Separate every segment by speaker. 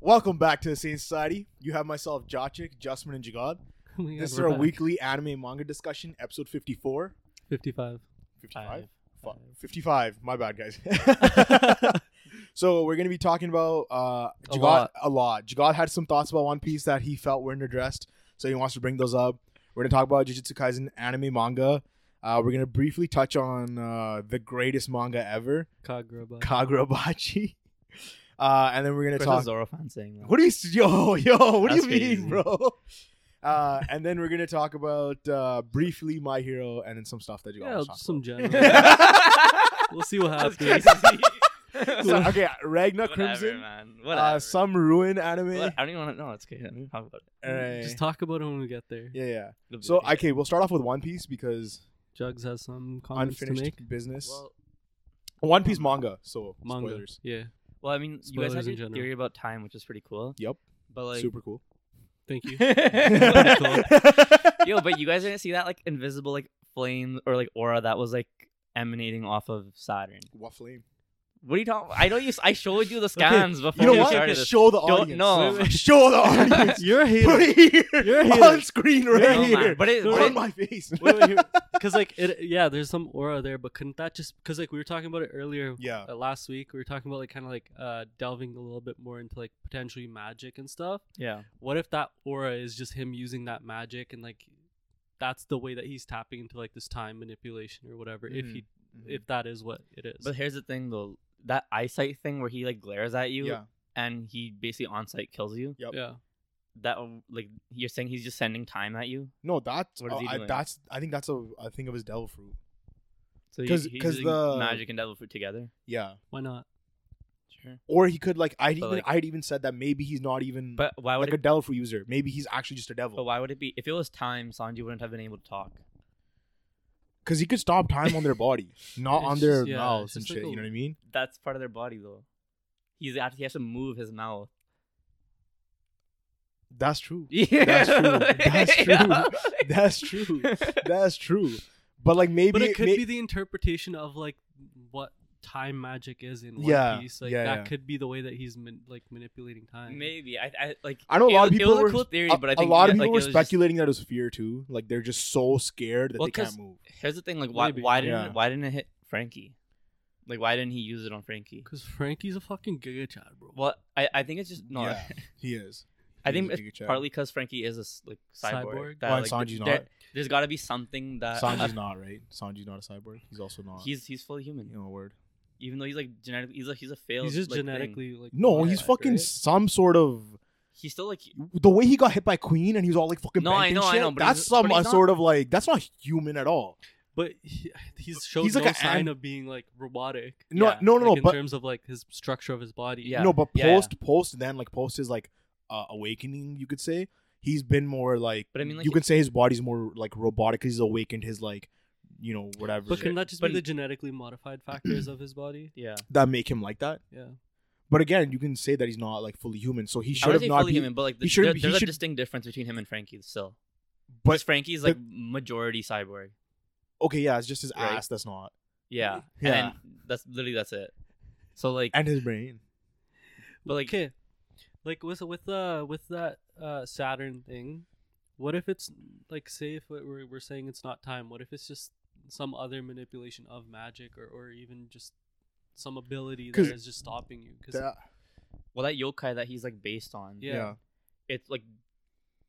Speaker 1: Welcome back to the Saint Society. You have myself, Jochik, Justman, and Jagad.
Speaker 2: Oh my God,
Speaker 1: this is
Speaker 2: we're
Speaker 1: our
Speaker 2: back.
Speaker 1: weekly anime manga discussion, episode 54.
Speaker 2: 55.
Speaker 1: 55? Fu-
Speaker 2: Five.
Speaker 1: 55. My bad, guys. so we're going to be talking about uh,
Speaker 2: A
Speaker 1: Jagad,
Speaker 2: lot.
Speaker 1: A lot. Jagad had some thoughts about One Piece that he felt weren't addressed, so he wants to bring those up. We're going to talk about Jujutsu Kaisen anime manga. Uh, we're going to briefly touch on uh, the greatest manga ever,
Speaker 2: Kagura.
Speaker 1: Kagurabachi. Uh, and then we're going to
Speaker 3: Chris
Speaker 1: talk.
Speaker 3: is a Zoro fan saying that.
Speaker 1: What do you yo yo? What
Speaker 3: That's
Speaker 1: do you mean,
Speaker 3: crazy.
Speaker 1: bro? Uh, and then we're gonna talk about uh, briefly My Hero and then some stuff that you
Speaker 2: yeah,
Speaker 1: got.
Speaker 2: just some general.
Speaker 3: That's
Speaker 2: we'll see what happens.
Speaker 3: crazy.
Speaker 1: so, okay, Ragnar
Speaker 3: Whatever,
Speaker 1: Crimson,
Speaker 3: man.
Speaker 1: uh,
Speaker 3: Whatever.
Speaker 1: some ruin anime.
Speaker 3: What- I don't even want to know. It's okay. I don't even talk about it.
Speaker 1: Alright.
Speaker 2: Just talk about it when we get there.
Speaker 1: yeah, yeah.
Speaker 3: It'll be
Speaker 1: So
Speaker 3: okay.
Speaker 1: okay, we'll start off with One Piece because
Speaker 2: Jugs has some comments to
Speaker 1: unfinished
Speaker 2: make. um,
Speaker 1: business.
Speaker 3: Well,
Speaker 1: One Piece manga, so
Speaker 2: Manga.
Speaker 1: spoilers.
Speaker 2: Yeah.
Speaker 3: well, I mean, you guys
Speaker 2: Spoilers
Speaker 3: had
Speaker 2: in
Speaker 3: your
Speaker 2: general.
Speaker 3: theory about time, which is pretty cool.
Speaker 1: Yep,
Speaker 3: But like,
Speaker 1: super cool.
Speaker 2: Thank you.
Speaker 3: yo, but you guys didn't see that like invisible like flame or like aura that was like emanating off of Saturn.
Speaker 1: what flame?
Speaker 3: What are you talking? I know you. s- I showed you the scans before
Speaker 1: You know
Speaker 3: we
Speaker 1: what?
Speaker 3: started this.
Speaker 1: Show the audience.
Speaker 3: Don't- no.
Speaker 1: Show the audience.
Speaker 2: You're a
Speaker 1: Put
Speaker 2: hater.
Speaker 1: it here.
Speaker 2: You're a hater.
Speaker 1: on screen right
Speaker 3: No,
Speaker 1: here.
Speaker 3: man, But it,
Speaker 2: No,
Speaker 3: but
Speaker 2: no,
Speaker 1: on
Speaker 3: it-
Speaker 1: my face.
Speaker 2: wait, wait, here. Because like it, yeah, there's some aura there, but couldn't that just because like we were talking about it earlier
Speaker 1: yeah.
Speaker 2: uh, last week, we were talking about like kind of like uh delving a little bit more into like potentially magic and stuff.
Speaker 3: yeah,
Speaker 2: What if that aura is just him using that magic and like that's the way that he's tapping into like this time manipulation or whatever? If
Speaker 3: Mhm.
Speaker 2: he
Speaker 1: Mm-hmm.
Speaker 2: if that is what it is.
Speaker 3: but here's the thing though. That eyesight thing where he like glares at you
Speaker 1: yeah.
Speaker 3: and he basically on site kills you.
Speaker 1: Yep.
Speaker 2: yeah.
Speaker 3: That um, like you're saying he's just sending time at you.
Speaker 1: No, that's
Speaker 3: What is
Speaker 1: uh,
Speaker 3: he
Speaker 1: I,
Speaker 3: doing?
Speaker 1: that's I think that's a, a thing of his devil fruit.
Speaker 3: So he-
Speaker 1: 'Cause-
Speaker 3: he's
Speaker 1: 'cause
Speaker 3: using
Speaker 1: the-
Speaker 3: magic and devil fruit together.
Speaker 1: Yeah.
Speaker 2: Why not?
Speaker 3: Sure.
Speaker 1: Or he could like I'd
Speaker 3: But,
Speaker 1: even
Speaker 3: like-
Speaker 1: I'd even said that maybe he's not even
Speaker 3: But why would
Speaker 1: like a
Speaker 3: it?
Speaker 1: devil fruit user. Maybe he's actually just a
Speaker 3: But
Speaker 1: devil.
Speaker 3: why would it be? If it was time, Sanji wouldn't have been able to talk.
Speaker 1: Because he could stop time on their body, not
Speaker 2: It's
Speaker 1: on their
Speaker 2: just- yeah,
Speaker 1: mouths
Speaker 2: it's
Speaker 1: and
Speaker 2: just
Speaker 1: shit.
Speaker 2: like a-
Speaker 1: You know what I mean?
Speaker 3: That's part of their body though. He's actually he has to move his mouth.
Speaker 1: That's true.
Speaker 3: Yeah.
Speaker 1: That's true. That's true. That's true. But like maybe
Speaker 2: but it could
Speaker 1: may-
Speaker 2: be the interpretation of like what time magic is in One
Speaker 1: Yeah,
Speaker 2: Piece. Like
Speaker 1: yeah,
Speaker 2: that
Speaker 1: yeah.
Speaker 2: could be the way that he's man- like manipulating time.
Speaker 3: Maybe I, I like.
Speaker 1: I know a
Speaker 3: it
Speaker 1: lot of
Speaker 3: was-
Speaker 1: people
Speaker 3: It was
Speaker 1: were
Speaker 3: a cool theory,
Speaker 1: a,
Speaker 3: but I
Speaker 1: a
Speaker 3: think
Speaker 1: lot
Speaker 3: yeah,
Speaker 1: of people
Speaker 3: like,
Speaker 1: were
Speaker 3: it was just-
Speaker 1: speculating that it was fear too. Like they're just so scared that
Speaker 3: Well,
Speaker 1: they can't
Speaker 3: 'cause-
Speaker 1: move.
Speaker 3: here's the thing, like why
Speaker 2: Maybe.
Speaker 3: why didn't
Speaker 1: Yeah.
Speaker 3: why didn't it hit Frankie? Like why didn't he use it on Frankie?
Speaker 2: Because Frankie's a fucking giga chad, bro.
Speaker 3: Well, I, I think it's just no.
Speaker 1: Yeah, he is.
Speaker 3: I
Speaker 1: He
Speaker 3: think
Speaker 1: is
Speaker 3: it's
Speaker 1: Giga Chad.
Speaker 3: partly because Frankie is a s- like cyborg.
Speaker 2: Cyborg?
Speaker 3: That,
Speaker 1: Why, and
Speaker 3: like,
Speaker 1: Sanji's
Speaker 3: there-
Speaker 1: not?
Speaker 3: There's got to be something that
Speaker 1: Sanji's not right. Sanji's not a cyborg. He's also not.
Speaker 3: Uh, he's he's fully human,
Speaker 1: you know word.
Speaker 3: even though he's like genetically he's like he's a failed.
Speaker 2: he's just
Speaker 3: like, thing.
Speaker 2: genetically like
Speaker 1: No,
Speaker 2: modified,
Speaker 1: he's fucking
Speaker 2: right?
Speaker 1: some sort of.
Speaker 3: He's still like
Speaker 1: The way he got hit by Queen and he was all like fucking
Speaker 3: No,
Speaker 1: bent
Speaker 3: I
Speaker 1: and
Speaker 3: know, I
Speaker 1: shit,
Speaker 3: know, but
Speaker 1: that's
Speaker 3: he's-
Speaker 1: some
Speaker 3: but he's
Speaker 1: uh,
Speaker 3: not-
Speaker 1: sort of like that's not human at all.
Speaker 2: But he, he's shown
Speaker 1: He's like
Speaker 2: no
Speaker 1: a
Speaker 2: sign
Speaker 1: an-
Speaker 2: of being like robotic.
Speaker 1: No,
Speaker 3: Yeah,
Speaker 1: no, no,
Speaker 2: like,
Speaker 1: no.
Speaker 2: in
Speaker 1: But
Speaker 2: terms of like his structure of his body.
Speaker 3: Yeah.
Speaker 1: no, but
Speaker 3: yeah, yeah.
Speaker 1: post post then like post is like uh, awakening. You could say he's been more like.
Speaker 3: But I mean, like,
Speaker 1: you could say his body's more like robotic. 'cause He's awakened his like, you know, whatever
Speaker 2: But can
Speaker 1: that,
Speaker 2: that just
Speaker 3: But-
Speaker 2: be the genetically modified factors of his body?
Speaker 3: yeah.
Speaker 1: make him like that.
Speaker 2: Yeah.
Speaker 1: But again, you can say that he's not like fully human, so he
Speaker 3: I
Speaker 1: should
Speaker 3: would
Speaker 1: have
Speaker 3: say
Speaker 1: not
Speaker 3: fully
Speaker 1: been.
Speaker 3: human, but like
Speaker 1: he
Speaker 3: the,
Speaker 1: should
Speaker 3: there,
Speaker 1: have- he
Speaker 3: there's
Speaker 1: should-
Speaker 3: a distinct difference between him and Frankie still.
Speaker 1: But
Speaker 3: Because Frankie's
Speaker 1: the-
Speaker 3: like majority cyborg.
Speaker 1: okay, yeah, it's just his
Speaker 3: Right.
Speaker 1: ass that's not,
Speaker 3: Yeah.
Speaker 1: Yeah.
Speaker 3: And that's literally that's it. So like
Speaker 1: and his brain.
Speaker 3: but like
Speaker 2: okay like with with uh with that uh saturn thing what if it's like say if it we're, we're saying it's not time what if it's just some other manipulation of magic or, or even just some ability that
Speaker 1: 'Cause
Speaker 2: is just stopping you because
Speaker 1: That-
Speaker 3: well that yokai that he's like based on.
Speaker 2: yeah.
Speaker 3: It's like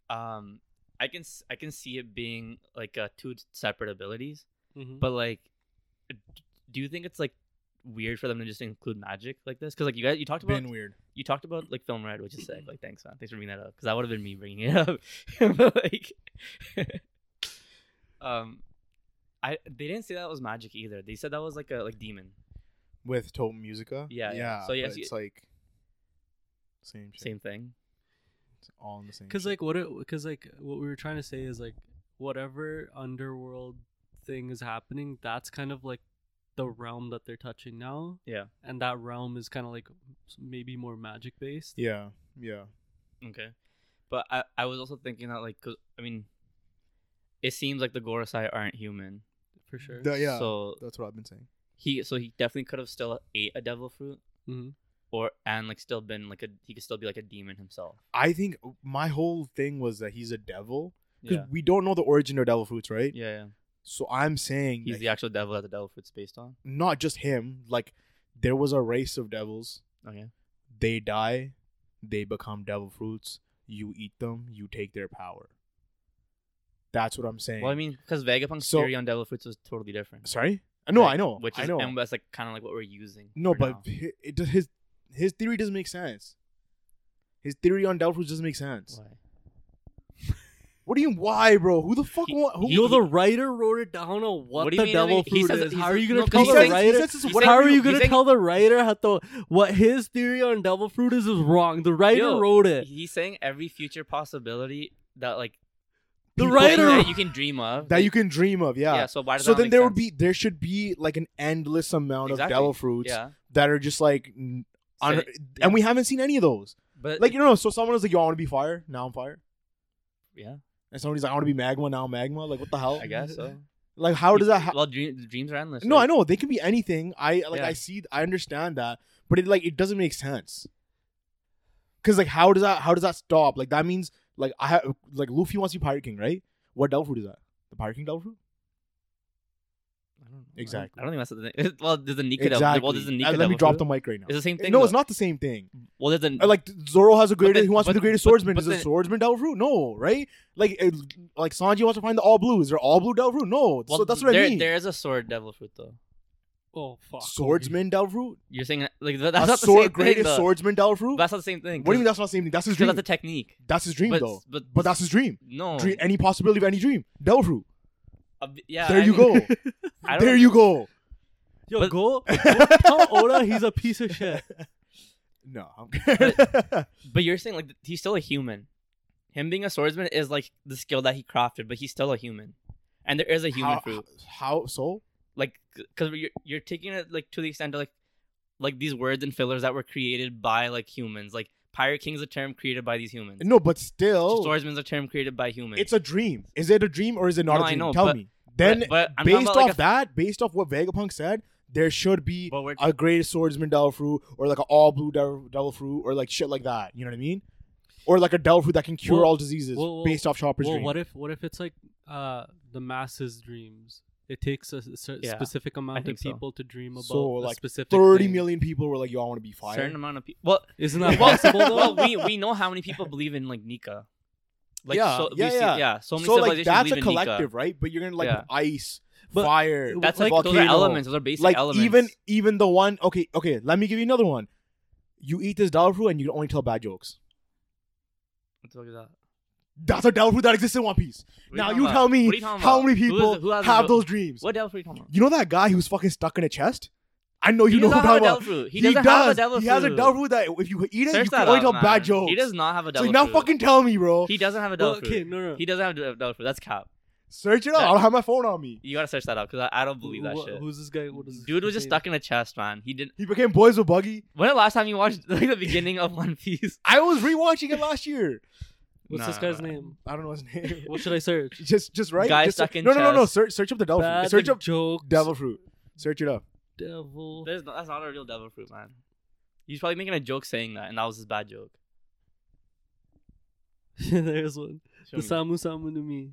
Speaker 3: um I can s- I can see it being like uh, two separate abilities,
Speaker 2: mhm.
Speaker 3: but like d- do you think it's like weird for them to just include magic like this? Because like you guys you talked
Speaker 1: It's
Speaker 3: about
Speaker 1: been weird.
Speaker 3: you talked about like film red, which is sick. Like thanks man, thanks for bringing that up because that would have been me bringing it up. but like, um, I they didn't say that was magic either. They said that was like a like demon.
Speaker 1: with Totem Musica.
Speaker 3: Yeah, yeah.
Speaker 1: yeah.
Speaker 3: So,
Speaker 1: So
Speaker 3: yes,
Speaker 1: yes,
Speaker 3: you-
Speaker 1: it's like same shit.
Speaker 3: Same thing.
Speaker 1: It's all in the same.
Speaker 2: Because
Speaker 1: shit.
Speaker 2: like what it because like what we were trying to say is like whatever underworld thing is happening, that's kind of like the realm that they're touching now.
Speaker 3: Yeah.
Speaker 2: and that realm is kind of like maybe more magic based.
Speaker 1: yeah, yeah.
Speaker 3: Okay, but I I was also thinking that like 'cause- I mean, it seems like the Gorosei aren't human.
Speaker 2: for sure.
Speaker 1: Th- Uh, yeah.
Speaker 3: So
Speaker 1: That's what I've been saying. Mm-hmm.
Speaker 3: he so he definitely could have still ate a devil fruit.
Speaker 2: Mhm.
Speaker 3: or and like still been like a he could still be like a demon himself.
Speaker 1: I think my whole thing was that he's a devil because
Speaker 3: Yeah.
Speaker 1: we don't know the origin of devil fruits, right?
Speaker 3: Yeah, yeah.
Speaker 1: So I'm saying
Speaker 3: He's
Speaker 1: that
Speaker 3: the actual devil that the devil fruit's based on.
Speaker 1: not just him. Like there was a race of devils.
Speaker 3: Okay.
Speaker 1: They die. They become devil fruits. You eat them. You take their power. That's what I'm saying.
Speaker 3: Well, I mean, because Vegapunk's
Speaker 1: So-
Speaker 3: theory on devil fruits was totally different.
Speaker 1: sorry. No,
Speaker 3: Like,
Speaker 1: I know.
Speaker 3: Which
Speaker 1: I
Speaker 3: is
Speaker 1: know.
Speaker 3: and that's like kind of like what we're using.
Speaker 1: No,
Speaker 3: for
Speaker 1: but
Speaker 3: now.
Speaker 1: hi- it does, his his theory doesn't make sense. His theory on devil fruits doesn't make sense.
Speaker 3: why?
Speaker 1: What do you mean? Why, bro? Who the fuck?
Speaker 3: He-
Speaker 1: wa- who,
Speaker 3: he-
Speaker 2: Yo, the writer wrote it down on what,
Speaker 3: What do you
Speaker 2: the
Speaker 3: mean? I
Speaker 2: devil
Speaker 3: mean, he
Speaker 2: fruit
Speaker 3: says-
Speaker 2: is.
Speaker 3: he
Speaker 2: How are
Speaker 3: says-
Speaker 2: you gonna
Speaker 3: no, 'cause
Speaker 2: tell
Speaker 1: he
Speaker 2: the
Speaker 1: says- he
Speaker 2: writer?
Speaker 1: says it's
Speaker 3: He
Speaker 1: what-
Speaker 2: How
Speaker 3: said-
Speaker 2: are you
Speaker 3: he
Speaker 2: gonna
Speaker 3: said-
Speaker 2: tell the writer how the what his theory on devil fruit is is wrong? The writer
Speaker 3: Yo,
Speaker 2: wrote it.
Speaker 3: He's saying every future possibility that like
Speaker 2: The
Speaker 3: people
Speaker 2: writer
Speaker 3: that you can dream of
Speaker 1: that you can dream of? Yeah.
Speaker 3: Yeah. So why does
Speaker 1: so
Speaker 3: that
Speaker 1: then
Speaker 3: make
Speaker 1: there
Speaker 3: sense?
Speaker 1: would be there should be like an endless amount
Speaker 3: Exactly.
Speaker 1: of devil fruits
Speaker 3: yeah.
Speaker 1: that are just like n- on,
Speaker 3: Said it- yeah. Uh,
Speaker 1: and we haven't seen any of those.
Speaker 3: but
Speaker 1: Like you know, so someone was like, "Yo, I want to be fire." Now I'm fire.
Speaker 3: yeah,
Speaker 1: And somebody's like, "I want to be magma." Now I'm magma. Like what the hell?
Speaker 3: I guess so.
Speaker 1: Like how does that? Ha-
Speaker 3: Well, dream, dreams are endless.
Speaker 1: no,
Speaker 3: right?
Speaker 1: I know they can be anything. I like
Speaker 3: Yeah.
Speaker 1: I see I understand that, but it like it doesn't make sense. Cause like how does that how does that stop? Like that means like I have like Luffy wants to be Pirate King, right? What devil fruit is that? The Pirate King devil fruit?
Speaker 3: I don't know.
Speaker 1: Exactly.
Speaker 3: I don't, I don't think that's the thing. well, there's a Nika devil. Well, there's a Nika
Speaker 1: Uh,
Speaker 3: devil.
Speaker 1: let me drop
Speaker 3: too.
Speaker 1: the mic right now.
Speaker 3: It's the same thing.
Speaker 1: no,
Speaker 3: though.
Speaker 1: it's not the same thing.
Speaker 3: Well, there's a
Speaker 1: Uh, Like Zoro has a greater.
Speaker 3: then-
Speaker 1: he wants to
Speaker 3: but-
Speaker 1: be the greatest
Speaker 3: but-
Speaker 1: swordsman.
Speaker 3: but
Speaker 1: Is a
Speaker 3: then-
Speaker 1: swordsman devil fruit? No, right? Like, it, like Sanji wants to find the all blue. Is there all blue devil fruit? No.
Speaker 3: well,
Speaker 1: so that's what
Speaker 3: there,
Speaker 1: I mean.
Speaker 3: There is a sword devil fruit though.
Speaker 2: Oh fuck.
Speaker 1: swordsman devil fruit.
Speaker 3: You're saying like th- that's
Speaker 1: a
Speaker 3: not the
Speaker 1: sword,
Speaker 3: same
Speaker 1: greatest
Speaker 3: thing. though.
Speaker 1: swordsman devil fruit.
Speaker 3: That's not the same thing.
Speaker 1: what do you mean? That's not the same thing. That's his
Speaker 3: Because
Speaker 1: dream.
Speaker 3: that's a technique.
Speaker 1: that's his dream
Speaker 3: but,
Speaker 1: though.
Speaker 3: But, Oh.
Speaker 1: But that's his dream.
Speaker 3: no.
Speaker 1: Dream any possibility of any dream. Devil fruit.
Speaker 3: Uh, yeah.
Speaker 1: there
Speaker 3: I
Speaker 1: you
Speaker 3: mean,
Speaker 1: go.
Speaker 3: I don't-
Speaker 1: there you go.
Speaker 2: Yo,
Speaker 3: But-
Speaker 2: go, go tell Oda he's a piece of shit.
Speaker 1: No, I'm
Speaker 3: But you're saying like th- he's still a human. Him being a swordsman is like the skill that he crafted, but he's still a human. And there is a human
Speaker 1: how,
Speaker 3: fruit.
Speaker 1: How so?
Speaker 3: like because you're you're taking it like to the extent of like like these words and fillers that were created by like humans. Like Pirate King's a term created by these humans.
Speaker 1: No, but still,
Speaker 3: Swordsman's a term created by humans.
Speaker 1: it's a dream. Is it a dream or is it not
Speaker 3: No,
Speaker 1: a
Speaker 3: I
Speaker 1: dream?
Speaker 3: know,
Speaker 1: Tell
Speaker 3: but-
Speaker 1: me. Then
Speaker 3: but, but I'm talking
Speaker 1: based off
Speaker 3: about, like, a-
Speaker 1: that, based off what Vegapunk said, there should be
Speaker 3: but we're-
Speaker 1: a greatest swordsman devil fruit or like an all blue devil, devil fruit or like shit like that. You know what I mean? Or like a devil fruit that can cure
Speaker 2: Well-
Speaker 1: all diseases
Speaker 2: well, well,
Speaker 1: based off Chopper's
Speaker 2: well,
Speaker 1: dream.
Speaker 2: what if what if it's like uh the masses' dreams? It takes a, s- cer-
Speaker 3: Yeah,
Speaker 2: specific amount of
Speaker 3: think so.
Speaker 2: people to dream about
Speaker 1: So,
Speaker 2: a
Speaker 1: like,
Speaker 2: specific.
Speaker 1: Thirty
Speaker 2: thing.
Speaker 1: million people were like, "Yo, I want to be fire."
Speaker 3: certain amount of people. Well,
Speaker 2: Isn't
Speaker 3: well,
Speaker 2: that possible though?
Speaker 3: well, we we know how many people believe in like Nika. Like
Speaker 1: Yeah,
Speaker 3: so,
Speaker 1: yeah,
Speaker 3: we see,
Speaker 1: yeah.
Speaker 3: yeah. So many
Speaker 1: so like
Speaker 3: civilizations
Speaker 1: that's
Speaker 3: believe
Speaker 1: a
Speaker 3: in
Speaker 1: collective,
Speaker 3: Nika.
Speaker 1: right? But you're gonna like
Speaker 3: Yeah.
Speaker 1: ice,
Speaker 2: But-
Speaker 1: fire.
Speaker 3: That's like
Speaker 2: Like
Speaker 3: those are
Speaker 1: volcano.
Speaker 3: elements. Those are basic
Speaker 1: like
Speaker 3: elements.
Speaker 1: even even the one. Okay, okay. Let me give you another one. You eat this devil fruit and you can only tell bad jokes.
Speaker 3: What the fuck is that?
Speaker 1: That's a devil fruit that exists in One Piece.
Speaker 3: What are
Speaker 1: Now
Speaker 3: talking
Speaker 1: you
Speaker 3: about?
Speaker 1: tell me
Speaker 3: What are you talking
Speaker 1: how
Speaker 3: about?
Speaker 1: many
Speaker 3: Who is-
Speaker 1: people
Speaker 3: who has
Speaker 1: have
Speaker 3: the-
Speaker 1: those dreams.
Speaker 3: What devil fruit are you talking about?
Speaker 1: You know that guy who's fucking stuck in a chest? I know you
Speaker 3: he
Speaker 1: know
Speaker 3: does
Speaker 1: who I'm
Speaker 3: not have
Speaker 1: talking
Speaker 3: a devil
Speaker 1: about.
Speaker 3: fruit. He,
Speaker 1: he
Speaker 3: doesn't
Speaker 1: does.
Speaker 3: have a devil
Speaker 1: he
Speaker 3: fruit.
Speaker 1: has a devil fruit that if you eat it,
Speaker 3: Search
Speaker 1: you
Speaker 3: that
Speaker 1: can only
Speaker 3: up,
Speaker 1: tell
Speaker 3: man.
Speaker 1: bad jokes.
Speaker 3: He does not have a
Speaker 1: so
Speaker 3: devil
Speaker 1: now
Speaker 3: fruit.
Speaker 1: fucking tell me, bro.
Speaker 3: He doesn't have a
Speaker 2: Well,
Speaker 3: devil
Speaker 2: okay,
Speaker 3: fruit.
Speaker 2: no, no.
Speaker 3: He doesn't have a devil fruit. That's cap.
Speaker 1: Search it up.
Speaker 3: That-
Speaker 1: I don't have my phone on me.
Speaker 3: You gotta search that up because I, I don't believe that
Speaker 2: Wh-
Speaker 3: shit.
Speaker 2: Who's this guy? What is this
Speaker 3: Dude was just
Speaker 2: name?
Speaker 3: stuck in a chest, man. He didn't.
Speaker 1: He became boys with Buggy.
Speaker 3: When the last time you watched like the beginning of One Piece?
Speaker 1: I was rewatching it last year.
Speaker 2: What's
Speaker 3: Nah,
Speaker 2: this guy's
Speaker 3: nah.
Speaker 2: name?
Speaker 1: I don't know his name.
Speaker 2: What should I search?
Speaker 1: just just right.
Speaker 3: Guy
Speaker 1: just,
Speaker 3: stuck in
Speaker 1: No, no, no, no.
Speaker 3: chest.
Speaker 1: Search search up the devil fruit.
Speaker 2: Bad
Speaker 1: Search up
Speaker 2: jokes.
Speaker 1: devil fruit. Search it up.
Speaker 2: Devil.
Speaker 3: There's no, that's not a real devil fruit, man. He's probably making a joke saying that, and that was his bad joke.
Speaker 2: There's one.
Speaker 3: Show
Speaker 2: The
Speaker 3: me.
Speaker 2: Samu Samu to me.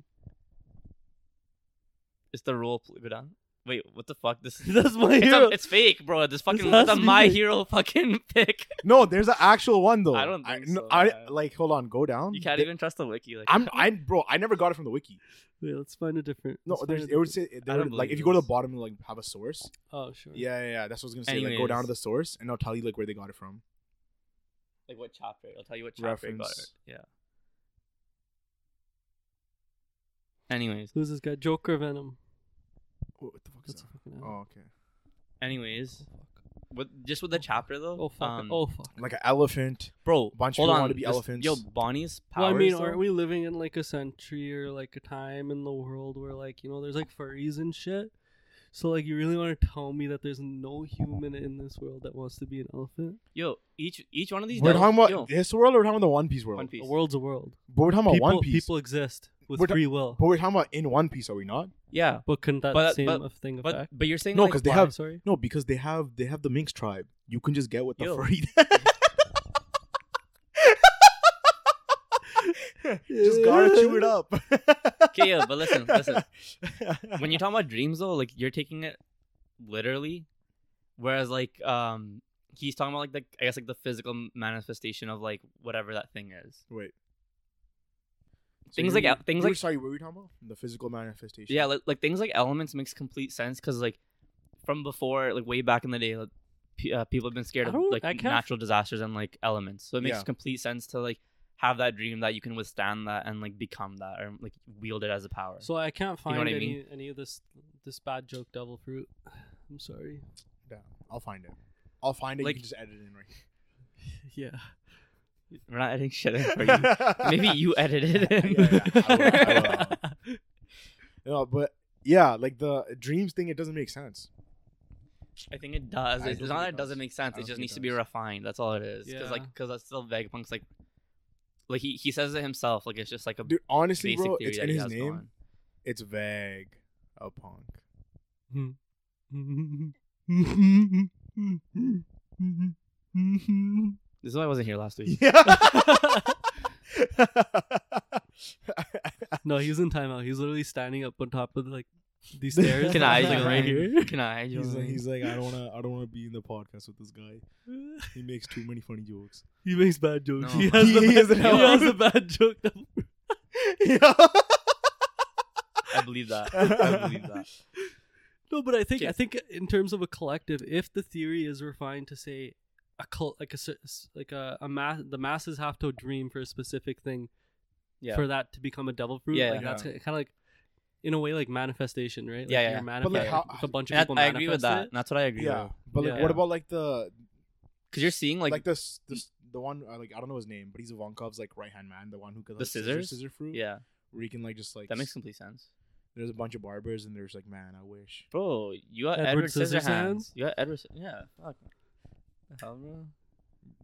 Speaker 3: it's the role. Play. Go down. Wait, what the fuck? This
Speaker 2: That's my
Speaker 3: it's,
Speaker 2: hero.
Speaker 3: a, it's fake, bro. This fucking
Speaker 2: has
Speaker 3: that's a
Speaker 2: to be
Speaker 3: my
Speaker 2: fake.
Speaker 3: hero fucking pick.
Speaker 1: No, there's an actual one though.
Speaker 3: I don't think
Speaker 1: no,
Speaker 3: so,
Speaker 1: I
Speaker 3: man.
Speaker 1: like hold on, go down.
Speaker 3: You can't
Speaker 1: They-
Speaker 3: even trust the wiki. Like
Speaker 1: I'm I bro, I never got it from the wiki.
Speaker 2: Wait, let's find a different.
Speaker 1: No,
Speaker 2: let's find
Speaker 1: there's
Speaker 2: a
Speaker 1: it would
Speaker 2: different-
Speaker 1: say there
Speaker 3: don't
Speaker 1: would- like
Speaker 3: believe
Speaker 1: if you go to the
Speaker 3: this.
Speaker 1: bottom and like have a source.
Speaker 2: Oh sure.
Speaker 1: Yeah, yeah, yeah. That's what I was gonna say. Like, go
Speaker 3: Anyways.
Speaker 1: down to the source, and I'll tell you like where they got it from.
Speaker 3: like what chapter? I'll tell you what chapter you got it.
Speaker 1: Reference.
Speaker 3: Yeah. Anyways,
Speaker 2: Who's this guy? Joker Venom.
Speaker 1: What the fuck
Speaker 2: That's a fucking
Speaker 1: Oh, okay.
Speaker 3: anyways, with just with the chapter though.
Speaker 2: Oh fuck.
Speaker 3: um,
Speaker 2: oh fuck.
Speaker 1: Like an elephant.
Speaker 3: bro,
Speaker 1: bunch of
Speaker 3: hold
Speaker 1: people
Speaker 3: on.
Speaker 1: wanna be
Speaker 3: This-
Speaker 1: elephants.
Speaker 3: Yo, Bonnie's powers.
Speaker 2: Well, I mean,
Speaker 3: though-
Speaker 2: aren't we living in like a century or like a time in the world where like you know there's like furries and shit? So like you really want to tell me that there's no human in this world that wants to be an elephant?
Speaker 3: Yo, each each one of these.
Speaker 1: We're
Speaker 3: devils-
Speaker 1: talking about
Speaker 3: yo,
Speaker 1: this world, or we're talking about the One Piece world.
Speaker 3: One Piece.
Speaker 2: The world's a world.
Speaker 1: But we're talking about
Speaker 2: People,
Speaker 1: One Piece.
Speaker 2: people exist with
Speaker 1: We're ta-
Speaker 2: free will.
Speaker 1: But we're talking about in One Piece, are we not?
Speaker 3: Yeah,
Speaker 2: But can that
Speaker 3: But-
Speaker 2: same
Speaker 3: but-
Speaker 2: thing
Speaker 3: but
Speaker 2: affect?
Speaker 3: but you're saying
Speaker 1: No,
Speaker 3: like,
Speaker 1: 'cause they
Speaker 2: Why?
Speaker 1: have-
Speaker 2: Sorry.
Speaker 1: No, because they have they have the Minx tribe. you can just get with the
Speaker 3: Yo.
Speaker 1: free.
Speaker 2: Just
Speaker 1: just gotta chew it up.
Speaker 3: Okay, yeah, but listen, listen. when you're talking about dreams though, like you're taking it literally, whereas like um he's talking about like the I guess like the physical manifestation of like whatever that thing is.
Speaker 1: Wait.
Speaker 3: Things
Speaker 1: you-
Speaker 3: like el- things
Speaker 1: you were-
Speaker 3: like-
Speaker 1: sorry, what were you talking about? The physical manifestation.
Speaker 3: Yeah, like, like things like elements makes complete sense because like from before, like way back in the day, like, pe- uh, people have been scared
Speaker 2: I
Speaker 3: of
Speaker 2: don't-
Speaker 3: like
Speaker 2: I can't-
Speaker 3: natural disasters and like elements. So it makes
Speaker 1: Yeah.
Speaker 3: complete sense to like have that dream that you can withstand that and like become that or like wield it as a power.
Speaker 2: So I can't
Speaker 3: know
Speaker 2: find
Speaker 3: what I
Speaker 2: any
Speaker 3: mean?
Speaker 2: any of this this bad joke devil fruit. I'm sorry.
Speaker 1: Damn, I'll find it. I'll find it.
Speaker 3: Like-
Speaker 1: you can just edit it in right here.
Speaker 2: Yeah.
Speaker 3: we're not editing shit in for you. Maybe you edited it. in.
Speaker 1: Yeah, yeah, I will, I No, but yeah, like the dreams thing, it doesn't make sense.
Speaker 3: I think it does.
Speaker 1: I
Speaker 3: It's
Speaker 1: don't
Speaker 3: not
Speaker 1: think
Speaker 3: that
Speaker 1: it
Speaker 3: it doesn't
Speaker 1: does.
Speaker 3: make sense.
Speaker 1: I
Speaker 3: It
Speaker 1: don't
Speaker 3: just
Speaker 1: think
Speaker 3: needs
Speaker 1: it
Speaker 3: to be
Speaker 1: does.
Speaker 3: refined. That's all it is. Because like,
Speaker 2: Yeah.
Speaker 3: because that's still Vegapunk's like, like he he says it himself. Like it's just like a
Speaker 1: Dude, honestly,
Speaker 3: basic
Speaker 1: bro,
Speaker 3: theory
Speaker 1: it's
Speaker 3: that
Speaker 1: in
Speaker 3: he
Speaker 1: his
Speaker 3: has
Speaker 1: name.
Speaker 3: going.
Speaker 1: It's vague. A punk.
Speaker 3: This is why I wasn't here last week.
Speaker 2: no, he's in timeout. He's literally standing up on top of like these stairs.
Speaker 3: Can I
Speaker 1: He's
Speaker 3: join?
Speaker 1: like, right
Speaker 2: here?
Speaker 3: Can I join?
Speaker 1: he's like, he's like, I don't wanna, I don't wanna be in the podcast with this guy. He makes too many funny jokes.
Speaker 2: He makes bad jokes.
Speaker 3: No.
Speaker 2: He has,
Speaker 1: He
Speaker 2: the,
Speaker 1: is an
Speaker 2: he
Speaker 1: devil
Speaker 2: has
Speaker 1: fruit.
Speaker 2: a bad joke. devil fruit.
Speaker 3: I believe that. I believe that.
Speaker 2: No, but I think
Speaker 3: Okay.
Speaker 2: I think in terms of a collective, if the theory is refined to say a col- like a cer- s- like a, a mass, the masses have to dream for a specific thing
Speaker 3: Yeah.
Speaker 2: for that to become a devil fruit.
Speaker 3: Yeah.
Speaker 2: like that's kind of like in a way like manifestation, right? Like
Speaker 3: Yeah, yeah.
Speaker 2: You're
Speaker 1: But, like,
Speaker 2: manifest-
Speaker 1: how-
Speaker 2: if a bunch of
Speaker 3: And
Speaker 2: people.
Speaker 3: I, I agree
Speaker 2: manifest
Speaker 3: with that.
Speaker 2: it-
Speaker 3: That's what I agree
Speaker 1: yeah,
Speaker 3: with.
Speaker 1: but like,
Speaker 2: Yeah.
Speaker 1: what about like the
Speaker 3: Because you're seeing like,
Speaker 1: like, this this the one uh, like I don't know his name, but he's Ivankov's like right hand man, the one who could like,
Speaker 3: The scissors?
Speaker 1: scissor fruit.
Speaker 3: yeah,
Speaker 1: where you can like just like
Speaker 3: that makes
Speaker 1: s-
Speaker 3: complete sense,
Speaker 1: there's a bunch of barbers and there's like man, I wish.
Speaker 3: bro. You got
Speaker 2: Edward
Speaker 3: Edward, Scissorhands.
Speaker 2: Scissorhands?
Speaker 3: You got Edward. Sci- Yeah. Fuck. The hell, bro?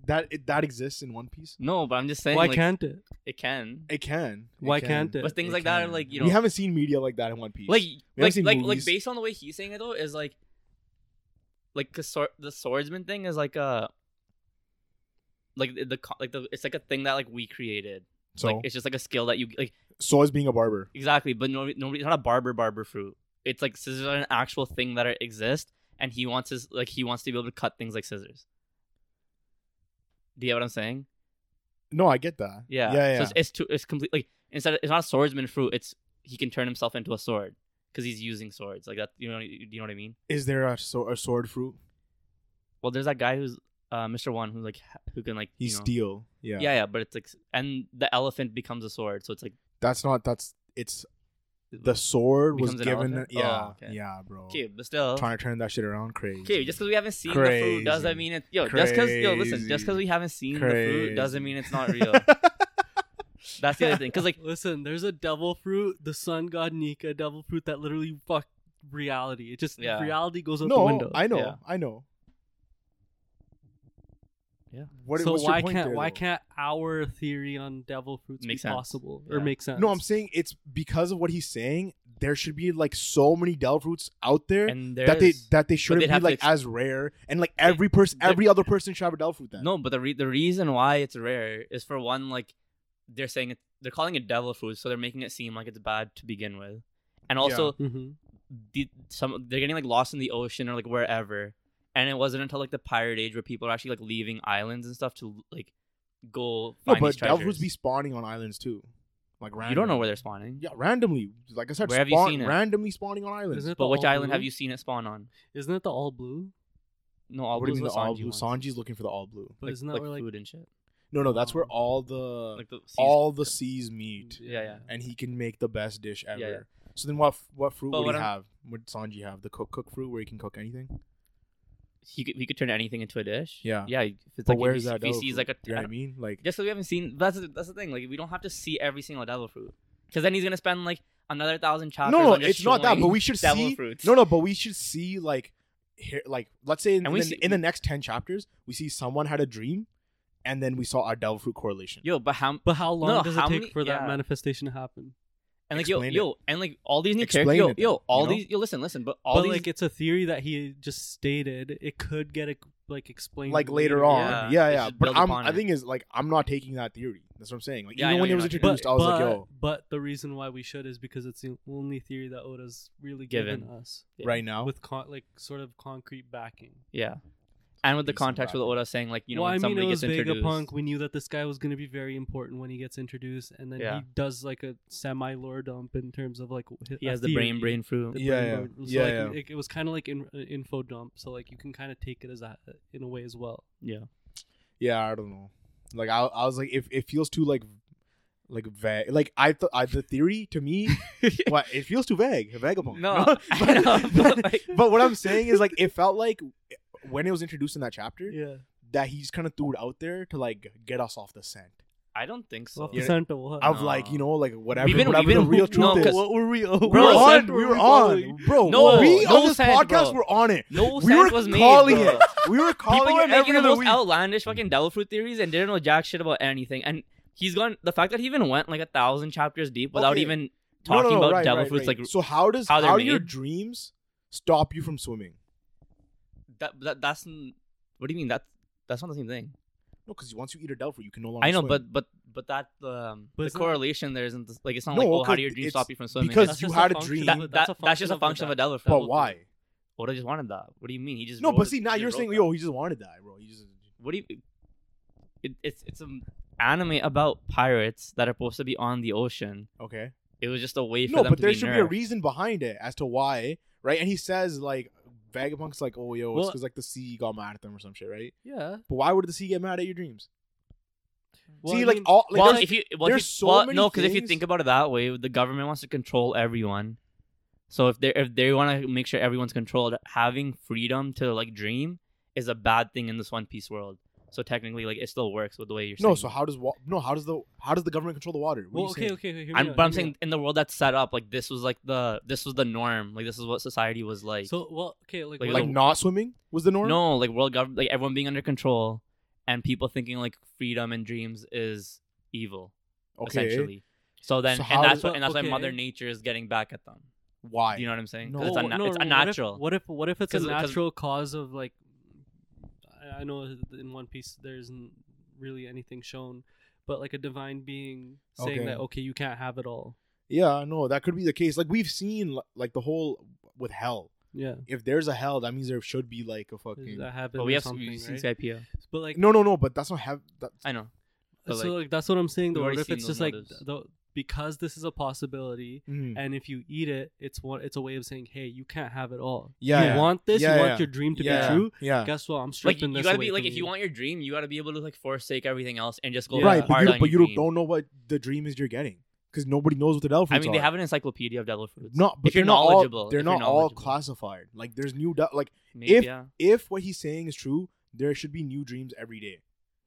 Speaker 1: That it, that exists in One Piece.
Speaker 3: No, but I'm just saying.
Speaker 2: Why
Speaker 3: like,
Speaker 2: can't it?
Speaker 3: it can?
Speaker 1: It can.
Speaker 2: Why can't it?
Speaker 3: But things like that are like you know.
Speaker 1: we haven't seen media like that in One Piece.
Speaker 3: like
Speaker 1: haven't
Speaker 3: like
Speaker 1: seen
Speaker 3: like, like
Speaker 1: movies.
Speaker 3: based on the way he's saying it though is like like 'cause swor- the swordsman thing is like a like the, the co- like the it's like a thing that like we created
Speaker 1: so,
Speaker 3: like it's just like a skill that you like
Speaker 1: so is being a barber.
Speaker 3: exactly but nobody, nobody it's not a barber barber fruit it's like scissors are an actual thing that are, exist and he wants his like he wants to be able to cut things like scissors do you get what i'm saying
Speaker 1: No, I get that.
Speaker 3: yeah
Speaker 1: yeah, yeah.
Speaker 3: so it's, it's too it's complete like instead of, it's not a swordsman fruit it's he can turn himself into a sword because he's using swords like that you know do you know what i mean
Speaker 1: is there a, so, a sword fruit?
Speaker 3: Well, there's that guy who's uh, Mr. One who's like ha- who can like
Speaker 1: He's
Speaker 3: you know-
Speaker 1: steel. Yeah.
Speaker 3: Yeah. yeah, but it's like s- and the elephant becomes a sword, so it's like
Speaker 1: That's not. That's it's the sword was
Speaker 3: Becomes an
Speaker 1: given.
Speaker 3: elephant?
Speaker 1: Yeah,
Speaker 3: Oh, okay.
Speaker 1: yeah, bro.
Speaker 3: okay, but still
Speaker 1: Trying to turn that shit around, crazy.
Speaker 3: okay. Just because we haven't seen the fruit
Speaker 1: Crazy.
Speaker 3: doesn't mean it. Yo, just because yo, listen, just because we haven't seen the
Speaker 1: Crazy.
Speaker 3: fruit doesn't mean it's not real. That's the other thing, because like
Speaker 2: Listen, there's a devil fruit, the sun god Nika devil fruit that literally fucked reality. It just
Speaker 3: Yeah.
Speaker 2: reality goes out the
Speaker 1: no,
Speaker 2: window.
Speaker 1: I know,
Speaker 3: Yeah.
Speaker 1: I know.
Speaker 3: Yeah.
Speaker 1: What,
Speaker 2: so
Speaker 1: what's your
Speaker 2: why
Speaker 1: point
Speaker 2: can't
Speaker 1: there,
Speaker 2: why
Speaker 1: though?
Speaker 2: can't our theory on devil fruits
Speaker 3: Makes
Speaker 2: be
Speaker 3: sense.
Speaker 2: possible or
Speaker 3: Yeah.
Speaker 2: make sense?
Speaker 1: No, I'm saying it's because of what he's saying. There should be like so many Dell fruits out there
Speaker 3: and there
Speaker 1: that they
Speaker 3: is-
Speaker 1: that they shouldn't
Speaker 3: they'd
Speaker 1: be
Speaker 3: have to
Speaker 1: like
Speaker 3: ex-
Speaker 1: as rare and like
Speaker 3: They-
Speaker 1: every person,
Speaker 3: they're-
Speaker 1: every other person should have a Dell fruit. Then
Speaker 3: no, but the re- the reason why it's rare is for one like they're saying it, they're calling it devil fruit, so they're making it seem like it's bad to begin with, and also
Speaker 2: hmm
Speaker 3: the, some they're getting like lost in the ocean or like wherever and it wasn't until like the pirate age where people are actually like leaving islands and stuff to like go
Speaker 1: no,
Speaker 3: find
Speaker 1: but
Speaker 3: these
Speaker 1: Dell
Speaker 3: treasures.
Speaker 1: fruits be spawning on islands too, like randomly.
Speaker 3: you don't know where they're spawning
Speaker 1: Yeah, randomly. Like I said,
Speaker 3: Where have you
Speaker 1: spawn,
Speaker 3: seen it?
Speaker 1: randomly spawning on islands.
Speaker 2: Isn't it
Speaker 3: but
Speaker 2: the
Speaker 3: which
Speaker 2: all
Speaker 3: island have
Speaker 2: blue?
Speaker 3: you seen it spawn on
Speaker 2: Isn't it the all blue?
Speaker 3: no all
Speaker 1: what do you
Speaker 3: blues
Speaker 1: mean the
Speaker 3: was
Speaker 1: all
Speaker 3: Sanji
Speaker 1: blue?
Speaker 3: once.
Speaker 1: Sanji's looking for the all blue.
Speaker 2: But
Speaker 3: like,
Speaker 2: isn't that
Speaker 3: like
Speaker 2: where like
Speaker 3: food and shit
Speaker 1: No, no, that's where
Speaker 2: Oh.
Speaker 1: all the
Speaker 3: Um, like the seas-
Speaker 1: all the seas meet,
Speaker 3: yeah yeah
Speaker 1: and he can make the best dish ever.
Speaker 3: yeah.
Speaker 1: So then, what f- what fruit
Speaker 3: But
Speaker 1: would
Speaker 3: what
Speaker 1: he
Speaker 3: I'm-
Speaker 1: have? Would Sanji have the cook cook fruit where he can cook anything?
Speaker 3: he could, he could turn anything into a dish
Speaker 1: Yeah.
Speaker 3: yeah if it's
Speaker 1: but
Speaker 3: like
Speaker 1: where's
Speaker 3: if he,
Speaker 1: that?
Speaker 3: if he
Speaker 1: devil
Speaker 3: sees
Speaker 1: fruit?
Speaker 3: like a
Speaker 1: you know what I mean? Like
Speaker 3: just so we haven't seen that's the- that's the thing like we don't have to see every single devil fruit because then he's gonna spend like another thousand chapters
Speaker 1: no, no,
Speaker 3: on just
Speaker 1: it's not that. But
Speaker 3: showing
Speaker 1: we should
Speaker 3: devil
Speaker 1: see
Speaker 3: fruits
Speaker 1: no, no, but we should see like here, like let's say in,
Speaker 3: And
Speaker 1: in,
Speaker 3: we
Speaker 1: the,
Speaker 3: see-
Speaker 1: in the next ten chapters, we see someone had a dream, and then we saw a devil fruit correlation.
Speaker 3: yo but how
Speaker 2: But how long
Speaker 3: No,
Speaker 2: does it
Speaker 3: how
Speaker 2: take
Speaker 3: many-
Speaker 2: for that
Speaker 3: yeah.
Speaker 2: manifestation to happen?
Speaker 3: And like yo,
Speaker 1: Explain it.
Speaker 3: yo, and like all these new
Speaker 1: Explain
Speaker 3: characters,
Speaker 1: it
Speaker 3: yo, yo,
Speaker 1: then,
Speaker 3: all
Speaker 1: you know?
Speaker 3: these, yo, listen, listen, but all
Speaker 2: but
Speaker 3: these,
Speaker 2: like it's a theory that he just stated. It could get a like explained
Speaker 1: like later on.
Speaker 3: Yeah,
Speaker 1: Yeah, yeah.
Speaker 3: they should
Speaker 1: But
Speaker 3: build
Speaker 1: I'm,
Speaker 3: upon
Speaker 1: I
Speaker 3: it.
Speaker 1: think is like I'm not taking that theory. That's what I'm saying. Like
Speaker 3: Yeah, I
Speaker 1: even
Speaker 3: know
Speaker 1: when it
Speaker 3: you're
Speaker 1: was
Speaker 3: not taking
Speaker 1: introduced, I was like, yo,
Speaker 2: but the reason why we should is because it's the only theory that Oda's really given,
Speaker 3: Given.
Speaker 2: us
Speaker 3: Yeah.
Speaker 1: right now.
Speaker 2: with con- like sort of concrete backing.
Speaker 3: Yeah. And with the
Speaker 1: Decent
Speaker 3: context with
Speaker 1: rapping.
Speaker 3: Oda saying like, you know,
Speaker 2: well,
Speaker 3: when
Speaker 2: I mean,
Speaker 3: somebody
Speaker 2: it was
Speaker 3: gets introduced.
Speaker 2: Vegapunk. We knew that this guy was going to be very important when he gets introduced, and then
Speaker 3: Yeah.
Speaker 2: he does like a semi lore dump in terms of like hi-
Speaker 3: He
Speaker 2: a
Speaker 3: has the
Speaker 2: theory.
Speaker 3: brain brain fruit.
Speaker 2: The
Speaker 1: Yeah,
Speaker 2: brain
Speaker 1: yeah.
Speaker 2: lore. So,
Speaker 1: Yeah,
Speaker 2: like,
Speaker 1: yeah.
Speaker 2: It, it was kind of like in, uh, info dump, so like you can kind of take it as that uh, in a way as well.
Speaker 3: Yeah.
Speaker 1: Yeah, I don't know. Like I, I was like, if it feels too like, like vague. Like I, th- I the theory to me, what it feels too vague. Vagabond.
Speaker 3: No, I
Speaker 1: but,
Speaker 3: know, but, like-
Speaker 1: but what I'm saying is like it felt like when it was introduced in that chapter
Speaker 2: Yeah,
Speaker 1: that he just kind of threw it out there to like get us off the scent
Speaker 3: I don't think so.
Speaker 2: off the
Speaker 1: Yeah.
Speaker 2: scent of what?
Speaker 1: of
Speaker 3: No.
Speaker 1: like you know like whatever
Speaker 3: We've been-
Speaker 1: whatever
Speaker 3: we've
Speaker 1: the
Speaker 3: been-
Speaker 1: real
Speaker 3: no,
Speaker 1: truth is.
Speaker 3: 'cause-
Speaker 2: what were we? Oh,
Speaker 1: we
Speaker 3: Bro,
Speaker 1: were
Speaker 3: what
Speaker 1: on,
Speaker 3: scent
Speaker 1: we
Speaker 3: were
Speaker 1: were on,
Speaker 3: we following?
Speaker 1: bro.
Speaker 3: No,
Speaker 1: we
Speaker 3: no
Speaker 1: on this
Speaker 3: scent,
Speaker 1: podcast
Speaker 3: bro.
Speaker 1: were on it.
Speaker 3: No
Speaker 1: we were
Speaker 3: sense was made.
Speaker 1: calling
Speaker 3: bro.
Speaker 1: it. We were calling
Speaker 3: People were
Speaker 1: it every
Speaker 3: making the
Speaker 1: other
Speaker 3: most
Speaker 1: week.
Speaker 3: outlandish fucking devil fruit theories and didn't know jack shit about anything. And he's gone. The fact that he even went like a thousand chapters deep without
Speaker 1: Okay.
Speaker 3: even
Speaker 1: No, no,
Speaker 3: talking
Speaker 1: no,
Speaker 3: about
Speaker 1: right,
Speaker 3: devil
Speaker 1: right,
Speaker 3: fruits,
Speaker 1: right.
Speaker 3: like
Speaker 1: so, how does
Speaker 3: how
Speaker 1: how,
Speaker 3: they're
Speaker 1: do your
Speaker 3: made?
Speaker 1: dreams stop you from swimming?
Speaker 3: that, that. That's n- what do you mean? That's that's not the same thing.
Speaker 1: No, because once you eat a delphin, you can no longer.
Speaker 3: I know,
Speaker 1: swim.
Speaker 3: but but but that um,
Speaker 2: But
Speaker 3: the
Speaker 2: it's not-
Speaker 3: correlation there isn't the- like it's not
Speaker 1: No,
Speaker 3: like oh how
Speaker 1: 'cause
Speaker 3: do your dreams
Speaker 1: it's-
Speaker 3: stop you from swimming?
Speaker 1: because
Speaker 3: That's
Speaker 1: you
Speaker 2: just a
Speaker 1: had a
Speaker 2: function
Speaker 1: dream.
Speaker 2: of
Speaker 3: that,
Speaker 2: a-
Speaker 3: that- that's just a function of a devil fruit.
Speaker 1: but why?
Speaker 3: Oda just wanted that. What do you mean? He just
Speaker 1: No,
Speaker 3: wrote-
Speaker 1: but see, now
Speaker 3: he
Speaker 1: you're
Speaker 3: wrote
Speaker 1: saying,
Speaker 3: that.
Speaker 1: yo, he just wanted that, bro. He just
Speaker 3: what do you? It, it's it's an anime about pirates that are supposed to be on the ocean.
Speaker 1: okay.
Speaker 3: It was just a way for
Speaker 1: No,
Speaker 3: them
Speaker 1: but
Speaker 3: to
Speaker 1: there
Speaker 3: be
Speaker 1: should be a
Speaker 3: nerfed.
Speaker 1: reason behind it as to why, right? And he says like Vagabond's like, oh yo, it's
Speaker 2: Well-
Speaker 1: because like the sea got mad at them or some shit, right?
Speaker 2: yeah.
Speaker 1: But why would the sea get mad at your dreams?
Speaker 2: Well,
Speaker 1: see,
Speaker 2: I
Speaker 1: like
Speaker 2: mean,
Speaker 1: all like,
Speaker 3: well,
Speaker 1: there's-
Speaker 3: if you well, if
Speaker 1: there's
Speaker 3: you-
Speaker 1: so
Speaker 3: well,
Speaker 1: many
Speaker 3: no, because if you
Speaker 1: things-
Speaker 3: think about it that way, the government wants to control everyone. So if they if they want to make sure everyone's controlled, having freedom to like dream is a bad thing in this One Piece world. So technically, like it still works with the way you're saying.
Speaker 1: no, so how does wa- no how does the how does the government control the water? What are
Speaker 2: well,
Speaker 1: you
Speaker 2: okay,
Speaker 1: saying?
Speaker 2: okay, okay. hear me
Speaker 3: I'm,
Speaker 2: out,
Speaker 3: but I'm
Speaker 2: hear me out.
Speaker 3: saying in the world that's set up, like this was like the this was the norm. Like this is what society was like.
Speaker 2: so well, okay, like,
Speaker 3: Like,
Speaker 2: what-
Speaker 1: Like
Speaker 3: the-
Speaker 1: not swimming was the norm.
Speaker 3: No, like world government, like everyone being under control, and people thinking like freedom and dreams is evil,
Speaker 1: okay.
Speaker 3: essentially. So then,
Speaker 1: So how
Speaker 3: and that's
Speaker 1: does-
Speaker 3: what, and that's why
Speaker 2: Okay.
Speaker 3: Mother Nature is getting back at them.
Speaker 1: Why?
Speaker 3: Do you know what I'm saying?
Speaker 1: No.
Speaker 3: 'Cause it's,
Speaker 2: Well,
Speaker 3: unna-
Speaker 2: no,
Speaker 3: it's
Speaker 2: no,
Speaker 3: unnatural.
Speaker 2: What if what if, what if it's a
Speaker 3: 'Cause- 'cause-
Speaker 2: natural cause of like? I- I know that in One Piece there isn't really anything shown, but like a divine being saying
Speaker 1: Okay.
Speaker 2: that okay you can't have it all.
Speaker 1: Yeah, no, that could be the case. Like we've seen li- like the whole with hell.
Speaker 2: Yeah,
Speaker 1: If there's a hell, that means there should be like a fucking
Speaker 2: that happened.
Speaker 3: but we
Speaker 2: or
Speaker 3: have
Speaker 2: something,
Speaker 3: we've seen
Speaker 2: right?
Speaker 3: Skypiea.
Speaker 2: But like
Speaker 1: No, no, no, but that's not have that
Speaker 3: I know. but,
Speaker 2: so
Speaker 3: like,
Speaker 2: like that's what I'm saying.
Speaker 3: we've
Speaker 2: Though, what
Speaker 3: already
Speaker 2: if
Speaker 3: seen
Speaker 2: it's
Speaker 3: those
Speaker 2: just like
Speaker 3: motives.
Speaker 2: the, because this is a possibility,
Speaker 1: Mhm.
Speaker 2: and if you eat it, it's one. It's a way of saying hey, you can't have it all.
Speaker 1: Yeah,
Speaker 2: you
Speaker 1: yeah.
Speaker 2: want this.
Speaker 1: Yeah,
Speaker 2: you
Speaker 1: yeah.
Speaker 2: want your dream to
Speaker 1: yeah.
Speaker 2: be true.
Speaker 1: Yeah.
Speaker 2: Guess what? I'm
Speaker 3: Like
Speaker 2: stripping
Speaker 3: you
Speaker 2: this
Speaker 3: gotta
Speaker 2: away
Speaker 3: be like
Speaker 2: from
Speaker 3: if you want your dream, you gotta be able to like forsake everything else and just go
Speaker 2: Yeah.
Speaker 1: Right, but
Speaker 3: hard
Speaker 1: you,
Speaker 3: on
Speaker 1: but you
Speaker 3: your
Speaker 1: don't,
Speaker 3: dream.
Speaker 1: don't know what the dream is you're getting because nobody knows what the devil
Speaker 3: I
Speaker 1: fruits
Speaker 3: mean, they
Speaker 1: are.
Speaker 3: have an encyclopedia of devil fruits.
Speaker 1: not, but
Speaker 3: if you're
Speaker 1: they're not all-
Speaker 3: knowledgeable,
Speaker 1: they're
Speaker 3: if you're
Speaker 1: not all
Speaker 3: knowledgeable.
Speaker 1: classified. Like there's new de- like
Speaker 3: Maybe,
Speaker 1: if-
Speaker 3: yeah,
Speaker 1: if what he's saying is true, there should be new dreams every day,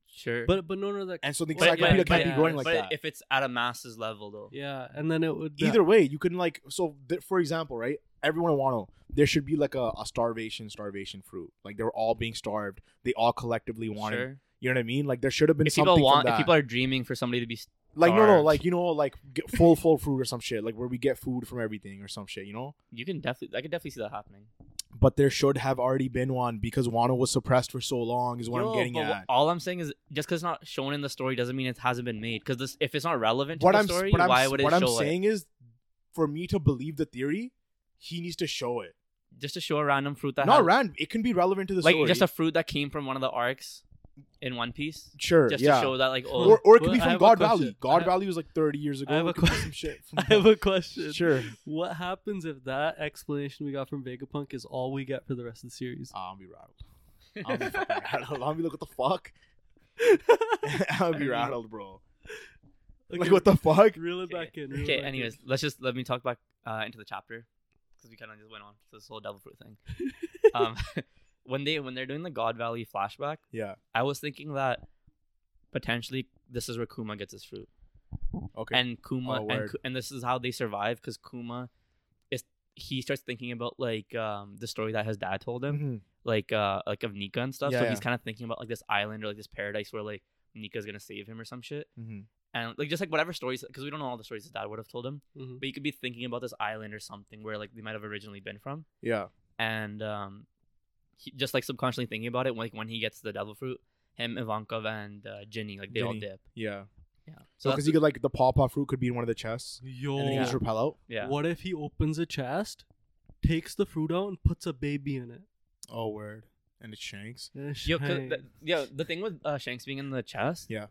Speaker 3: sure.
Speaker 2: But but no no that
Speaker 1: and so the
Speaker 2: But-
Speaker 3: But-
Speaker 1: encyclopedia
Speaker 3: but-
Speaker 1: can't
Speaker 3: but-
Speaker 1: be growing like
Speaker 3: but
Speaker 1: that.
Speaker 3: If it's at a masses level though,
Speaker 2: yeah, and then it would
Speaker 1: Either way, you can like so. Th- for example, right, everyone in Wano, there should be like a, a starvation, starvation fruit. Like they were all being starved. They all collectively wanted.
Speaker 3: sure.
Speaker 1: You know what I mean? Like there should have been
Speaker 3: if
Speaker 1: something
Speaker 3: people
Speaker 1: from
Speaker 3: want,
Speaker 1: that.
Speaker 3: if people are dreaming for somebody to be, st-
Speaker 1: like no, no,
Speaker 3: starved.
Speaker 1: like you know, like get full, full fruit or some shit. Like where we get food from everything or some shit. You know.
Speaker 3: you can definitely, I could definitely see that happening.
Speaker 1: but there should have already been one because Wano was suppressed for so long is what
Speaker 3: Yo,
Speaker 1: I'm getting
Speaker 3: but wh-
Speaker 1: at.
Speaker 3: All I'm saying is, just because it's not shown in the story doesn't mean it hasn't been made. Because this, if it's not relevant to
Speaker 1: What
Speaker 3: the
Speaker 1: I'm,
Speaker 3: story,
Speaker 1: what I'm,
Speaker 3: why would it
Speaker 1: what I'm
Speaker 3: show
Speaker 1: saying is, for me to believe the theory, he needs to show it.
Speaker 3: it? Just to show a random fruit that
Speaker 1: Not
Speaker 3: has,
Speaker 1: random. It can be relevant to the
Speaker 3: like
Speaker 1: story.
Speaker 3: just a fruit that came from one of the arcs in One Piece,
Speaker 1: sure,
Speaker 3: just
Speaker 1: yeah.
Speaker 3: to show that like oh,
Speaker 1: or, or it could be
Speaker 2: Well, I
Speaker 1: from
Speaker 2: have a
Speaker 1: God
Speaker 2: question.
Speaker 1: Valley. God
Speaker 2: I-
Speaker 1: Valley was like 30 years ago.
Speaker 2: have a
Speaker 1: It could be
Speaker 2: que-
Speaker 1: some shit from
Speaker 2: I have a question.
Speaker 1: Sure.
Speaker 2: What happens if that explanation we got from Vegapunk is all we get for the rest of the series?
Speaker 1: I'll be rattled. I'll be fucking rattled. I'll be like, what the fuck? I'll be rattled, bro. Like, what the fuck?
Speaker 2: Reel it back in. reel it
Speaker 3: okay.
Speaker 2: back
Speaker 3: Anyways, let's just let me talk back uh, into the chapter because we kind of just went on to this whole devil fruit thing. um, when they when they're doing the God Valley flashback,
Speaker 1: Yeah.
Speaker 3: I was thinking that potentially this is where Kuma gets his fruit.
Speaker 1: Okay.
Speaker 3: and Kuma
Speaker 1: Oh,
Speaker 3: and,
Speaker 1: word.
Speaker 3: Ku- and this is how they survive because Kuma is he starts thinking about like um the story that his dad told him
Speaker 1: Mhm.
Speaker 3: like uh like of Nika and stuff
Speaker 1: Yeah,
Speaker 3: so
Speaker 1: yeah.
Speaker 3: he's kind of thinking about like this island or like this paradise where like Nika's gonna save him or some shit
Speaker 1: Mhm.
Speaker 3: and like just like whatever stories because we don't know all the stories his dad would have told him
Speaker 2: in. Mhm.
Speaker 3: but you could be thinking about this island or something where like they might have originally been from
Speaker 1: Yeah.
Speaker 3: and um he, just like subconsciously thinking about it, like when he gets the devil fruit, him, Ivankov, and uh, Ginny, like they all
Speaker 1: Ginny.
Speaker 3: dip.
Speaker 1: Yeah.
Speaker 3: Yeah.
Speaker 1: So
Speaker 3: that's
Speaker 1: because you could like the paw paw fruit could be in one of the chests,
Speaker 2: Yo,
Speaker 1: and then you just repel out.
Speaker 3: the- yeah.
Speaker 2: what if he opens a chest, takes the fruit out, and puts a baby in it?
Speaker 1: Oh word! And it shanks.
Speaker 2: Yeah,
Speaker 3: Yo, 'cause
Speaker 2: shang.
Speaker 3: the, yo, the thing with uh, Shanks being in the chest.
Speaker 1: Yeah.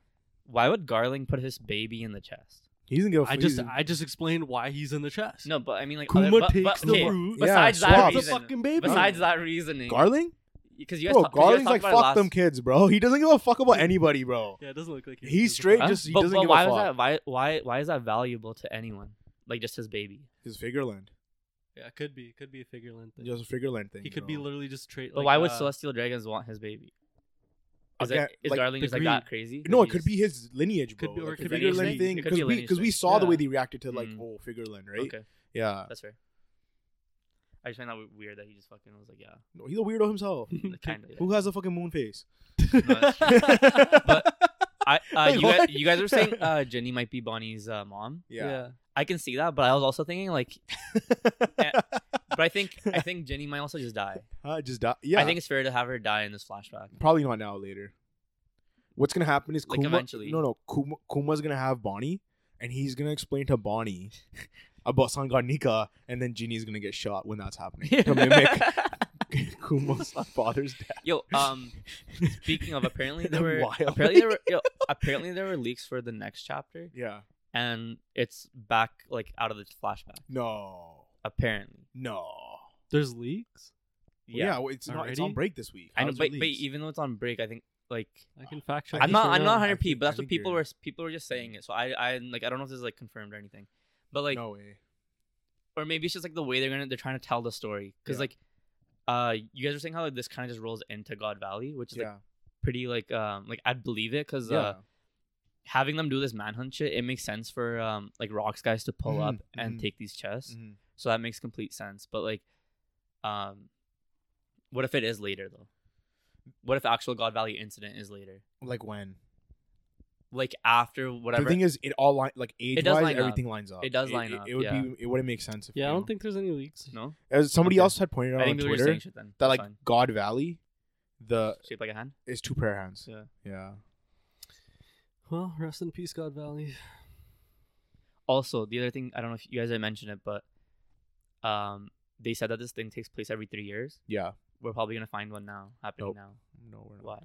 Speaker 3: Why would Garling put his baby in the chest?
Speaker 1: He doesn't give a
Speaker 2: I
Speaker 1: fuck.
Speaker 2: just
Speaker 1: He's-
Speaker 2: I just explained why he's in the chest.
Speaker 3: No, but I mean like
Speaker 2: Kuma
Speaker 3: other- but-
Speaker 2: takes
Speaker 3: but-
Speaker 2: the
Speaker 3: okay,
Speaker 2: fruit.
Speaker 1: Yeah,
Speaker 3: Besides that
Speaker 1: swaps.
Speaker 2: the
Speaker 3: reason,
Speaker 2: fucking baby.
Speaker 3: besides that reasoning,
Speaker 1: Garling,
Speaker 3: because you guys,
Speaker 1: bro,
Speaker 3: talk- 'cause you guys
Speaker 1: Garling's
Speaker 3: talked
Speaker 1: like
Speaker 3: about
Speaker 1: fuck
Speaker 3: it last-
Speaker 1: them kids, bro. He doesn't give a fuck about anybody, bro.
Speaker 2: yeah, it doesn't look like he
Speaker 1: He's
Speaker 2: gives a
Speaker 1: straight.
Speaker 2: fuck.
Speaker 1: Just he
Speaker 3: but,
Speaker 1: doesn't
Speaker 3: but
Speaker 1: give
Speaker 3: why
Speaker 1: a
Speaker 3: was
Speaker 1: fuck.
Speaker 3: that? Why why why is that valuable to anyone? Like just his baby.
Speaker 1: His figureland,
Speaker 2: Yeah, it could be. It could be a figurine thing.
Speaker 1: just a figureland thing.
Speaker 2: he
Speaker 1: you
Speaker 2: could be
Speaker 1: know?
Speaker 2: literally just straight.
Speaker 3: But
Speaker 2: like,
Speaker 3: why would
Speaker 2: uh,
Speaker 3: celestial dragons want his baby? Is,
Speaker 1: Again,
Speaker 3: that, is
Speaker 1: like,
Speaker 3: Garling
Speaker 2: the
Speaker 3: just like
Speaker 2: greed.
Speaker 3: that crazy?
Speaker 1: No,
Speaker 3: Like,
Speaker 1: it could
Speaker 3: he's-
Speaker 1: be his lineage,
Speaker 2: Could
Speaker 1: bro.
Speaker 2: be- or
Speaker 1: like the
Speaker 2: it could be
Speaker 1: figureland thing.
Speaker 2: lineage
Speaker 3: thing. It could
Speaker 1: Because
Speaker 3: be a
Speaker 1: we,
Speaker 3: lineage
Speaker 1: cause we
Speaker 3: thing.
Speaker 1: saw the way
Speaker 2: Yeah.
Speaker 1: they reacted to like,
Speaker 3: Mm.
Speaker 1: oh, figureland, right?
Speaker 3: Okay,
Speaker 1: Yeah.
Speaker 3: that's fair. I just find that w- weird that he just fucking was like, yeah,
Speaker 1: No, he's a weirdo himself.
Speaker 3: kind of.
Speaker 1: Who has a fucking moon face?
Speaker 3: But- I, uh,
Speaker 1: Wait,
Speaker 3: you, guys,
Speaker 1: what?
Speaker 3: you guys were saying uh, Jenny might be Bonnie's uh, mom.
Speaker 1: yeah.
Speaker 3: I can see that, but I was also thinking like, Eh, but I think I think Jenny might also just die.
Speaker 1: Uh, just die. Yeah.
Speaker 3: I think it's fair to have her die in this flashback.
Speaker 1: Probably not now. Later. What's gonna happen is
Speaker 3: Like,
Speaker 1: Kuma.
Speaker 3: eventually.
Speaker 1: No, no. Kuma, Kuma's gonna have Bonnie, and he's gonna explain to Bonnie about Sanganika, and then Ginny's gonna get shot when that's happening to mimic Kuma's father's death.
Speaker 3: Yo, um, speaking of, apparently there were
Speaker 1: Wild.
Speaker 3: apparently there were yo, apparently there were leaks for the next chapter,
Speaker 1: Yeah.
Speaker 3: and it's back like out of the flashback.
Speaker 1: No.
Speaker 3: Apparently,
Speaker 1: No.
Speaker 2: There's leaks.
Speaker 1: Yeah. yeah well, it's not. It's on
Speaker 2: Already?
Speaker 1: break this week.
Speaker 3: I know,
Speaker 1: How's
Speaker 3: but,
Speaker 1: it
Speaker 3: but
Speaker 1: released?
Speaker 3: even though it's on break, I think like
Speaker 2: I can fact check.
Speaker 1: I
Speaker 3: I'm
Speaker 2: this
Speaker 3: not
Speaker 2: right
Speaker 3: I'm
Speaker 2: now.
Speaker 3: not 100
Speaker 1: I
Speaker 3: p,
Speaker 1: think-
Speaker 3: but that's
Speaker 1: I
Speaker 3: what
Speaker 1: think
Speaker 3: people
Speaker 1: you're-
Speaker 3: were people were just saying it. So I I like I don't know if this is like confirmed or anything, but like
Speaker 1: no way.
Speaker 3: or maybe it's just like the way they're gonna they're trying to tell the story because
Speaker 1: Yeah.
Speaker 3: like uh you guys are saying how like, this kind of just rolls into God Valley, which is like
Speaker 1: Yeah.
Speaker 3: pretty like um like I'd believe it because
Speaker 1: yeah.
Speaker 3: uh having them do this manhunt shit, it makes sense for um like rocks guys to pull up
Speaker 1: Mhm,
Speaker 3: and
Speaker 1: mhm.
Speaker 3: take these chests.
Speaker 1: Mhm.
Speaker 3: So that makes complete sense. But like um what if it is later though? What if actual God Valley incident is later?
Speaker 1: Like when?
Speaker 3: Like after whatever
Speaker 1: The thing is, it all line like age wise,
Speaker 3: line up.
Speaker 1: everything lines up.
Speaker 3: It does
Speaker 1: it,
Speaker 3: line
Speaker 1: it,
Speaker 3: up,
Speaker 1: It would
Speaker 3: yeah.
Speaker 1: be. It wouldn't make sense. If,
Speaker 2: Yeah, I
Speaker 1: you
Speaker 2: don't
Speaker 1: know-
Speaker 2: think there's any leaks.
Speaker 3: No?
Speaker 1: As somebody
Speaker 3: Okay.
Speaker 1: else had pointed out
Speaker 3: I think
Speaker 1: on
Speaker 3: people were just saying
Speaker 1: Twitter
Speaker 3: shit then.
Speaker 1: that
Speaker 3: That's
Speaker 1: like
Speaker 3: fine.
Speaker 1: God Valley, the
Speaker 3: shaped like a hand.
Speaker 1: is two prayer hands.
Speaker 3: Yeah.
Speaker 1: Yeah.
Speaker 2: Well, rest in peace, God Valley.
Speaker 3: Also, the other thing I don't know if you guys had mentioned it, but um they said that this thing takes place every three years.
Speaker 1: Yeah.
Speaker 3: We're probably gonna find one now happening
Speaker 1: Nope.
Speaker 3: now.
Speaker 1: No, we're not.
Speaker 3: Why?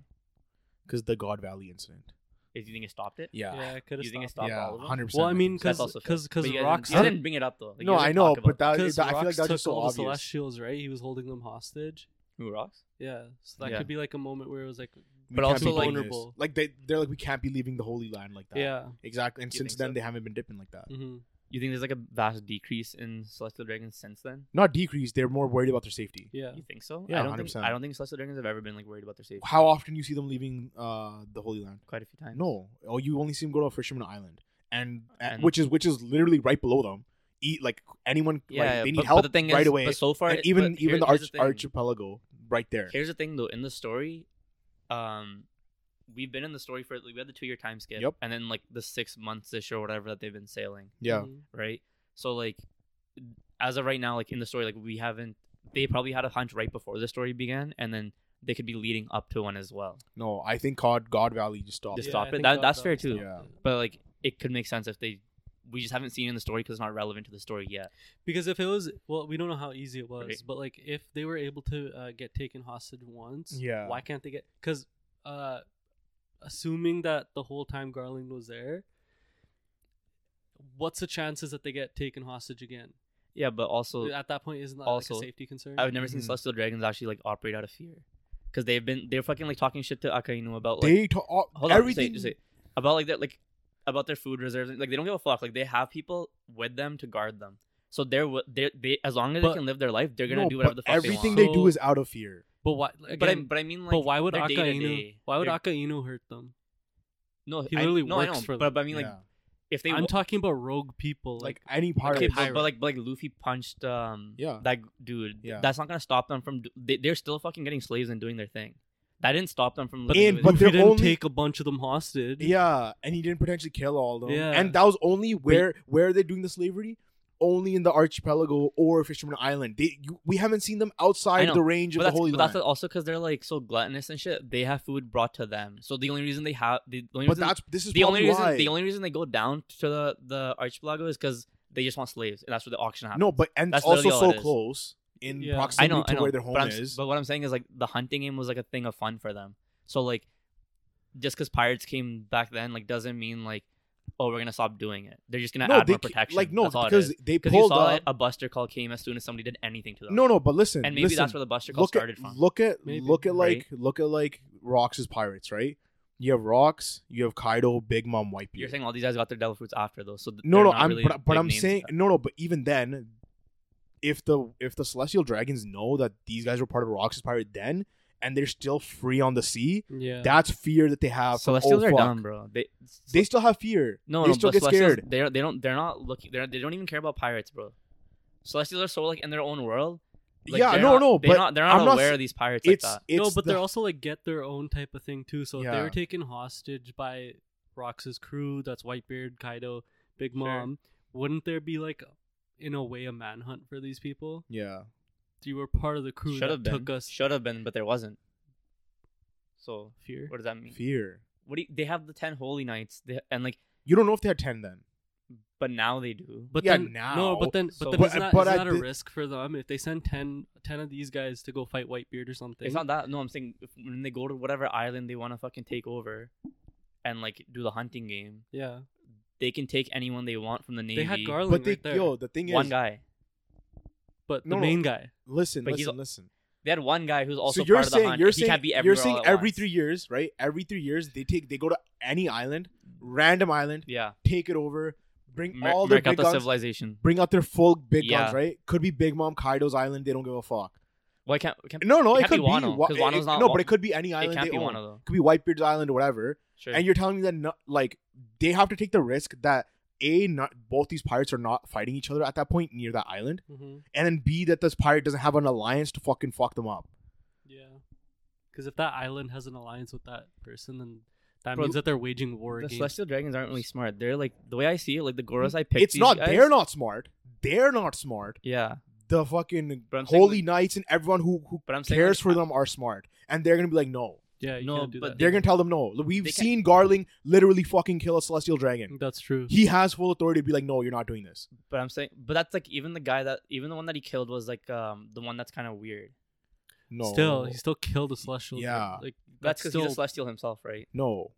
Speaker 1: Because the God Valley incident.
Speaker 3: Is you think it stopped it?
Speaker 1: Yeah.
Speaker 2: I could have
Speaker 3: You think it's
Speaker 2: stopped.
Speaker 3: Stop
Speaker 1: Yeah.
Speaker 3: all of them?
Speaker 1: Hundred percent.
Speaker 2: Well, I mean,
Speaker 3: That's
Speaker 2: because
Speaker 3: also fair.
Speaker 2: because
Speaker 3: But you guys didn't-
Speaker 2: Rox
Speaker 3: you didn't bring it up though. Like, you
Speaker 1: no,
Speaker 3: guys
Speaker 1: I
Speaker 3: didn't
Speaker 1: know,
Speaker 3: talk
Speaker 1: but
Speaker 3: about
Speaker 1: that,
Speaker 2: because
Speaker 1: that Uh, I feel like
Speaker 2: Rox
Speaker 1: that's
Speaker 2: took
Speaker 1: just so
Speaker 2: all the
Speaker 1: obvious.
Speaker 2: Celestials, right? He was holding them hostage.
Speaker 3: it. who rocks.
Speaker 2: Yeah, so that
Speaker 3: Yeah.
Speaker 2: could be like a moment where it was like,
Speaker 1: We
Speaker 3: But
Speaker 1: can't
Speaker 3: also,
Speaker 1: be
Speaker 3: like-
Speaker 1: doing this.
Speaker 2: vulnerable.
Speaker 1: like they they're like we can't be leaving the Holy Land like that.
Speaker 2: yeah,
Speaker 1: Exactly. And
Speaker 3: You
Speaker 1: since
Speaker 3: think
Speaker 1: then
Speaker 3: so?
Speaker 1: they haven't been dipping like that.
Speaker 2: hmm
Speaker 3: You think there's like a vast decrease in celestial dragons since then?
Speaker 1: Not decreased. They're more worried about their safety.
Speaker 2: yeah.
Speaker 3: You think so?
Speaker 1: Yeah,
Speaker 3: I don't think
Speaker 1: 100%.
Speaker 3: I don't think celestial dragons have ever been like worried about their safety.
Speaker 1: How often you see them leaving uh the Holy Land?
Speaker 3: Quite a few times.
Speaker 1: No. Oh, you only see them go to a fisherman island, and, and-
Speaker 3: And-
Speaker 1: which is which is literally right below them. Eat like anyone.
Speaker 3: Yeah,
Speaker 1: like,
Speaker 3: yeah,
Speaker 1: they need
Speaker 3: but,
Speaker 1: help
Speaker 3: but the thing
Speaker 1: right
Speaker 3: is,
Speaker 1: away.
Speaker 3: But so far,
Speaker 1: and
Speaker 3: it-
Speaker 1: even
Speaker 3: but
Speaker 1: even
Speaker 3: here-
Speaker 1: the,
Speaker 3: here's
Speaker 1: arch,
Speaker 3: thing.
Speaker 1: archipelago right there.
Speaker 3: Here's the thing though, in the story, um, we've been in the story for we had the two year time skip,
Speaker 1: Yep.
Speaker 3: and then like the six months ish or whatever that they've been sailing,
Speaker 1: yeah,
Speaker 2: Mhm.
Speaker 3: right? So like, as of right now, like in the story, like we haven't. They probably had a hunch right before the story began, and then they could be leading up to one as well.
Speaker 1: no, I think God God Valley just stopped.
Speaker 3: Just
Speaker 2: Yeah,
Speaker 3: stop
Speaker 2: I
Speaker 3: it.
Speaker 2: think
Speaker 3: That-
Speaker 2: God
Speaker 3: that's
Speaker 2: Valley
Speaker 3: fair, too.
Speaker 2: stopped it.
Speaker 3: But like, it could make sense if they. We just haven't seen it in the story because it's not relevant to the story yet.
Speaker 2: Because if it was, well, we don't know how easy it was,
Speaker 3: Right.
Speaker 2: but like if they were able to uh, get taken hostage once,
Speaker 1: Yeah.
Speaker 2: why can't they get? Because uh, assuming that the whole time Garland was there, what's the chances that they get taken hostage again?
Speaker 3: Yeah, but also
Speaker 2: At that point, isn't that
Speaker 3: also,
Speaker 2: like a safety concern?
Speaker 3: I've never seen
Speaker 1: Mhm.
Speaker 3: celestial dragons actually like operate out of fear because they've been they're fucking like talking shit to Akainu about like
Speaker 1: They to, all,
Speaker 3: hold on, just say-
Speaker 1: everything.
Speaker 3: just say- about like that like about their food reserves. Like they don't give a fuck. Like they have people with them to guard them. So they're wi- they they as long as
Speaker 2: But-
Speaker 3: they can live their life, they're gonna
Speaker 1: no,
Speaker 3: do whatever the
Speaker 1: but
Speaker 3: fuck
Speaker 1: everything
Speaker 3: they
Speaker 1: they,
Speaker 3: want. Oh.
Speaker 2: want.
Speaker 1: do is out of fear.
Speaker 2: but why? Again,
Speaker 3: but I but I mean like
Speaker 2: but why would
Speaker 3: their
Speaker 2: Akainu?
Speaker 3: day-to-day-
Speaker 2: Why would
Speaker 3: their-
Speaker 2: Akainu hurt them?
Speaker 3: no
Speaker 2: he
Speaker 3: I-
Speaker 2: literally
Speaker 3: no, I
Speaker 2: works
Speaker 3: know,
Speaker 2: for
Speaker 3: but,
Speaker 2: them.
Speaker 3: but I mean like
Speaker 1: Yeah.
Speaker 3: if they
Speaker 2: I'm
Speaker 3: wa-
Speaker 2: talking about rogue people.
Speaker 1: like
Speaker 2: Like,
Speaker 1: any pirate.
Speaker 3: Okay,
Speaker 2: Pirates.
Speaker 3: but, but like but like Luffy punched um
Speaker 1: Yeah.
Speaker 3: that g- dude.
Speaker 1: Yeah.
Speaker 3: That's not gonna stop them from do- they, they're still fucking getting slaves and doing their thing. That didn't stop them from
Speaker 2: But-
Speaker 3: living
Speaker 1: And-
Speaker 3: with
Speaker 1: but
Speaker 2: if
Speaker 1: they're
Speaker 2: we didn't
Speaker 1: only-
Speaker 2: take a bunch of them hostage.
Speaker 1: yeah, and he didn't potentially kill all of them.
Speaker 2: Yeah.
Speaker 1: and that was only where where are they doing the slavery? only in the archipelago or Fisherman Island. They, you, we haven't seen them
Speaker 3: I
Speaker 1: outside
Speaker 3: know,
Speaker 1: the range
Speaker 3: But
Speaker 1: of the
Speaker 3: that's,
Speaker 1: Holy
Speaker 3: but
Speaker 1: Land.
Speaker 3: that's also because they're like so gluttonous and shit. They have food brought to them, so the only reason they have the, the only
Speaker 1: but
Speaker 3: reason,
Speaker 1: that's this is
Speaker 3: the only
Speaker 1: probably
Speaker 3: reason
Speaker 1: why.
Speaker 3: the only reason they go down to the the archipelago is because they just want slaves, and that's where the auction happens.
Speaker 1: no, but and it's
Speaker 3: That's
Speaker 1: also
Speaker 3: literally all
Speaker 1: so
Speaker 3: it is.
Speaker 1: close in
Speaker 2: Yeah. I know,
Speaker 1: proximity
Speaker 3: I know,
Speaker 1: to
Speaker 3: I know.
Speaker 1: where their home
Speaker 3: but, I'm, s-
Speaker 1: is.
Speaker 3: but what I'm saying is like the hunting game was like a thing of fun for them. So like, just because pirates came back then, like doesn't mean like, oh, we're gonna stop doing it. They're just gonna
Speaker 1: no,
Speaker 3: add
Speaker 1: they
Speaker 3: more
Speaker 1: ca-
Speaker 3: protection.
Speaker 1: like no
Speaker 3: that's all
Speaker 1: because
Speaker 3: it is.
Speaker 1: they
Speaker 3: 'Cause you
Speaker 1: pulled
Speaker 3: saw
Speaker 1: up.
Speaker 3: it, a buster call came as soon as somebody did anything to them.
Speaker 1: no, no, but listen,
Speaker 3: and maybe
Speaker 1: listen,
Speaker 3: that's where the buster call
Speaker 1: look
Speaker 3: started
Speaker 1: at
Speaker 3: from.
Speaker 1: look at
Speaker 2: Maybe,
Speaker 1: look at like
Speaker 3: right?
Speaker 1: look at like Rox's pirates, right? You have Rox, you have Kaido, Big Mom, Whitebeard.
Speaker 3: You're saying all these guys got their devil fruits after though, so th-
Speaker 1: no,
Speaker 3: they're
Speaker 1: no,
Speaker 3: not
Speaker 1: I'm
Speaker 3: really
Speaker 1: but, but
Speaker 3: big
Speaker 1: I'm
Speaker 3: names
Speaker 1: saying
Speaker 3: yet.
Speaker 1: no, no, but even then, if the if the celestial dragons know that these guys were part of Rox's pirate den and they're still free on the sea,
Speaker 2: Yeah.
Speaker 1: that's fear that they have. from,
Speaker 3: Celestials
Speaker 1: "Oh,
Speaker 3: are
Speaker 1: fuck."
Speaker 3: dumb, bro. They
Speaker 1: They still have fear.
Speaker 3: no,
Speaker 1: they
Speaker 3: no,
Speaker 1: still
Speaker 3: but
Speaker 1: get
Speaker 3: Celestials,
Speaker 1: scared.
Speaker 3: They're they don't they're not looking. They're, they don't even care about pirates, bro. Celestials are so like in their own world. Like,
Speaker 1: yeah,
Speaker 3: they're
Speaker 1: no,
Speaker 3: not-
Speaker 1: no,
Speaker 3: they're
Speaker 1: but
Speaker 3: not they're not
Speaker 1: I'm not
Speaker 3: aware
Speaker 1: s-
Speaker 3: of these pirates like
Speaker 1: it's
Speaker 3: that.
Speaker 1: it's
Speaker 2: no, but
Speaker 1: the-
Speaker 2: they're also like get their own type of thing too. So if they
Speaker 1: Yeah.
Speaker 2: were taken hostage by Rox's crew, that's Whitebeard, Kaido, Big
Speaker 3: Sure.
Speaker 2: Mom. Wouldn't there be like, in a way, a manhunt for these people?
Speaker 1: yeah.
Speaker 2: You were part of the crew
Speaker 3: Should have
Speaker 2: that
Speaker 3: been.
Speaker 2: took us
Speaker 3: Should have been, but there wasn't. So
Speaker 2: fear.
Speaker 3: what does that mean?
Speaker 1: Fear.
Speaker 3: What do you, they have the ten holy knights, they, and like,
Speaker 1: You don't know if they had ten then.
Speaker 3: but now they do.
Speaker 2: But
Speaker 1: Yeah,
Speaker 2: then
Speaker 1: now.
Speaker 2: no, but then
Speaker 3: So-
Speaker 2: but then
Speaker 3: But-
Speaker 2: it's not,
Speaker 1: but
Speaker 2: it's
Speaker 1: I
Speaker 2: not a
Speaker 1: did-
Speaker 2: risk for them if they send 10, 10 of these guys to go fight Whitebeard or something.
Speaker 3: It's not that. No, I'm saying if, when they go to whatever island they want to fucking take over, and like do the hunting game,
Speaker 2: yeah,
Speaker 3: they can take anyone they want from the navy.
Speaker 2: they had Garland
Speaker 1: But they
Speaker 2: right there,
Speaker 1: yo, the thing
Speaker 3: one
Speaker 1: is
Speaker 3: guy.
Speaker 2: but the
Speaker 1: no, no.
Speaker 2: main guy.
Speaker 1: listen,
Speaker 3: but he's-
Speaker 1: listen, listen.
Speaker 3: They had one guy who's also
Speaker 1: so you're
Speaker 3: part of
Speaker 1: saying
Speaker 3: the hunt.
Speaker 1: you're
Speaker 3: he
Speaker 1: saying
Speaker 3: can't be
Speaker 1: you're
Speaker 3: everywhere
Speaker 1: saying
Speaker 3: all at
Speaker 1: every
Speaker 3: once.
Speaker 1: three years, right? Every three years they take they go to any island, random island,
Speaker 3: Yeah,
Speaker 1: take it over, bring
Speaker 3: Mer-
Speaker 1: all their
Speaker 3: Merc out
Speaker 1: big
Speaker 3: the
Speaker 1: guns,
Speaker 3: civilization.
Speaker 1: bring out their full big guns,
Speaker 3: Yeah.
Speaker 1: right? Could be Big Mom, Kaido's island. They don't give a fuck.
Speaker 3: Why can't? can't
Speaker 1: No, no,
Speaker 3: It
Speaker 1: it,
Speaker 3: can't
Speaker 1: could
Speaker 3: be Wano,
Speaker 1: Wa-
Speaker 3: 'cause
Speaker 1: it-
Speaker 3: Wano's not
Speaker 1: no,
Speaker 3: Wa-
Speaker 1: but it could be any
Speaker 3: it
Speaker 1: island
Speaker 3: can't
Speaker 1: they
Speaker 3: be
Speaker 1: own.
Speaker 3: one of them.
Speaker 1: It could be Whitebeard's island or whatever.
Speaker 3: Sure.
Speaker 1: And you're telling me that no, like they have to take the risk that a not both these pirates are not fighting each other at that point near that island,
Speaker 2: hmm
Speaker 1: and then b that this pirate doesn't have an alliance to fucking fuck them up.
Speaker 2: Yeah, because if that island has an alliance with that person, then that
Speaker 3: Bro,
Speaker 2: means that they're waging war
Speaker 3: the
Speaker 2: against.
Speaker 3: celestial dragons aren't really smart. They're like the way I see it, like the Goros I picked.
Speaker 1: it's
Speaker 3: these
Speaker 1: not
Speaker 3: guys-
Speaker 1: they're not smart. They're not smart.
Speaker 3: Yeah,
Speaker 1: The fucking
Speaker 3: But I'm saying,
Speaker 1: holy
Speaker 3: like-
Speaker 1: knights and everyone who who
Speaker 3: but I'm saying
Speaker 1: cares
Speaker 3: like,
Speaker 1: for them are smart, and they're gonna be like, no,
Speaker 2: Yeah, you
Speaker 3: No,
Speaker 2: can't do
Speaker 3: but
Speaker 2: that.
Speaker 1: they're gonna tell them no. We've
Speaker 3: They can't-
Speaker 1: seen Garling literally fucking kill a celestial dragon.
Speaker 2: That's true.
Speaker 1: He has full authority to be like, no, you're not doing this.
Speaker 3: But I'm saying, but that's like even the guy that even the one that he killed was like um the one that's kind of weird.
Speaker 1: No,
Speaker 2: Still, he still killed a celestial. dude.
Speaker 1: Yeah.
Speaker 2: like that's,
Speaker 3: That's because
Speaker 2: still
Speaker 3: he's a celestial himself, right?
Speaker 1: no,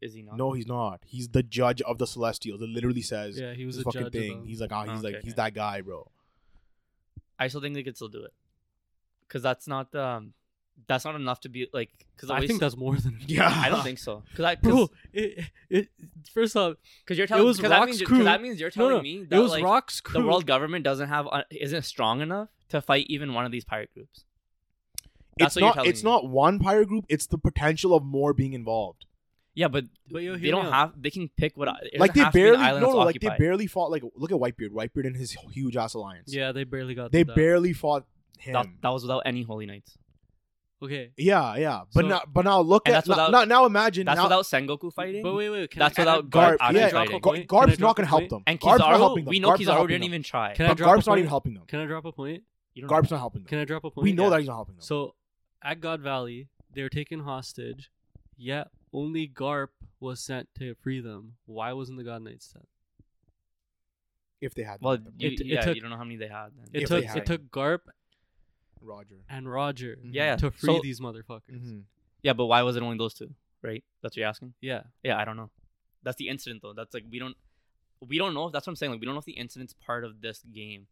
Speaker 3: Is he not?
Speaker 1: no, he's not. He's the judge of the celestials. It literally says
Speaker 2: yeah, he was
Speaker 1: this
Speaker 2: a
Speaker 1: fucking
Speaker 2: judge. Of
Speaker 1: thing.
Speaker 2: them.
Speaker 1: He's like, ah, he's
Speaker 3: Okay,
Speaker 1: like, he's
Speaker 3: okay.
Speaker 1: that guy, bro.
Speaker 3: I still think they could still do it, because that's not um, that's not enough to be like. Because
Speaker 2: I think that's more than
Speaker 1: Yeah,
Speaker 3: I don't think so. Because I
Speaker 2: Bro,
Speaker 3: because
Speaker 2: it, it, first off,
Speaker 3: you're telling
Speaker 2: was
Speaker 3: because that
Speaker 2: Rock's
Speaker 3: means
Speaker 2: crew.
Speaker 3: because that means you're telling
Speaker 2: no,
Speaker 3: me that
Speaker 2: it was
Speaker 3: like
Speaker 2: Rock's
Speaker 3: the
Speaker 2: crew.
Speaker 3: world government doesn't have uh, isn't strong enough to fight even one of these pirate groups.
Speaker 1: it's
Speaker 3: That's what you're
Speaker 1: not.
Speaker 3: telling
Speaker 1: It's
Speaker 3: me.
Speaker 1: not one pirate group. It's the potential of more being involved.
Speaker 3: Yeah, but
Speaker 2: But yo,
Speaker 3: they
Speaker 2: hear
Speaker 3: don't
Speaker 2: me out.
Speaker 3: have. They can pick what it
Speaker 1: like
Speaker 3: doesn't
Speaker 1: they
Speaker 3: have to be an
Speaker 1: barely, no,
Speaker 3: island
Speaker 1: no,
Speaker 3: that's
Speaker 1: like they
Speaker 3: occupied.
Speaker 1: barely fought. Like look at Whitebeard. Whitebeard and his huge ass alliance.
Speaker 2: Yeah, they barely got.
Speaker 1: they
Speaker 2: through that.
Speaker 1: barely fought him.
Speaker 3: That, that was without any holy knights.
Speaker 2: Okay,
Speaker 1: yeah, yeah. But
Speaker 2: So-
Speaker 1: now, but now look
Speaker 3: And
Speaker 1: at
Speaker 3: that's
Speaker 1: now,
Speaker 3: without-
Speaker 1: now. Now imagine
Speaker 3: That's
Speaker 1: now,
Speaker 3: without Sengoku fighting.
Speaker 2: but wait, wait. Can
Speaker 3: That's
Speaker 2: I, can I-
Speaker 3: without
Speaker 1: Garp.
Speaker 3: Garp out
Speaker 1: yeah,
Speaker 3: of fighting.
Speaker 1: Gar-
Speaker 2: Can I
Speaker 1: Garb's
Speaker 2: drop
Speaker 1: not
Speaker 2: a
Speaker 1: gonna help
Speaker 2: point?
Speaker 1: them.
Speaker 3: And
Speaker 1: Garb's not
Speaker 3: Kizaru,
Speaker 1: helping them.
Speaker 3: we know
Speaker 1: Garb's not
Speaker 3: Kizaru
Speaker 1: helping
Speaker 3: didn't
Speaker 1: them.
Speaker 3: even try.
Speaker 2: Can I
Speaker 1: But
Speaker 2: drop a
Speaker 1: Garb's not
Speaker 2: point?
Speaker 1: even helping them.
Speaker 2: Can I drop a point?
Speaker 3: You don't know.
Speaker 1: Garb's not helping them.
Speaker 2: Can I drop a point?
Speaker 1: We know
Speaker 2: Yeah.
Speaker 1: that he's not helping them.
Speaker 2: So, at God Valley, they were taken hostage. Yet only Garp was sent to free them. Why wasn't the God Knight sent?
Speaker 1: if they had
Speaker 3: Well,
Speaker 1: them.
Speaker 3: you,
Speaker 2: It- it
Speaker 3: yeah,
Speaker 2: took-
Speaker 3: you don't know how many they had. Then.
Speaker 2: It
Speaker 1: If they
Speaker 2: took
Speaker 1: had
Speaker 2: it took Garp
Speaker 1: Roger.
Speaker 2: and Roger
Speaker 1: Mhm.
Speaker 3: yeah, yeah.
Speaker 2: to free
Speaker 3: So-
Speaker 2: these motherfuckers.
Speaker 1: Mm-hmm.
Speaker 3: Yeah, but why was it only those two? Right? That's what you're asking.
Speaker 2: Yeah,
Speaker 3: Yeah, I don't know. That's the incident though. That's like we don't, we don't know. That's what I'm saying. Like we don't know if the incident's part of this game.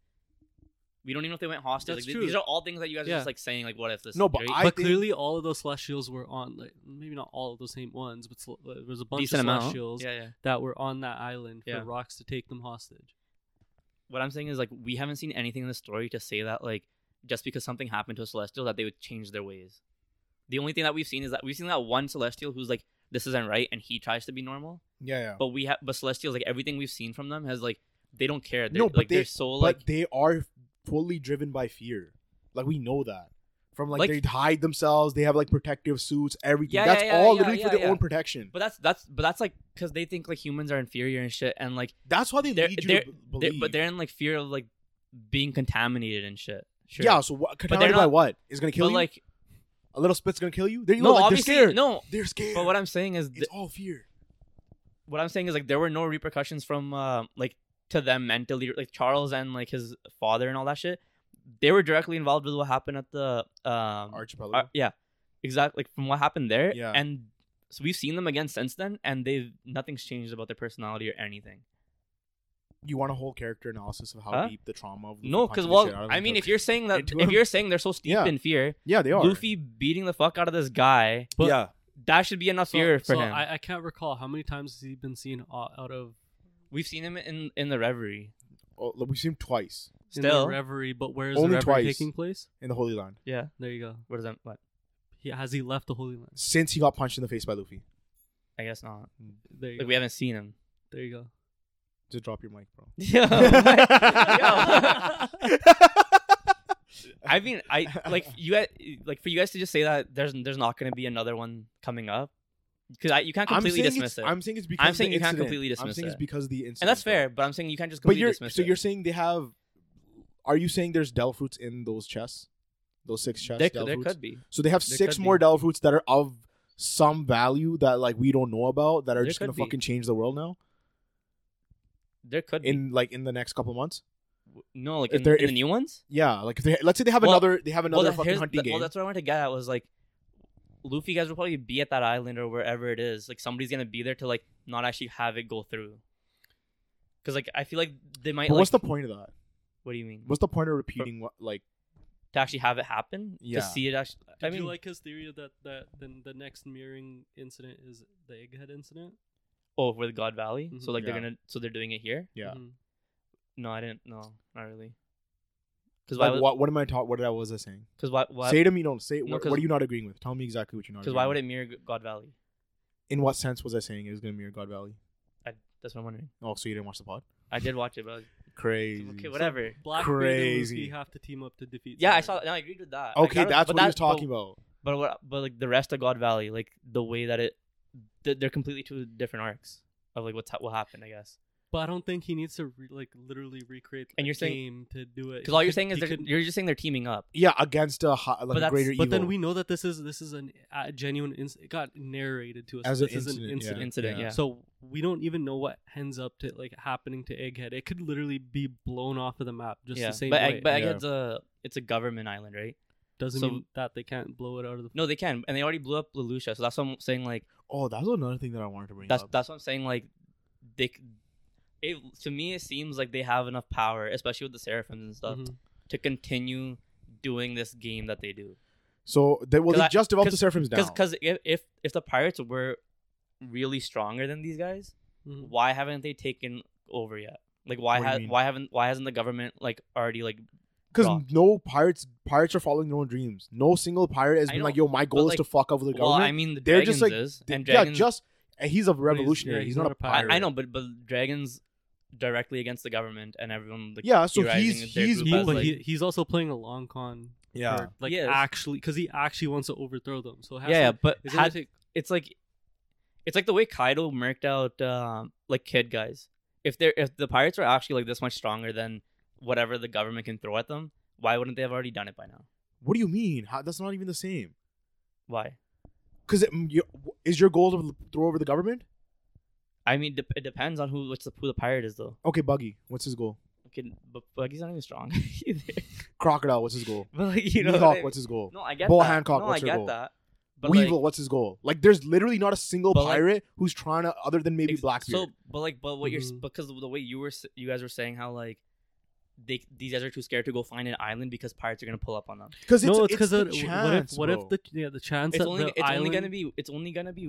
Speaker 3: We don't even know if they went hostage.
Speaker 2: That's
Speaker 3: Like, th-
Speaker 2: true.
Speaker 3: These are all things that you guys
Speaker 2: Yeah.
Speaker 3: are just like saying. Like what if this?
Speaker 1: No, but
Speaker 3: right?
Speaker 1: I
Speaker 2: but
Speaker 1: think-
Speaker 2: clearly all of those Celestials were on like maybe not all of those same ones, but sl- uh, there was a bunch
Speaker 3: decent
Speaker 2: of
Speaker 3: amount.
Speaker 2: Celestials
Speaker 3: Yeah, yeah.
Speaker 2: that were on that island for
Speaker 3: Yeah.
Speaker 2: Rocks to take them hostage.
Speaker 3: What I'm saying is like we haven't seen anything in the story to say that like just because something happened to a celestial that they would change their ways. The only thing that we've seen is that we've seen that one celestial who's like this isn't right and he tries to be normal.
Speaker 1: Yeah, yeah.
Speaker 3: But we have but celestials like everything we've seen from them has like they don't care. They're,
Speaker 1: No, but
Speaker 3: like
Speaker 1: they-
Speaker 3: they're so
Speaker 1: but
Speaker 3: like
Speaker 1: they are fully driven by fear. Like we know that. from like,
Speaker 3: Like-
Speaker 1: they hide themselves. They have like protective suits, everything.
Speaker 3: Yeah,
Speaker 1: That's
Speaker 3: yeah, yeah,
Speaker 1: all
Speaker 3: yeah,
Speaker 1: literally
Speaker 3: yeah,
Speaker 1: for their
Speaker 3: yeah.
Speaker 1: own protection.
Speaker 3: But that's that's but that's like because they think like humans are inferior and shit, and like
Speaker 1: That's why they
Speaker 3: They're-
Speaker 1: lead you
Speaker 3: they're-
Speaker 1: to b-
Speaker 3: they're,
Speaker 1: believe.
Speaker 3: but they're in like fear of like being contaminated and shit. Sure.
Speaker 1: yeah. So what?
Speaker 3: they're
Speaker 1: Contaminated by
Speaker 3: not-
Speaker 1: what? Is gonna kill
Speaker 3: but
Speaker 1: you?
Speaker 3: like
Speaker 1: a little spit's gonna kill you? They're,
Speaker 3: no,
Speaker 1: like, they're
Speaker 3: obviously
Speaker 1: scared.
Speaker 3: no.
Speaker 1: They're scared.
Speaker 3: But what I'm saying is, th-
Speaker 1: it's all fear.
Speaker 3: what I'm saying is like there were no repercussions from uh, like to them mentally, like Charles and like his father and all that shit. They were directly involved with what happened at the um,
Speaker 1: Archipelago.
Speaker 3: Ar- yeah, exactly. Like from what happened there,
Speaker 1: Yeah.
Speaker 3: And so we've seen them again since then, and they've nothing's changed about their personality or anything.
Speaker 1: you want a whole character analysis of how
Speaker 3: Huh?
Speaker 1: deep the trauma of Luffy
Speaker 3: No,
Speaker 1: punching
Speaker 3: because
Speaker 1: the
Speaker 3: well,
Speaker 1: shit out of
Speaker 3: I
Speaker 1: him
Speaker 3: mean,
Speaker 1: took.
Speaker 3: if you're saying that,
Speaker 1: into
Speaker 3: if
Speaker 1: him.
Speaker 3: you're saying they're so steep
Speaker 1: Yeah.
Speaker 3: in fear,
Speaker 1: yeah, they are
Speaker 3: Luffy beating the fuck out of this guy,
Speaker 2: But-
Speaker 1: yeah,
Speaker 3: that should be enough fear for
Speaker 2: so
Speaker 3: him.
Speaker 2: I, I can't recall how many times has he been seen o- out of
Speaker 3: We've seen him in in the Reverie.
Speaker 1: Oh, look, we've seen him twice
Speaker 2: in the
Speaker 3: Still.
Speaker 2: reverie, but where is
Speaker 1: Only
Speaker 2: the reverie
Speaker 1: twice.
Speaker 2: taking place?
Speaker 1: in the Holy Land
Speaker 3: Yeah,
Speaker 2: There you go.
Speaker 3: what does that? What?
Speaker 2: He, has he left the Holy Land?
Speaker 1: since he got punched in the face by Luffy.
Speaker 3: I guess not.
Speaker 2: There you
Speaker 3: Like
Speaker 2: go.
Speaker 3: we haven't seen him.
Speaker 2: There you go.
Speaker 1: Just drop your mic, bro.
Speaker 3: Yeah. I mean, I like you guys, like for you guys to just say that there's there's not going to be another one coming up because you can't
Speaker 1: I'm
Speaker 3: completely
Speaker 1: saying
Speaker 3: dismiss
Speaker 1: it's-
Speaker 3: it,
Speaker 1: I'm saying it's because of
Speaker 3: saying
Speaker 1: the
Speaker 3: you can't
Speaker 1: incident.
Speaker 3: completely
Speaker 1: I'm
Speaker 3: dismiss
Speaker 1: saying it's
Speaker 3: it.
Speaker 1: because of the incident,
Speaker 3: and that's
Speaker 1: bro.
Speaker 3: fair. But I'm saying you can't just
Speaker 1: But
Speaker 3: completely
Speaker 1: you're
Speaker 3: dismiss
Speaker 1: so
Speaker 3: it.
Speaker 1: you're saying they have? Are you saying there's Del fruits in those chests? Those six chests.
Speaker 3: there,
Speaker 1: Del
Speaker 3: there
Speaker 1: fruits?
Speaker 3: could be.
Speaker 1: So they have
Speaker 3: There
Speaker 1: six
Speaker 3: could
Speaker 1: more
Speaker 3: be.
Speaker 1: Del fruits that are of some value that like we don't know about that are
Speaker 3: There
Speaker 1: just gonna
Speaker 3: could be.
Speaker 1: fucking change the world now
Speaker 3: There could be.
Speaker 1: in like in the next couple months.
Speaker 3: No, like
Speaker 1: if
Speaker 3: in,
Speaker 1: there-
Speaker 3: in
Speaker 1: if-
Speaker 3: the new ones.
Speaker 1: Yeah, like if they let's say they have
Speaker 3: Well-
Speaker 1: another they have another
Speaker 3: that-
Speaker 1: fucking
Speaker 3: here's
Speaker 1: hunting
Speaker 3: the-
Speaker 1: game.
Speaker 3: well, that's what I wanted to get at was like, Luffy guys will probably be at that island or wherever it is. Like somebody's gonna be there to like not actually have it go through. Because like I feel like they might.
Speaker 1: but what's the
Speaker 3: like- hmm.
Speaker 1: point of that?
Speaker 3: What do you mean?
Speaker 1: What's the point of repeating what like
Speaker 3: to actually have it happen?
Speaker 1: Yeah.
Speaker 3: To see it actually.
Speaker 2: Did
Speaker 3: I mean,
Speaker 2: you like his theory that that the, the next mirroring incident is the Egghead incident?
Speaker 3: oh, with God Valley. So
Speaker 2: Mhm.
Speaker 3: like
Speaker 1: Mm-hmm. Yeah.
Speaker 3: they're gonna. So they're doing it here.
Speaker 1: Yeah.
Speaker 2: Mhm.
Speaker 3: No, I didn't. No, not really. Because
Speaker 1: like
Speaker 3: why?
Speaker 1: what what am I talking? What did I was I saying?
Speaker 3: Because why? Why?
Speaker 1: Say to me, don't say.
Speaker 3: No,
Speaker 1: what,
Speaker 3: 'cause-
Speaker 1: what are you not agreeing with? Tell me exactly what you're not.
Speaker 3: Because why would
Speaker 1: agreeing
Speaker 3: it mirror God Valley?
Speaker 1: with. In what sense was I saying it was going to mirror God Valley?
Speaker 3: I, that's what I'm wondering.
Speaker 1: Oh, so you didn't watch the pod?
Speaker 3: I did watch it, but I was-
Speaker 1: Crazy.
Speaker 3: okay, whatever.
Speaker 2: Blackbeard and
Speaker 1: Crazy.
Speaker 2: Luffy have to team up to defeat.
Speaker 3: Yeah, I saw.
Speaker 2: Zoro.
Speaker 3: No, I agreed with that. Like,
Speaker 1: Okay,
Speaker 3: I don't-
Speaker 1: that's
Speaker 3: but
Speaker 1: what he was
Speaker 3: that- but-
Speaker 1: talking about.
Speaker 3: But what? But like the rest of God Valley, like the way that it, th- they're completely two different arcs of like what's ha- what happened, I guess.
Speaker 2: But I don't think he needs to re- like literally recreate
Speaker 3: And
Speaker 2: a
Speaker 3: you're saying-
Speaker 2: game to do it.
Speaker 3: Because
Speaker 2: He
Speaker 3: all you're
Speaker 2: could-
Speaker 3: saying is
Speaker 2: he
Speaker 3: they're,
Speaker 2: could-
Speaker 3: you're just saying they're teaming up.
Speaker 1: Yeah, against a hi- like a
Speaker 3: that's-
Speaker 1: greater evil.
Speaker 2: But then we know that this is this is an a genuine inc- it got narrated to us
Speaker 1: as an
Speaker 2: this is
Speaker 1: incident,
Speaker 2: an
Speaker 1: yeah,
Speaker 2: incident.
Speaker 3: Incident, yeah.
Speaker 2: So we don't even know what ends up to like happening to Egghead. It could literally be blown off of the map just
Speaker 3: yeah,
Speaker 2: the same
Speaker 3: but I,
Speaker 2: way.
Speaker 3: but I
Speaker 1: Yeah.
Speaker 3: guess it's a it's a government island, right?
Speaker 2: Doesn't
Speaker 3: so-
Speaker 2: mean that they can't blow it out of the.
Speaker 3: No, they can, and they already blew up Lelouch, so that's what I'm saying. Like
Speaker 1: Oh, that was another thing that I wanted to bring
Speaker 3: that's
Speaker 1: up.
Speaker 3: that's what I'm saying. Like they, c- it to me it seems like they have enough power, especially with the seraphims and stuff,
Speaker 2: Mhm.
Speaker 3: to continue doing this game that they do.
Speaker 1: so they well,
Speaker 3: 'Cause
Speaker 1: they
Speaker 3: I-
Speaker 1: just developed the
Speaker 3: 'cause-
Speaker 1: seraphims down.
Speaker 3: Because if, if if the pirates were really stronger than these guys,
Speaker 2: Mhm.
Speaker 3: why haven't they taken over yet? Like
Speaker 1: Mm-hmm. What
Speaker 3: why
Speaker 1: do you
Speaker 3: ha-
Speaker 1: mean?
Speaker 3: why haven't why hasn't the government like already like
Speaker 1: because
Speaker 3: rock.
Speaker 1: no pirates pirates are following their own dreams. No single pirate has
Speaker 3: I
Speaker 1: been
Speaker 3: know,
Speaker 1: like, "Yo, my goal
Speaker 3: like,
Speaker 1: is to fuck over the
Speaker 3: well I
Speaker 1: government."
Speaker 3: mean the
Speaker 1: They're
Speaker 3: dragons
Speaker 1: just, like,
Speaker 3: is
Speaker 1: Th-
Speaker 3: and
Speaker 1: yeah,
Speaker 3: dragons
Speaker 1: just and he's a
Speaker 2: yeah,
Speaker 1: revolutionary. he's, not, a
Speaker 3: I,
Speaker 1: pirate.
Speaker 3: I know but but dragons directly against the government and everyone like
Speaker 1: Yeah, so
Speaker 3: theorizing
Speaker 1: he's-
Speaker 3: that their
Speaker 1: he's-
Speaker 3: group
Speaker 2: He-
Speaker 3: has,
Speaker 2: but
Speaker 3: like-
Speaker 2: he, he's also playing a long con.
Speaker 1: Yeah.
Speaker 2: for, like
Speaker 3: Yes.
Speaker 2: actually, because he actually wants to overthrow them. So it has
Speaker 3: yeah, yeah
Speaker 2: to,
Speaker 3: but
Speaker 2: it's gonna
Speaker 3: had,
Speaker 2: take-
Speaker 3: it's like it's like the way Kaido murked out um like kid guys if they're if the pirates are actually like this much stronger than whatever the government can throw at them why wouldn't they have already done it by now
Speaker 1: What do you mean? How, that's not even the same.
Speaker 3: why
Speaker 1: Because is your goal to throw over the government?
Speaker 3: I mean dep it depends on who what's the, who the pirate is though
Speaker 1: Okay, Buggy, what's his goal?
Speaker 3: Okay, but, but like he's not even strong either.
Speaker 1: Crocodile, what's his goal?
Speaker 3: But like you know,
Speaker 1: Mihawk,
Speaker 3: what I-
Speaker 1: what's his goal?
Speaker 3: no, I get
Speaker 1: Bull
Speaker 3: that.
Speaker 1: Hancock,
Speaker 3: no,
Speaker 1: what's
Speaker 3: I
Speaker 1: your
Speaker 3: get
Speaker 1: goal?
Speaker 3: that.
Speaker 1: Weevil,
Speaker 3: like,
Speaker 1: what's his goal? Like, there's literally not a single
Speaker 3: But, like-
Speaker 1: pirate who's trying to, other than maybe
Speaker 3: ex-
Speaker 1: Blackbeard.
Speaker 3: So, but like, but what you're s-
Speaker 2: Mhm.
Speaker 3: because of the way you were s- you guys were saying how like they these guys are too scared to go find an island because pirates are gonna pull up on them.
Speaker 1: Because
Speaker 2: no,
Speaker 1: it's
Speaker 2: it's because
Speaker 1: the
Speaker 2: what if
Speaker 1: chance,
Speaker 2: what
Speaker 1: bro.
Speaker 2: if the yeah the chance
Speaker 3: It's
Speaker 2: that
Speaker 3: only
Speaker 2: the
Speaker 3: it's only
Speaker 2: island-
Speaker 3: gonna be it's only gonna be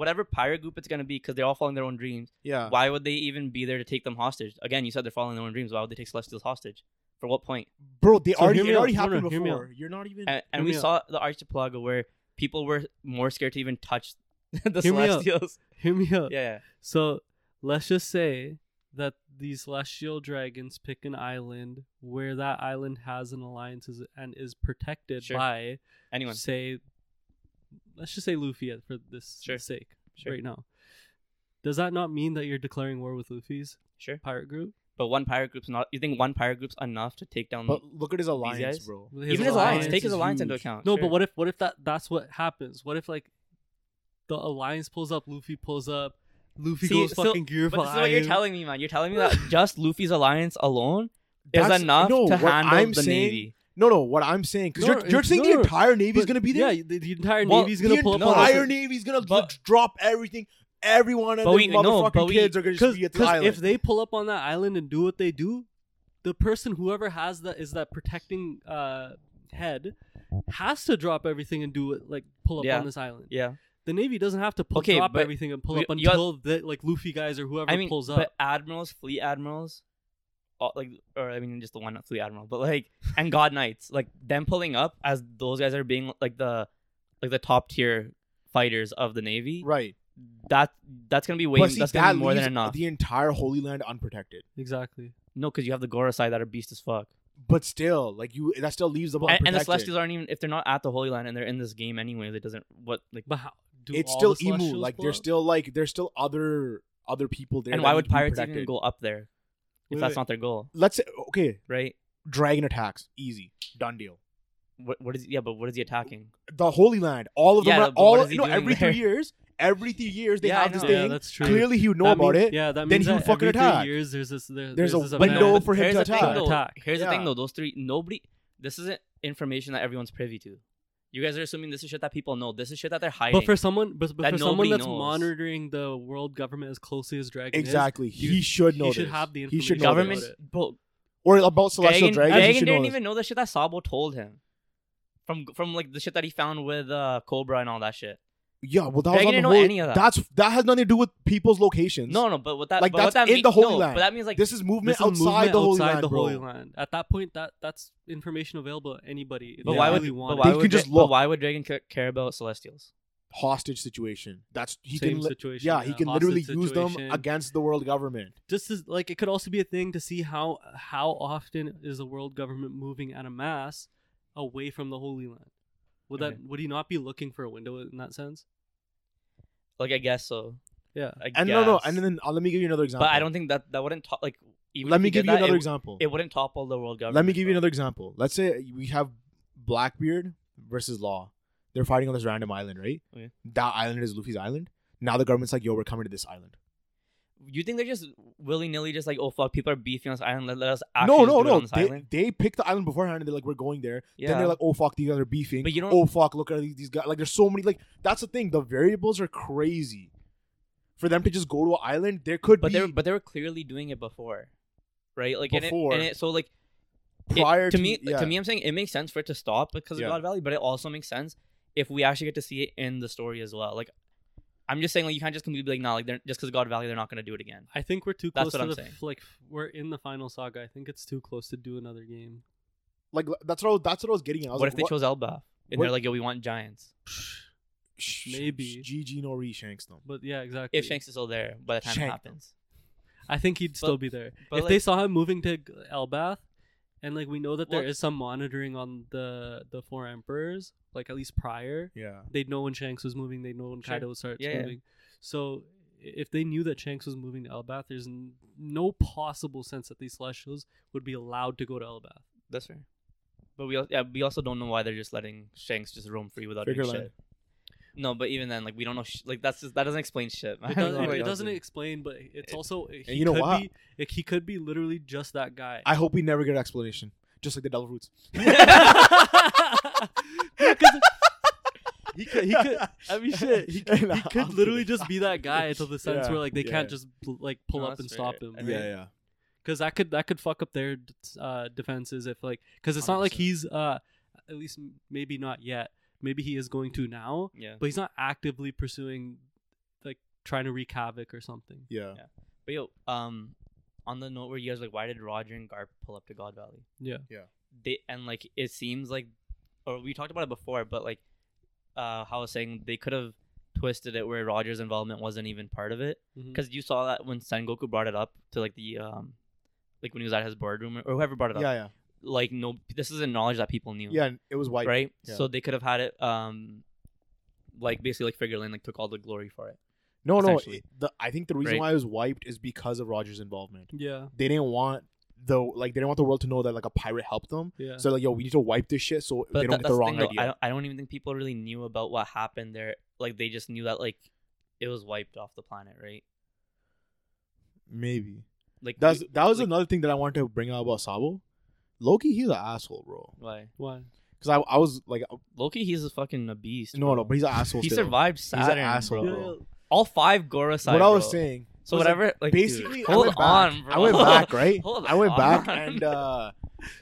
Speaker 3: whatever pirate group it's gonna be because they're all following their own dreams.
Speaker 1: yeah?
Speaker 3: Why would they even be there to take them hostage? Again, you said they're following their own dreams. Why would they take Celestials hostage? For what point?
Speaker 1: Bro, they
Speaker 2: So
Speaker 1: already,
Speaker 2: hear
Speaker 1: it
Speaker 2: me
Speaker 1: already
Speaker 2: out. No, no,
Speaker 1: happened
Speaker 2: hear me
Speaker 1: before.
Speaker 2: out.
Speaker 1: You're not even.
Speaker 3: And,
Speaker 2: Hear
Speaker 3: and we
Speaker 2: me out.
Speaker 3: saw the archipelago where people were more scared to even touch the
Speaker 2: Hear me out.
Speaker 3: Celestials.
Speaker 2: hear me out.
Speaker 3: Yeah, yeah.
Speaker 2: So let's just say that these celestial dragons pick an island where that island has an alliance is- and is protected
Speaker 3: Sure.
Speaker 2: by
Speaker 3: Anyone?
Speaker 2: say let's just say Luffy at- for this
Speaker 3: Sure.
Speaker 2: sake
Speaker 3: Sure.
Speaker 2: right now. Does that not mean that you're declaring war with Luffy's
Speaker 3: Sure.
Speaker 2: pirate group?
Speaker 3: But one pirate group's not. You think one pirate group's enough to take down?
Speaker 1: But look at his alliance,
Speaker 3: guys?
Speaker 1: bro.
Speaker 2: With
Speaker 3: even his alliance.
Speaker 2: alliance
Speaker 3: Take his
Speaker 2: is
Speaker 3: alliance into
Speaker 1: huge.
Speaker 3: account.
Speaker 2: No,
Speaker 3: sure.
Speaker 2: but what if what if that that's what happens? What if like the alliance pulls up, Luffy pulls up, Luffy
Speaker 3: See,
Speaker 2: goes
Speaker 3: so-
Speaker 2: fucking gear
Speaker 3: But this is what you're
Speaker 2: five.
Speaker 3: telling me, man. You're telling me that just Luffy's alliance alone is
Speaker 1: That's-
Speaker 3: enough
Speaker 1: no,
Speaker 3: to
Speaker 1: what
Speaker 3: handle
Speaker 1: I'm
Speaker 3: the
Speaker 1: saying-
Speaker 3: navy.
Speaker 1: No, no, what I'm saying, because
Speaker 2: No,
Speaker 1: you're, you're
Speaker 2: it's-
Speaker 1: saying
Speaker 2: no,
Speaker 1: the entire Navy's
Speaker 2: But-
Speaker 1: gonna be there.
Speaker 2: Yeah, the, the entire
Speaker 3: Well,
Speaker 2: navy's gonna
Speaker 1: the
Speaker 2: pull up on
Speaker 1: entire
Speaker 2: us.
Speaker 1: Navy's gonna
Speaker 3: But-
Speaker 1: drop everything. Everyone and
Speaker 3: But
Speaker 1: their
Speaker 3: we- no,
Speaker 1: motherfucking
Speaker 3: but we-
Speaker 1: kids are gonna just be at the
Speaker 2: Because
Speaker 1: island.
Speaker 2: if they pull up on that island and do what they do, the person whoever has that is that protecting uh, head has to drop everything and do it like pull up
Speaker 3: Yeah.
Speaker 2: on this island.
Speaker 3: Yeah,
Speaker 2: The navy doesn't have to pull
Speaker 3: Okay,
Speaker 2: drop
Speaker 3: but
Speaker 2: everything and pull
Speaker 3: we-
Speaker 2: up
Speaker 3: you got-
Speaker 2: until the like Luffy guys or whoever
Speaker 3: I mean,
Speaker 2: pulls up.
Speaker 3: but admirals, fleet admirals, all, like, or I mean, just the one not fleet admiral, but like, and god knights, like them pulling up as those guys are being like the, like the top tier fighters of the navy.
Speaker 1: right,
Speaker 3: That that's gonna be way.
Speaker 1: But see,
Speaker 3: that's gonna
Speaker 1: that
Speaker 3: be more than
Speaker 1: leaves
Speaker 3: enough.
Speaker 1: The entire Holy Land unprotected.
Speaker 2: exactly.
Speaker 3: No, because you have the Gorosei that are beast as fuck,
Speaker 1: But still, like you, that still leaves them
Speaker 3: and,
Speaker 1: unprotected.
Speaker 3: and the Celestials aren't even if they're not at the Holy Land and they're in this game anyways. It doesn't what like.
Speaker 2: But how, do
Speaker 1: it's
Speaker 2: all
Speaker 1: still
Speaker 2: the
Speaker 1: emu.
Speaker 2: Celestials
Speaker 1: Like
Speaker 2: pull
Speaker 1: there's
Speaker 2: up?
Speaker 1: still like there's still other other people there.
Speaker 3: And
Speaker 1: that
Speaker 3: why
Speaker 1: need
Speaker 3: would
Speaker 1: to be
Speaker 3: pirates even
Speaker 1: protected.
Speaker 3: go up there if
Speaker 2: Wait,
Speaker 3: that's
Speaker 2: wait.
Speaker 3: not their goal,
Speaker 1: Let's say okay,
Speaker 3: right?
Speaker 1: dragon attacks easy, done deal.
Speaker 3: What, what is yeah, but what is he attacking?
Speaker 1: The Holy Land, all of them,
Speaker 3: Yeah,
Speaker 1: are,
Speaker 3: but
Speaker 1: all
Speaker 3: what is he
Speaker 1: no,
Speaker 3: doing
Speaker 1: every
Speaker 3: there?
Speaker 1: three years, every three years they
Speaker 3: Yeah, I
Speaker 1: have this
Speaker 3: know.
Speaker 1: thing.
Speaker 2: Yeah, that's true.
Speaker 1: Clearly, he would know
Speaker 2: That
Speaker 1: about
Speaker 2: means-
Speaker 1: it.
Speaker 2: Yeah, that
Speaker 1: then
Speaker 2: means
Speaker 1: he would
Speaker 2: that
Speaker 1: fucking
Speaker 2: every three
Speaker 1: attack.
Speaker 2: years there's this there,
Speaker 1: There's a
Speaker 2: this is
Speaker 1: But window
Speaker 2: event.
Speaker 1: for him
Speaker 3: here's
Speaker 1: to
Speaker 3: the thing,
Speaker 1: attack.
Speaker 3: though.
Speaker 2: Attack.
Speaker 3: Here's the
Speaker 1: Yeah.
Speaker 3: thing though. Those three nobody this isn't information that everyone's privy to. You guys are assuming this is shit that people know. This is shit that they're hiding.
Speaker 2: But for someone, but, but
Speaker 3: That
Speaker 2: for someone
Speaker 3: nobody
Speaker 2: that's
Speaker 3: knows.
Speaker 2: monitoring the world government as closely as Dragon is,
Speaker 1: Exactly,
Speaker 2: You-
Speaker 1: he should
Speaker 2: he
Speaker 1: know.
Speaker 2: should
Speaker 1: this.
Speaker 2: have the
Speaker 1: He should know this.
Speaker 3: government
Speaker 2: about
Speaker 3: bro,
Speaker 1: or about celestial
Speaker 3: Dragon,
Speaker 1: dragons. he
Speaker 3: Dragon
Speaker 1: should know
Speaker 3: didn't
Speaker 1: this.
Speaker 3: even know the shit that Sabo told him. From from like the shit that he found with uh, Cobra and all that shit.
Speaker 1: Yeah, well, that
Speaker 3: Dragon
Speaker 1: was on
Speaker 3: didn't
Speaker 1: the
Speaker 3: know
Speaker 1: whole,
Speaker 3: any of that.
Speaker 1: That's that has nothing to do with people's locations.
Speaker 3: No, no, but what that
Speaker 1: Like,
Speaker 3: but what
Speaker 1: that's
Speaker 3: that
Speaker 1: in
Speaker 3: mean-
Speaker 1: the Holy
Speaker 3: no,
Speaker 1: Land.
Speaker 3: But that means like
Speaker 1: this is movement
Speaker 2: This is
Speaker 1: outside
Speaker 2: movement
Speaker 1: the Holy
Speaker 2: outside
Speaker 1: Land,
Speaker 2: the
Speaker 1: bro.
Speaker 2: Holy Land. At that point, that that's information available to anybody.
Speaker 3: but
Speaker 1: Yeah.
Speaker 3: why
Speaker 1: They
Speaker 3: would
Speaker 2: really
Speaker 3: but
Speaker 2: want
Speaker 3: why
Speaker 1: They
Speaker 2: it.
Speaker 1: can
Speaker 3: would, Dra-
Speaker 1: just look.
Speaker 3: But why would Dragon ca- care about Celestials?
Speaker 1: Hostage situation. That's he
Speaker 2: Same
Speaker 1: can. li-
Speaker 2: situation,
Speaker 1: Yeah, he
Speaker 2: yeah,
Speaker 1: can
Speaker 2: hostage
Speaker 1: literally use them
Speaker 2: situation.
Speaker 1: against the world government.
Speaker 2: just as, like it could also be a thing to see how how often is the world government moving at a mass away from the Holy Land. Would
Speaker 3: Okay.
Speaker 2: that would he not be looking for a window in that sense?
Speaker 3: Like I guess so.
Speaker 2: Yeah.
Speaker 3: I
Speaker 1: And no, no,
Speaker 3: guess.
Speaker 1: and then uh, let me give you another example.
Speaker 3: But I don't think that that wouldn't top like. Even
Speaker 1: Let
Speaker 3: if
Speaker 1: me
Speaker 3: he did
Speaker 1: give you
Speaker 3: that,
Speaker 1: another
Speaker 3: it,
Speaker 1: example.
Speaker 3: It wouldn't topple the world government.
Speaker 1: Let me give you
Speaker 3: though.
Speaker 1: another example. Let's say we have Blackbeard versus Law. They're fighting on this random island, right?
Speaker 3: Okay.
Speaker 1: That island is Luffy's island. Now the government's like, "Yo, we're coming to this island."
Speaker 3: You think they're just willy nilly, just like oh fuck, people are beefing on this island. Let, let us actually
Speaker 1: no,
Speaker 3: just
Speaker 1: no,
Speaker 3: do Ah, it
Speaker 1: no.
Speaker 3: on this
Speaker 1: They,
Speaker 3: island.
Speaker 1: they pick the island beforehand, and they're like, "We're going there." Then
Speaker 3: Yeah.
Speaker 1: they're like, "Oh fuck, these guys are beefing."
Speaker 3: But you don't-
Speaker 1: Oh fuck, look at these, these guys. Like, there's so many. Like, that's the thing. The variables are crazy. For them to just go to an island, there could
Speaker 3: But
Speaker 1: be
Speaker 3: they were, but they were clearly doing it before, right? Like
Speaker 1: Before.
Speaker 3: and it, and it so like it-
Speaker 1: prior
Speaker 3: to me
Speaker 1: yeah.
Speaker 3: to me I'm saying it makes sense for it to stop because
Speaker 1: Yeah.
Speaker 3: of God Valley, but it also makes sense if we actually get to see it in the story as well. Like I'm just saying, like you can't just completely be like nah, like they're, just because God Valley, they're not gonna do it again.
Speaker 2: I think we're too
Speaker 3: That's
Speaker 2: close
Speaker 3: what
Speaker 2: to
Speaker 3: I'm
Speaker 2: the
Speaker 3: saying.
Speaker 2: f- like f- we're in the final saga. I think it's too close to do another game.
Speaker 1: Like, that's what I was, that's what I was getting at. I was
Speaker 3: What
Speaker 1: like,
Speaker 3: if they chose Elba and
Speaker 1: what-
Speaker 3: they're like, yo, we want giants?
Speaker 1: Sh-
Speaker 2: Maybe.
Speaker 1: GG no re shanks them.
Speaker 2: But yeah, exactly.
Speaker 3: If Shanks is still there by the time it
Speaker 1: Shank.
Speaker 3: happens,
Speaker 2: I think he'd still be there.
Speaker 3: but
Speaker 2: if
Speaker 3: like-
Speaker 2: they saw him moving to G- Elbath, and like we know that there
Speaker 3: Well-
Speaker 2: is some monitoring on the the four emperors, like at least prior,
Speaker 1: Yeah.
Speaker 2: they'd know when Shanks was moving. They'd know when
Speaker 3: Sure.
Speaker 2: Kaido starts
Speaker 3: Yeah, yeah.
Speaker 2: moving. So i- if they knew that Shanks was moving to Elbath, there's n- no possible sense that these Celestials would be allowed to go to Elbath.
Speaker 3: That's fair. But we also, yeah, we also don't know why they're just letting Shanks just roam free without doing
Speaker 1: Figure line.
Speaker 3: shit. No, but even then, like we don't know. Sh- like that's just that doesn't explain shit. Man.
Speaker 2: It, does,
Speaker 1: know, it
Speaker 2: it, it doesn't
Speaker 1: doesn't.
Speaker 2: explain, but it's
Speaker 3: It-
Speaker 2: also he
Speaker 1: you know
Speaker 2: could
Speaker 1: what?
Speaker 2: be it, he could be literally just that guy.
Speaker 1: I hope we never get an explanation. Just like the devil fruits.
Speaker 2: he could, he could, I mean, shit, he, could- he could literally just be that guy until the sense
Speaker 1: Yeah,
Speaker 2: where like they
Speaker 1: yeah.
Speaker 2: can't just like pull
Speaker 3: No,
Speaker 2: up and
Speaker 3: that's
Speaker 2: stop
Speaker 3: fair.
Speaker 2: him.
Speaker 3: I
Speaker 1: Yeah, yeah.
Speaker 2: because that could that could fuck up their uh, defenses if like because it's not like
Speaker 3: 100%.
Speaker 2: he's uh at least m- maybe not yet maybe he is going to now
Speaker 3: yeah.
Speaker 2: but he's not actively pursuing like trying to wreak havoc or something
Speaker 1: Yeah.
Speaker 3: But yo, um, on the note where you guys like, why did Roger and Garp pull up to God Valley?
Speaker 2: yeah
Speaker 3: They and like it seems like, or we talked about it before, but like, uh, how I was saying they could have twisted it where Roger's involvement wasn't even part of it.
Speaker 2: Mhm.
Speaker 3: Because you saw that when Sengoku brought it up to like the um, like when he was at his boardroom or whoever brought it up.
Speaker 1: yeah, yeah,
Speaker 3: Like no, this isn't knowledge that people knew.
Speaker 1: yeah. and It was white.
Speaker 3: right.
Speaker 1: yeah.
Speaker 3: So they could have had it um, like basically like Figure Lane like took all the glory for it.
Speaker 1: No, no.
Speaker 3: essentially.
Speaker 1: it- the, I think the reason
Speaker 3: Right.
Speaker 1: why it was wiped is because of Roger's involvement.
Speaker 2: Yeah,
Speaker 1: They didn't want the like they didn't want the world to know that like a pirate helped them.
Speaker 2: yeah.
Speaker 1: So like, yo, we need to wipe this shit so
Speaker 3: But
Speaker 1: they don't
Speaker 3: that-
Speaker 1: get
Speaker 3: that's
Speaker 1: the
Speaker 3: the
Speaker 1: wrong
Speaker 3: thing, though,
Speaker 1: idea.
Speaker 3: I don't, I don't even think people really knew about what happened there. Like they just knew that like it was wiped off the planet, right?
Speaker 1: Maybe
Speaker 3: Like
Speaker 1: that's
Speaker 3: we-
Speaker 1: that was
Speaker 3: like-
Speaker 1: another thing that I wanted to bring out about Sabo. Loki, he's an asshole, bro.
Speaker 3: why
Speaker 2: Why?
Speaker 1: Because I, I was like,
Speaker 3: Loki. He's a fucking a beast.
Speaker 1: no, no,
Speaker 3: bro.
Speaker 1: but he's an asshole.
Speaker 3: he
Speaker 1: still.
Speaker 3: survived
Speaker 1: an
Speaker 3: Saturn,
Speaker 1: asshole,
Speaker 3: bro.
Speaker 1: bro.
Speaker 3: All five Gora side,
Speaker 1: What I was
Speaker 3: bro.
Speaker 1: saying.
Speaker 3: So
Speaker 1: was, like,
Speaker 3: whatever. like, dude,
Speaker 1: basically, I
Speaker 3: hold
Speaker 1: went back.
Speaker 3: on, bro.
Speaker 1: I went back, right?
Speaker 3: Hold
Speaker 1: I went back
Speaker 3: on.
Speaker 1: and uh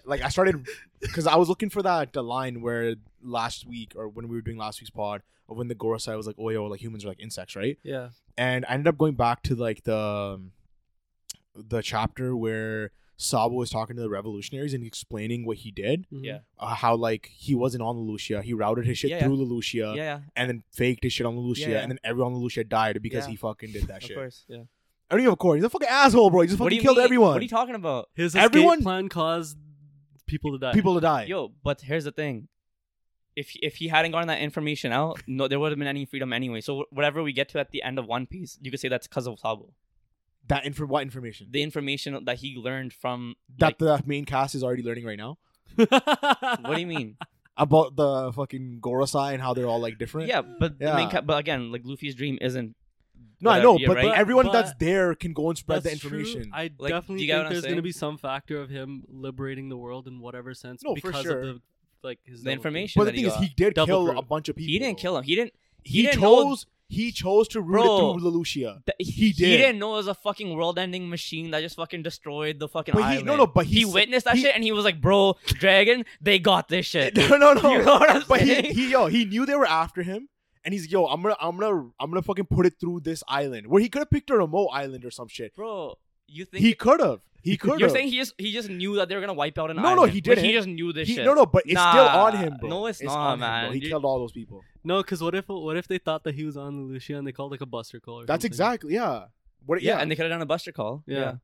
Speaker 1: like I started because I was looking for that the line where last week or when we were doing last week's pod of when the Goro side was like, oh yo, like humans are like insects, right?
Speaker 2: Yeah.
Speaker 1: And I ended up going back to like the um, the chapter where Sabo was talking to the revolutionaries and explaining what he did,
Speaker 2: Mhm.
Speaker 3: Yeah.
Speaker 1: uh, how like he wasn't on Lelouchia, he routed his shit
Speaker 3: Yeah, yeah.
Speaker 1: through Lelouchia
Speaker 3: yeah, yeah,
Speaker 1: and then faked his shit on Lelouchia,
Speaker 3: Yeah, yeah.
Speaker 1: and then everyone on Lelouchia died because
Speaker 3: Yeah.
Speaker 1: he fucking did that
Speaker 3: of
Speaker 1: shit.
Speaker 3: course. Yeah.
Speaker 1: I don't even of course. He's a fucking asshole, bro. He just
Speaker 3: What do
Speaker 1: fucking
Speaker 3: you
Speaker 1: killed
Speaker 3: mean?
Speaker 1: everyone.
Speaker 3: What are you talking about?
Speaker 2: His
Speaker 1: Everyone-
Speaker 2: escape plan caused people to die.
Speaker 1: People to die.
Speaker 3: Yo, but here's the thing. If if he hadn't gotten that information out, no, there would have been any freedom anyway. So whatever we get to at the end of One Piece, you could say that's because of Sabo.
Speaker 1: That inf- what information?
Speaker 3: The information that he learned from.
Speaker 1: that
Speaker 3: like,
Speaker 1: the main cast is already learning right now
Speaker 3: what do you mean?
Speaker 1: about the fucking Gorosei and how they're all like different.
Speaker 3: yeah, but the main
Speaker 1: Yeah.
Speaker 3: ca- but again, like Luffy's dream isn't.
Speaker 1: No, I
Speaker 3: whatever,
Speaker 1: know,
Speaker 3: yeah,
Speaker 1: but,
Speaker 3: right?
Speaker 1: but everyone
Speaker 2: But-
Speaker 1: that's there can go and spread
Speaker 2: That's
Speaker 1: the
Speaker 2: true.
Speaker 1: information.
Speaker 2: I
Speaker 3: do you
Speaker 2: definitely
Speaker 3: get what
Speaker 2: think
Speaker 3: I'm
Speaker 2: there's going to
Speaker 3: saying?
Speaker 2: be some factor of him liberating the world in whatever sense
Speaker 1: No, for
Speaker 2: because
Speaker 1: sure.
Speaker 2: of the like his
Speaker 3: The
Speaker 2: double thing.
Speaker 3: information
Speaker 1: but the
Speaker 3: that
Speaker 1: thing
Speaker 3: he
Speaker 1: is,
Speaker 3: got.
Speaker 1: he did
Speaker 2: Double
Speaker 1: kill
Speaker 2: fruit.
Speaker 1: a bunch of people.
Speaker 3: He didn't kill him. He didn't.
Speaker 1: He,
Speaker 3: didn't know
Speaker 1: chose. He chose to root
Speaker 3: Bro.
Speaker 1: it through Lelouchia.
Speaker 3: That-
Speaker 1: He
Speaker 3: He
Speaker 1: did.
Speaker 3: didn't know it was a fucking world-ending machine that just fucking destroyed the fucking
Speaker 1: But he-
Speaker 3: island.
Speaker 1: no, no, but he
Speaker 3: he,
Speaker 1: s-
Speaker 3: witnessed that
Speaker 1: he-
Speaker 3: shit and he was like, "Bro, dragon, they got this shit."
Speaker 1: no, no, no.
Speaker 3: You know what I'm
Speaker 1: but he,
Speaker 3: saying?
Speaker 1: he, yo, he knew they were after him, and he's yo, I'm gonna, I'm gonna, I'm gonna fucking put it through this island where he could have picked a remote island or some shit.
Speaker 3: Bro, you think
Speaker 1: He could have. He could have.
Speaker 3: you're saying he just he just knew that they were gonna wipe out an
Speaker 1: No, no,
Speaker 3: island?
Speaker 1: he
Speaker 3: Like,
Speaker 1: didn't.
Speaker 3: he just knew this
Speaker 1: He-
Speaker 3: shit.
Speaker 1: no, no, but it's still
Speaker 3: Nah,
Speaker 1: on him, bro.
Speaker 3: no, it's not,
Speaker 1: on him, bro.
Speaker 3: man.
Speaker 1: He
Speaker 3: You-
Speaker 1: killed all those people.
Speaker 2: No, because what if what if they thought that he was on the Lucia and they called like a buster call? Or
Speaker 1: That's
Speaker 2: something?
Speaker 1: exactly yeah. What
Speaker 3: Yeah,
Speaker 1: yeah,
Speaker 3: and they could have done a buster call.
Speaker 2: Yeah.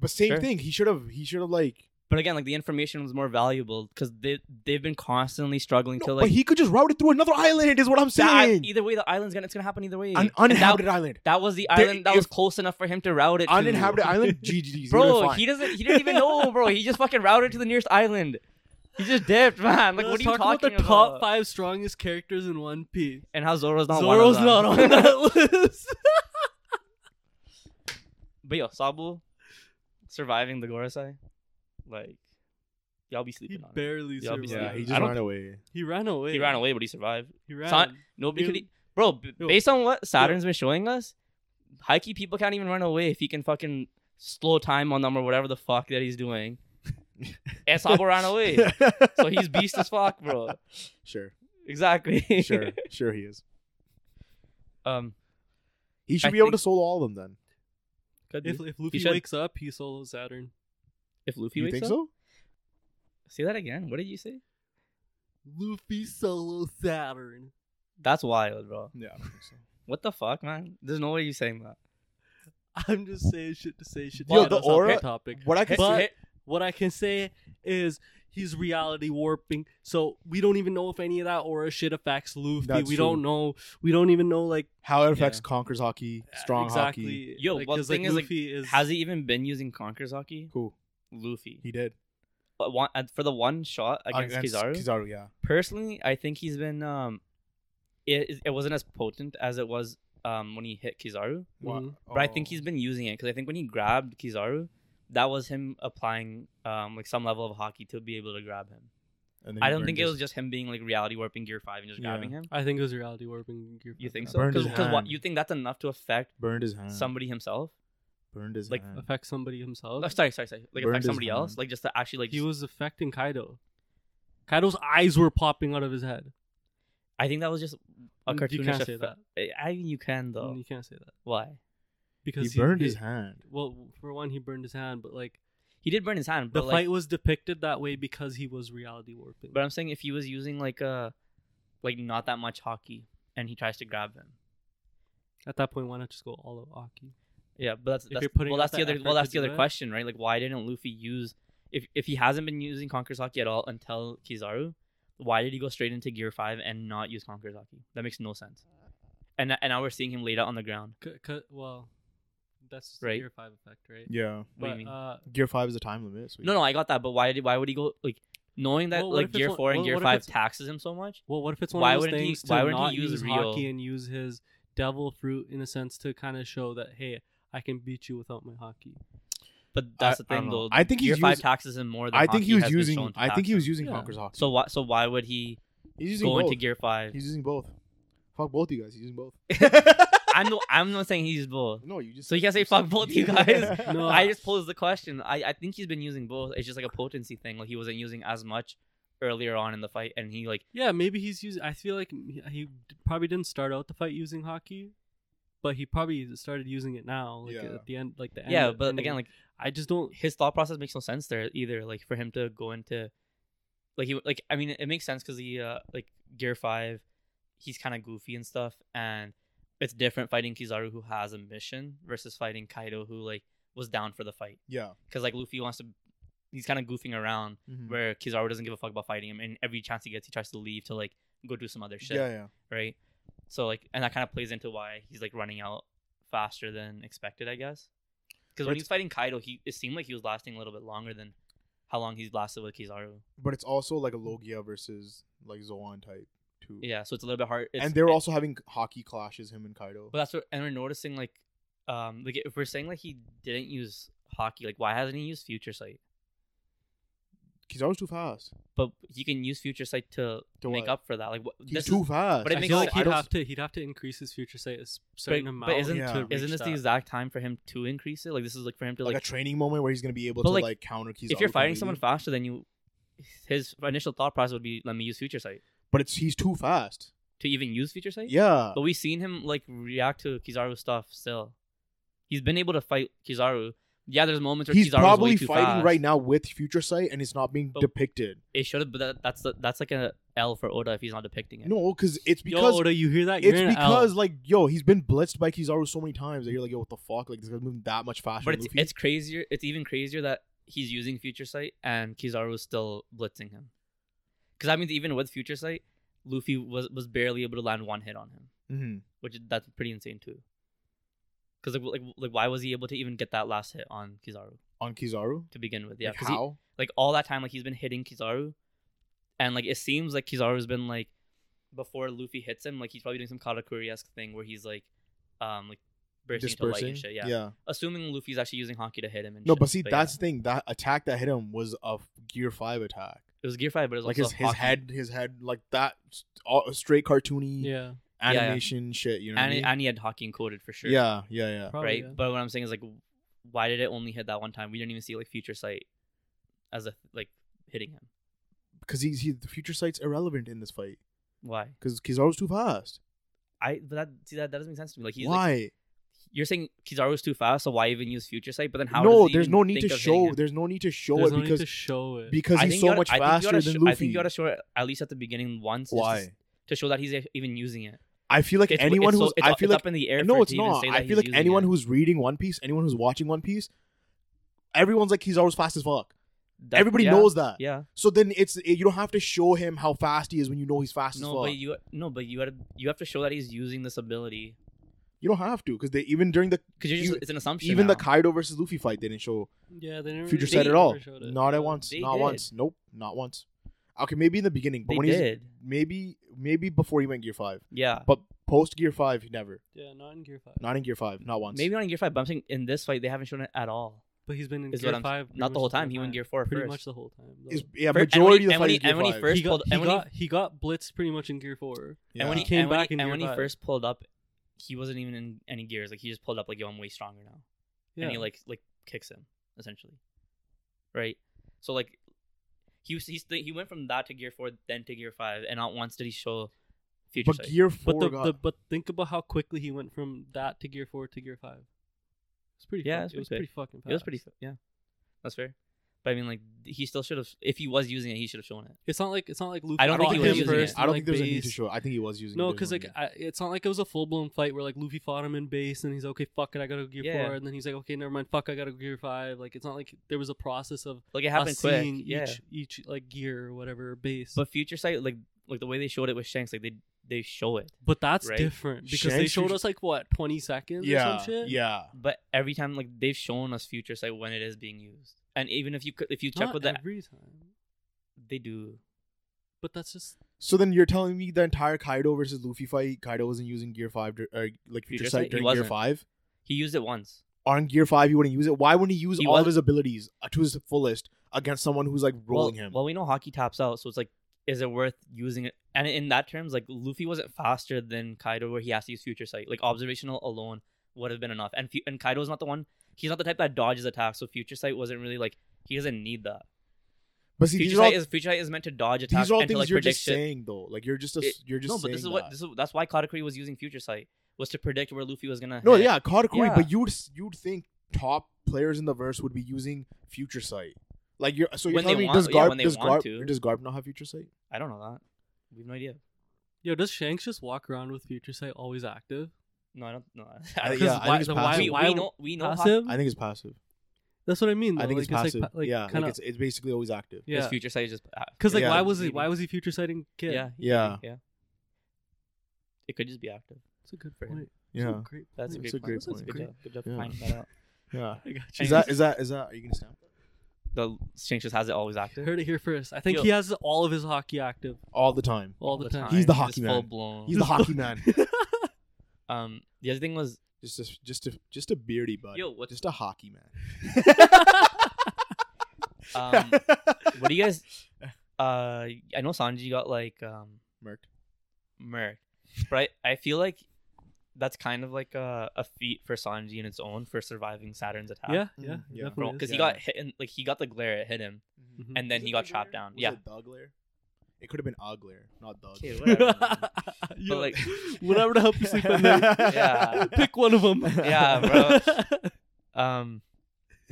Speaker 1: but same
Speaker 3: Sure.
Speaker 1: thing. He should have. He should have like.
Speaker 3: But again, like the information was more valuable because they they've been constantly struggling
Speaker 1: No,
Speaker 3: to
Speaker 1: but
Speaker 3: like
Speaker 1: he could just route it through another island. Is what I'm
Speaker 3: that i-
Speaker 1: saying.
Speaker 3: either way the island's gonna it's gonna happen either way.
Speaker 1: An
Speaker 3: And
Speaker 1: uninhabited
Speaker 3: that,
Speaker 1: island.
Speaker 3: that was the
Speaker 1: There-
Speaker 3: island that
Speaker 1: if-
Speaker 3: was close enough for him to route it. to.
Speaker 1: Uninhabited island. GG's.
Speaker 3: Bro, he doesn't. He didn't even know, bro. He just fucking routed to the nearest island. He just dipped, man. Like,
Speaker 2: Let's
Speaker 3: what are
Speaker 2: talk
Speaker 3: you talking
Speaker 2: about? The top five strongest characters in One Piece.
Speaker 3: And how Zoro's not one of
Speaker 2: Zoro's
Speaker 3: them.
Speaker 2: not on that list.
Speaker 3: But yo, Sabu surviving the Gorosei, like, y'all be
Speaker 2: He
Speaker 3: sleeping on. it.
Speaker 2: barely
Speaker 3: Yeah,
Speaker 2: survived.
Speaker 3: obviously.
Speaker 1: Yeah, he
Speaker 3: I
Speaker 1: just
Speaker 3: don't-
Speaker 1: ran away.
Speaker 2: He ran away.
Speaker 3: He ran away, but he survived.
Speaker 2: He ran.
Speaker 3: Son- Nobody could.
Speaker 2: Dude.
Speaker 3: e- Bro, b-
Speaker 2: Yo.
Speaker 3: based on what Saturn's been showing us, Heike people can't even run away if he can fucking slow time on them or whatever the fuck that he's doing. and Sabu ran away, so he's beast as fuck, bro.
Speaker 1: Sure,
Speaker 3: Exactly.
Speaker 1: sure, sure. He is.
Speaker 3: um.
Speaker 1: He should
Speaker 3: I
Speaker 1: be able
Speaker 3: think-
Speaker 1: to solo all of them then.
Speaker 3: Could be.
Speaker 2: if, if Luffy
Speaker 3: should.
Speaker 2: wakes up, he solos Saturn.
Speaker 3: If Luffy
Speaker 1: You
Speaker 3: wakes
Speaker 1: think
Speaker 3: up,
Speaker 1: so?
Speaker 3: say that again. What did you say?
Speaker 2: Luffy solo Saturn.
Speaker 3: That's wild, bro.
Speaker 1: Yeah. I don't think so.
Speaker 3: What the fuck, man? There's no way you're saying that.
Speaker 2: I'm just saying shit to say shit. To
Speaker 1: Yo,
Speaker 2: say.
Speaker 1: the
Speaker 2: That's not
Speaker 1: aura-
Speaker 2: the topic.
Speaker 1: What I could
Speaker 2: But-
Speaker 1: say,
Speaker 2: What I can say is he's reality warping. So we don't even know if any of that aura shit affects Luffy.
Speaker 1: That's
Speaker 2: we
Speaker 1: true.
Speaker 2: don't know. We don't even know like
Speaker 1: how it affects
Speaker 3: Yeah.
Speaker 1: conquers hockey, strong
Speaker 2: exactly.
Speaker 1: hockey.
Speaker 3: Yo,
Speaker 2: like,
Speaker 3: well,
Speaker 2: 'cause,
Speaker 3: the
Speaker 2: like,
Speaker 3: thing is, like,
Speaker 2: Luffy is
Speaker 3: Has he even been using Conqueror's Hockey?
Speaker 1: Cool.
Speaker 3: Luffy.
Speaker 1: He did
Speaker 3: But one, and for the one shot against, Kizaru,
Speaker 1: Kizaru, yeah.
Speaker 3: personally, I think he's been. um, it, it wasn't as potent as it was um when he hit Kizaru,
Speaker 1: Wha-
Speaker 2: Mhm.
Speaker 3: Mm-hmm. but I think
Speaker 1: oh.
Speaker 3: he's been using it because I think when he grabbed Kizaru, that was him applying um like some level of hockey to be able to grab him.
Speaker 1: And then
Speaker 3: I
Speaker 1: he
Speaker 3: don't think
Speaker 1: burned
Speaker 3: it
Speaker 1: his-
Speaker 3: was just him being like reality warping Gear Five and just
Speaker 1: Yeah.
Speaker 3: grabbing him.
Speaker 2: I think it was reality warping.
Speaker 3: You think
Speaker 1: Yeah.
Speaker 3: so?
Speaker 1: Burned his
Speaker 3: Because what
Speaker 1: hand.
Speaker 3: you think that's enough to affect
Speaker 1: burned his hand.
Speaker 3: somebody himself?
Speaker 1: burned his
Speaker 3: like,
Speaker 1: hand.
Speaker 2: affects somebody himself?
Speaker 3: Oh, sorry, sorry, sorry. Like
Speaker 1: Burned his
Speaker 3: affect somebody else?
Speaker 1: hand.
Speaker 3: Like just to actually like.
Speaker 2: He was affecting Kaido. Kaido's eyes were popping out of his head.
Speaker 3: I think that was just a
Speaker 2: You
Speaker 3: cartoonish.
Speaker 2: can't say
Speaker 3: effect. I mean, you can though.
Speaker 1: Mm.
Speaker 2: You can't say that
Speaker 3: Why?
Speaker 1: He
Speaker 2: because
Speaker 1: burned his hand.
Speaker 2: Well, for one, he burned his hand, but like
Speaker 3: He did burn his hand,
Speaker 2: the
Speaker 3: but like,
Speaker 2: fight was depicted that way because he was reality warping.
Speaker 3: uh, but I'm saying if he was using like a, like not that much hockey, and he tries to grab him,
Speaker 2: At that point, why not just go all out Aki?
Speaker 3: Yeah, but that's,
Speaker 2: If
Speaker 3: that's
Speaker 2: you're putting
Speaker 3: well,
Speaker 2: out
Speaker 3: that's
Speaker 2: the
Speaker 3: the other
Speaker 2: effort
Speaker 3: well,
Speaker 2: to
Speaker 3: that's the
Speaker 2: do
Speaker 3: other
Speaker 2: it.
Speaker 3: question, right? Like, why didn't Luffy use if if he hasn't been using Conqueror's Haki at all until Kizaru? Why did he go straight into Gear Five and not use Conqueror's Haki? That makes no sense. And and now we're seeing him laid out on the ground.
Speaker 2: C- c- well, that's just the
Speaker 3: Right.
Speaker 2: Gear Five effect, right?
Speaker 1: Yeah.
Speaker 3: What do you
Speaker 2: But,
Speaker 3: mean?
Speaker 2: uh,
Speaker 1: Gear five is a time limit. Sweet.
Speaker 3: no, no, I got that, but why did why would he go like knowing that
Speaker 2: Well, what
Speaker 3: like
Speaker 2: if it's
Speaker 3: Gear
Speaker 2: one-
Speaker 3: Four and
Speaker 2: well,
Speaker 3: Gear
Speaker 2: what if
Speaker 3: Five
Speaker 2: it's-
Speaker 3: taxes him so much?
Speaker 2: well, what if it's one
Speaker 3: Why
Speaker 2: of those
Speaker 3: wouldn't he-
Speaker 2: things
Speaker 3: why
Speaker 2: to
Speaker 3: wouldn't he
Speaker 2: not
Speaker 3: use
Speaker 2: use
Speaker 3: Rio?
Speaker 2: Haki and use his Devil Fruit in a sense to kind of show that hey, I can beat you without my Haki.
Speaker 3: But that's
Speaker 1: I- I
Speaker 3: the thing,
Speaker 1: don't know.
Speaker 3: though.
Speaker 1: I think he's
Speaker 3: Gear Five
Speaker 1: used-
Speaker 3: taxes him more than
Speaker 1: I think
Speaker 3: Haki
Speaker 1: he was
Speaker 3: has been
Speaker 1: using.
Speaker 3: shown to
Speaker 1: I think
Speaker 3: tax
Speaker 1: he was
Speaker 3: him.
Speaker 1: using
Speaker 2: Yeah.
Speaker 1: Conqueror's Hawk.
Speaker 3: So why so why would he
Speaker 1: he's using
Speaker 3: go
Speaker 1: both.
Speaker 3: into Gear Five?
Speaker 1: He's using both. Fuck both you guys. He's using both.
Speaker 3: I'm no, I'm not saying he's both.
Speaker 1: no, you just.
Speaker 3: So you can't say fuck both you guys?
Speaker 2: No.
Speaker 3: I just posed the question. I, I think he's been using both. It's just like a potency thing. Like he wasn't using as much earlier on in the fight, and he like
Speaker 2: Yeah, maybe he's using. I feel like he he d- probably didn't start out the fight using Haki, but he probably started using it now, like
Speaker 1: Yeah.
Speaker 2: at the end, like the end.
Speaker 3: yeah. But
Speaker 2: ending.
Speaker 3: again, like
Speaker 2: I just don't.
Speaker 3: his thought process makes no sense there either. Like for him to go into like he like I mean it makes sense because he uh like Gear Five, he's kind of goofy and stuff, and it's different fighting Kizaru who has a mission versus fighting Kaido who like was down for the fight
Speaker 1: Yeah.
Speaker 3: because like Luffy wants to. He's kind of goofing around,
Speaker 1: Mhm.
Speaker 3: where Kizaru doesn't give a fuck about fighting him, and every chance he gets, he tries to leave to like go do some other shit,
Speaker 1: Yeah. Yeah.
Speaker 3: right? So like, and that kind of plays into why he's like running out faster than expected, I guess. Because
Speaker 1: But
Speaker 3: when he
Speaker 1: it's-
Speaker 3: was fighting Kaido, he it seemed like he was lasting a little bit longer than how long he's lasted with Kizaru.
Speaker 1: But it's also like a Logia versus like Zoan type too.
Speaker 3: Yeah, so it's a little bit hard. It's,
Speaker 1: and they were
Speaker 3: it-
Speaker 1: also having hockey clashes, him and Kaido.
Speaker 3: but that's what, and we're noticing like, um, like if we're saying like he didn't use hockey, like why hasn't he used Future Sight?
Speaker 1: Kizaru's too fast.
Speaker 3: But he can use Future Sight to,
Speaker 1: To
Speaker 3: make
Speaker 1: what?
Speaker 3: up for that. Like what,
Speaker 1: He's
Speaker 3: this is-
Speaker 1: too fast.
Speaker 3: but it
Speaker 2: I
Speaker 3: makes
Speaker 2: feel
Speaker 3: sense.
Speaker 2: like
Speaker 3: I
Speaker 2: he'd
Speaker 3: don't-
Speaker 2: have to he'd have to increase his future sight a s- certain
Speaker 3: but,
Speaker 2: amount.
Speaker 3: but isn't
Speaker 1: Yeah.
Speaker 2: to reach
Speaker 3: isn't this the
Speaker 2: that.
Speaker 3: exact time for him to increase it? Like this is like for him to
Speaker 1: like,
Speaker 3: like,
Speaker 1: a training moment where he's gonna be able to
Speaker 3: But,
Speaker 1: like,
Speaker 3: like,
Speaker 1: counter Kizaru.
Speaker 3: if you're
Speaker 1: completely.
Speaker 3: fighting someone faster than you, his initial thought process would be let me use future sight
Speaker 1: but it's he's too fast.
Speaker 3: to even use future sight.
Speaker 1: Yeah.
Speaker 3: But we've seen him like react to Kizaru's stuff still. He's been able to fight Kizaru. Yeah, there's moments where
Speaker 1: He's
Speaker 3: Kizaru's
Speaker 1: probably
Speaker 3: way too
Speaker 1: fighting
Speaker 3: fast.
Speaker 1: right now with Future Sight, and it's not being
Speaker 3: But-
Speaker 1: depicted.
Speaker 3: It should have, but that, that's the, that's like a L for Oda if he's not depicting it.
Speaker 1: No, because it's
Speaker 2: Yo,
Speaker 1: because
Speaker 2: Oda, you hear that? You're
Speaker 1: it's
Speaker 2: an
Speaker 1: because
Speaker 2: L.
Speaker 1: like yo, he's been blitzed by Kizaru so many times that you're like yo, what the fuck? Like this guy's moving that much faster.
Speaker 3: but
Speaker 1: than
Speaker 3: it's
Speaker 1: Luffy.
Speaker 3: it's crazier. It's even crazier that he's using future sight and Kizaru's still blitzing him. Because I mean, even with future sight, Luffy was was barely able to land one hit on him.
Speaker 1: Mhm.
Speaker 3: which is- that's pretty insane too. Because like, w- like like why was he able to even get that last hit on Kizaru
Speaker 1: on Kizaru.
Speaker 3: to begin with? Yeah,
Speaker 1: like,
Speaker 3: 'cause he-
Speaker 1: how?
Speaker 3: like all that time like he's been hitting Kizaru, and like it seems like Kizaru's been like before Luffy hits him like he's probably doing some Katakuri esque thing where he's like, um like bursting into light
Speaker 1: Dispersing.
Speaker 3: and shit. Yeah.
Speaker 1: yeah.
Speaker 3: assuming Luffy's actually using Haki to hit him. And
Speaker 1: No,
Speaker 3: shit,
Speaker 1: but see,
Speaker 3: yeah.
Speaker 1: that's the thing. That attack that hit him was a f- Gear Five attack.
Speaker 3: it was Gear Five, but it was
Speaker 1: Like his
Speaker 3: also
Speaker 1: his
Speaker 3: Haki.
Speaker 1: head, his head, like that, s- all, straight cartoony
Speaker 2: yeah,
Speaker 3: yeah.
Speaker 1: animation shit. You know,
Speaker 3: and, he-
Speaker 1: what I mean?
Speaker 3: and he had Haki encoded for sure.
Speaker 1: yeah, yeah, yeah.
Speaker 2: probably,
Speaker 3: right?
Speaker 2: yeah.
Speaker 3: But what I'm saying is like, why did it only hit that one time? We didn't even see like future sight as a like hitting him.
Speaker 1: Because he's he, the future sight's irrelevant in this fight.
Speaker 3: Why?
Speaker 1: Because Kizaru's too fast.
Speaker 3: I but that see that, that doesn't make sense to me. Like he's like,
Speaker 1: Why?
Speaker 3: you're saying Kizaru's too fast, so why even use future sight? But then how? does
Speaker 1: no,
Speaker 3: he
Speaker 1: there's
Speaker 3: even
Speaker 1: no need to
Speaker 3: think of hitting
Speaker 1: show.
Speaker 3: him?
Speaker 1: There's no need to show
Speaker 2: There's
Speaker 1: it
Speaker 2: no need
Speaker 1: because
Speaker 2: to show it.
Speaker 1: because
Speaker 3: I
Speaker 1: he's
Speaker 3: think
Speaker 1: so
Speaker 3: you gotta-
Speaker 1: much
Speaker 3: I think you
Speaker 1: faster
Speaker 3: gotta
Speaker 1: than
Speaker 3: sh-
Speaker 1: Luffy.
Speaker 3: I think you gotta show it at least at the beginning once. just
Speaker 1: Why?
Speaker 3: To, s- to show that he's e- even using it.
Speaker 1: I feel like
Speaker 3: It's-
Speaker 1: anyone
Speaker 3: it's so-
Speaker 1: who's
Speaker 3: it's
Speaker 1: I
Speaker 3: up-
Speaker 1: feel
Speaker 3: it's
Speaker 1: like
Speaker 3: up in the air.
Speaker 1: no,
Speaker 3: for it
Speaker 1: it's
Speaker 3: to even
Speaker 1: not.
Speaker 3: say
Speaker 1: I
Speaker 3: that
Speaker 1: feel
Speaker 3: he's
Speaker 1: like
Speaker 3: using
Speaker 1: anyone
Speaker 3: it.
Speaker 1: who's reading One Piece, anyone who's watching One Piece, everyone's like Kizaru's fast as fuck.
Speaker 3: That-
Speaker 1: Everybody
Speaker 3: yeah,
Speaker 1: knows that.
Speaker 3: Yeah.
Speaker 1: So then it's you don't have to show him how fast he is when you know he's fast as
Speaker 3: No,
Speaker 1: fuck.
Speaker 3: but you no, but you gotta you have to show that he's using this ability
Speaker 1: You don't have to because they even during the
Speaker 3: because you're just
Speaker 1: You-
Speaker 3: it's an assumption.
Speaker 1: even the
Speaker 3: now.
Speaker 1: Kaido versus Luffy fight they didn't show
Speaker 2: Yeah, they never
Speaker 1: future
Speaker 2: really-
Speaker 1: sight
Speaker 2: they
Speaker 1: at all.
Speaker 2: never showed it.
Speaker 1: Not
Speaker 2: Yeah.
Speaker 1: at once.
Speaker 3: They
Speaker 1: Not
Speaker 3: did.
Speaker 1: once. Nope. Not once. Okay, maybe in the beginning, but
Speaker 3: they
Speaker 1: when he's
Speaker 3: did.
Speaker 1: maybe maybe before he went Gear Five,
Speaker 3: Yeah.
Speaker 1: but post Gear Five, he never.
Speaker 2: Yeah, not in Gear Five.
Speaker 1: Not in Gear Five. Not once.
Speaker 3: Maybe not in Gear Five, but I'm saying in this fight they haven't shown it at all.
Speaker 2: But he's been in
Speaker 3: Is
Speaker 2: Gear
Speaker 3: what I'm
Speaker 2: Five. pretty
Speaker 3: not the
Speaker 2: much
Speaker 3: whole time. He
Speaker 2: time.
Speaker 3: went Gear Four
Speaker 2: Pretty
Speaker 3: first.
Speaker 2: much the whole time. though.
Speaker 1: Is- yeah,
Speaker 3: Fir- and when
Speaker 1: majority
Speaker 3: he-
Speaker 1: of the
Speaker 3: and
Speaker 1: fight
Speaker 3: when he-
Speaker 1: is Gear
Speaker 3: and when he
Speaker 1: Five.
Speaker 3: first-
Speaker 2: he got,
Speaker 3: pulled-
Speaker 2: he,
Speaker 3: and when he-
Speaker 2: got, he got blitzed pretty much in Gear Four.
Speaker 1: Yeah.
Speaker 3: And when he
Speaker 2: He came
Speaker 3: and when
Speaker 2: back
Speaker 3: he-
Speaker 2: in
Speaker 3: and
Speaker 2: Gear
Speaker 3: when he
Speaker 2: five.
Speaker 3: first pulled up, he wasn't even in any gears. Like he just pulled up like yo, I'm way stronger now,
Speaker 2: Yeah.
Speaker 3: and he like like kicks him essentially, right? So like he was he's he went from that to gear four, then to gear five, and not once did he show future
Speaker 1: but
Speaker 3: sight.
Speaker 1: Gear Four
Speaker 2: but the,
Speaker 1: got
Speaker 2: the but think about how quickly he went from that to Gear Four to Gear Five. It's pretty.
Speaker 3: Yeah,
Speaker 2: fuck-
Speaker 3: it's
Speaker 2: it was
Speaker 3: pretty
Speaker 2: pretty fucking. Fast.
Speaker 3: it was pretty yeah, that's fair. But But I mean, like he still should have. If he was using it, he should have shown it.
Speaker 2: It's not like it's not like Luke.
Speaker 3: I don't
Speaker 2: fought
Speaker 3: think he
Speaker 2: him
Speaker 3: was using it.
Speaker 2: first
Speaker 1: I don't
Speaker 2: and,
Speaker 1: think
Speaker 2: like,
Speaker 1: there's a need to
Speaker 2: base.
Speaker 1: show. it. I think he was using.
Speaker 2: No,
Speaker 1: it.
Speaker 2: because like I, it's not like it was a full blown fight where like Luffy fought him in base and he's like, okay, fuck it, I gotta go gear
Speaker 3: Yeah.
Speaker 2: four, and then he's like, okay, never mind, fuck, I gotta go gear five. Like it's not like there was a process of
Speaker 3: Like it
Speaker 2: us
Speaker 3: happened quick.
Speaker 2: seeing
Speaker 3: yeah.
Speaker 2: each each like gear or whatever base. But,
Speaker 3: But future sight, like like the way they showed it with Shanks, like they they show it.
Speaker 2: that's
Speaker 3: Right.
Speaker 2: different because they
Speaker 1: Shanks
Speaker 2: showed
Speaker 1: usu-
Speaker 2: us like what twenty seconds or
Speaker 1: yeah,
Speaker 2: some shit.
Speaker 1: yeah.
Speaker 3: But every time, like they've shown us future sight when it is being used, and even if you could, if you check
Speaker 2: Not
Speaker 3: with that,
Speaker 2: every time.
Speaker 3: they do.
Speaker 2: But that's just
Speaker 1: So then you're telling me the entire Kaido versus Luffy fight, Kaido wasn't using Gear Five, dur- uh, like Future
Speaker 3: Future Sight? He
Speaker 1: Sight during Gear
Speaker 3: wasn't.
Speaker 1: Five.
Speaker 3: He used it once.
Speaker 1: On Gear Five, he wouldn't use it. Why wouldn't he use
Speaker 3: He
Speaker 1: all of
Speaker 3: was-
Speaker 1: his abilities uh, to his fullest against someone who's like rolling
Speaker 3: well,
Speaker 1: him?
Speaker 3: Well, we know hockey taps out, so it's like, is it worth using it? And in that terms, like Luffy wasn't faster than Kaido, where he has to use future sight. Like observational alone would have been enough. And fu- and Kaido's not the one. He's not the type that dodges attacks, so future sight wasn't really like he doesn't need that.
Speaker 1: but see,
Speaker 3: future
Speaker 1: these are all,
Speaker 3: sight is future sight is meant to dodge attacks
Speaker 1: these are all
Speaker 3: and
Speaker 1: things
Speaker 3: to like
Speaker 1: you're
Speaker 3: predict
Speaker 1: just
Speaker 3: shit.
Speaker 1: saying though. Like you're just a,
Speaker 3: It-
Speaker 1: you're just
Speaker 3: no, but this
Speaker 1: saying
Speaker 3: is what
Speaker 1: that.
Speaker 3: this is that's why Katakuri was using future sight was to predict where Luffy was gonna.
Speaker 1: no,
Speaker 3: hit.
Speaker 1: yeah, Katakuri.
Speaker 3: Yeah.
Speaker 1: But you'd s- you'd think top players in the verse would be using Future Sight. Like you're so you're
Speaker 3: When they
Speaker 1: telling me
Speaker 3: want-
Speaker 1: does
Speaker 3: yeah,
Speaker 1: Garp
Speaker 3: when they
Speaker 1: does
Speaker 3: want
Speaker 1: Garp
Speaker 3: to.
Speaker 1: does Garp not have Future Sight?
Speaker 3: I don't know that. We have no idea.
Speaker 2: yo, does Shanks just walk around with Future Sight always active?
Speaker 3: No, I don't. No,
Speaker 1: I-
Speaker 3: I don't
Speaker 1: Uh, yeah, I
Speaker 2: why-
Speaker 1: think it's
Speaker 2: then
Speaker 3: know.
Speaker 1: passive.
Speaker 3: we,
Speaker 2: why, why
Speaker 3: we know we know hockey
Speaker 2: passive?
Speaker 1: I think it's passive.
Speaker 2: That's what I mean. Though.
Speaker 1: I think
Speaker 2: like,
Speaker 1: it's passive.
Speaker 2: like, pa- like
Speaker 1: yeah,
Speaker 2: kinda,
Speaker 1: like it's it's basically always active.
Speaker 3: his
Speaker 2: yeah.
Speaker 3: future sight is just uh,
Speaker 2: Because like,
Speaker 1: Yeah.
Speaker 2: why was he?
Speaker 3: leading.
Speaker 2: Why was he future sighting kid?
Speaker 3: Yeah. he-
Speaker 1: Yeah.
Speaker 3: Yeah. It could just be active.
Speaker 2: it's a good
Speaker 3: for him.
Speaker 2: point. It's a
Speaker 1: Yeah,
Speaker 2: great
Speaker 3: That's a
Speaker 2: point.
Speaker 3: great
Speaker 1: That's a great point.
Speaker 3: point. Good
Speaker 2: Great.
Speaker 3: job. Good job
Speaker 1: Yeah.
Speaker 3: finding that out.
Speaker 1: yeah.
Speaker 2: I got you.
Speaker 1: Is that is that is that? Are you gonna stamp?
Speaker 3: The Shanks just has it always
Speaker 2: You
Speaker 3: active
Speaker 2: Heard it here first. I think
Speaker 3: Yo.
Speaker 2: he has all of his hockey active
Speaker 1: all the time.
Speaker 2: all, the, time.
Speaker 1: He's the
Speaker 3: just
Speaker 1: hockey man.
Speaker 3: Full
Speaker 2: Oh.
Speaker 3: blown.
Speaker 1: He's the hockey man.
Speaker 3: um. The other thing was
Speaker 1: Just a, just a just a beardy bud.
Speaker 3: Yo, what-
Speaker 1: Just a hockey man.
Speaker 3: um. what do you guys? Uh, I know Sanji got like um
Speaker 1: Merc.
Speaker 3: murked, but I, I feel like that's kind of like a, a feat for Sanji in its own for surviving Saturn's attack.
Speaker 2: yeah, yeah,
Speaker 1: Mm, yeah.
Speaker 2: definitely.
Speaker 3: because
Speaker 2: is.
Speaker 3: he
Speaker 1: Yeah.
Speaker 3: got hit in, like he got the glare, it hit him,
Speaker 2: Mhm.
Speaker 3: and then
Speaker 1: Mm. Was
Speaker 3: he
Speaker 1: it
Speaker 3: got
Speaker 1: the
Speaker 3: chopped
Speaker 1: glare?
Speaker 3: down.
Speaker 1: Was
Speaker 3: yeah,
Speaker 1: it the glare? It could have been Ugler, not Doug.
Speaker 3: Okay, whatever.
Speaker 2: Yo,
Speaker 3: like-
Speaker 2: whatever to help you sleep at night.
Speaker 3: Yeah.
Speaker 2: Pick one of them.
Speaker 3: Yeah, bro. um.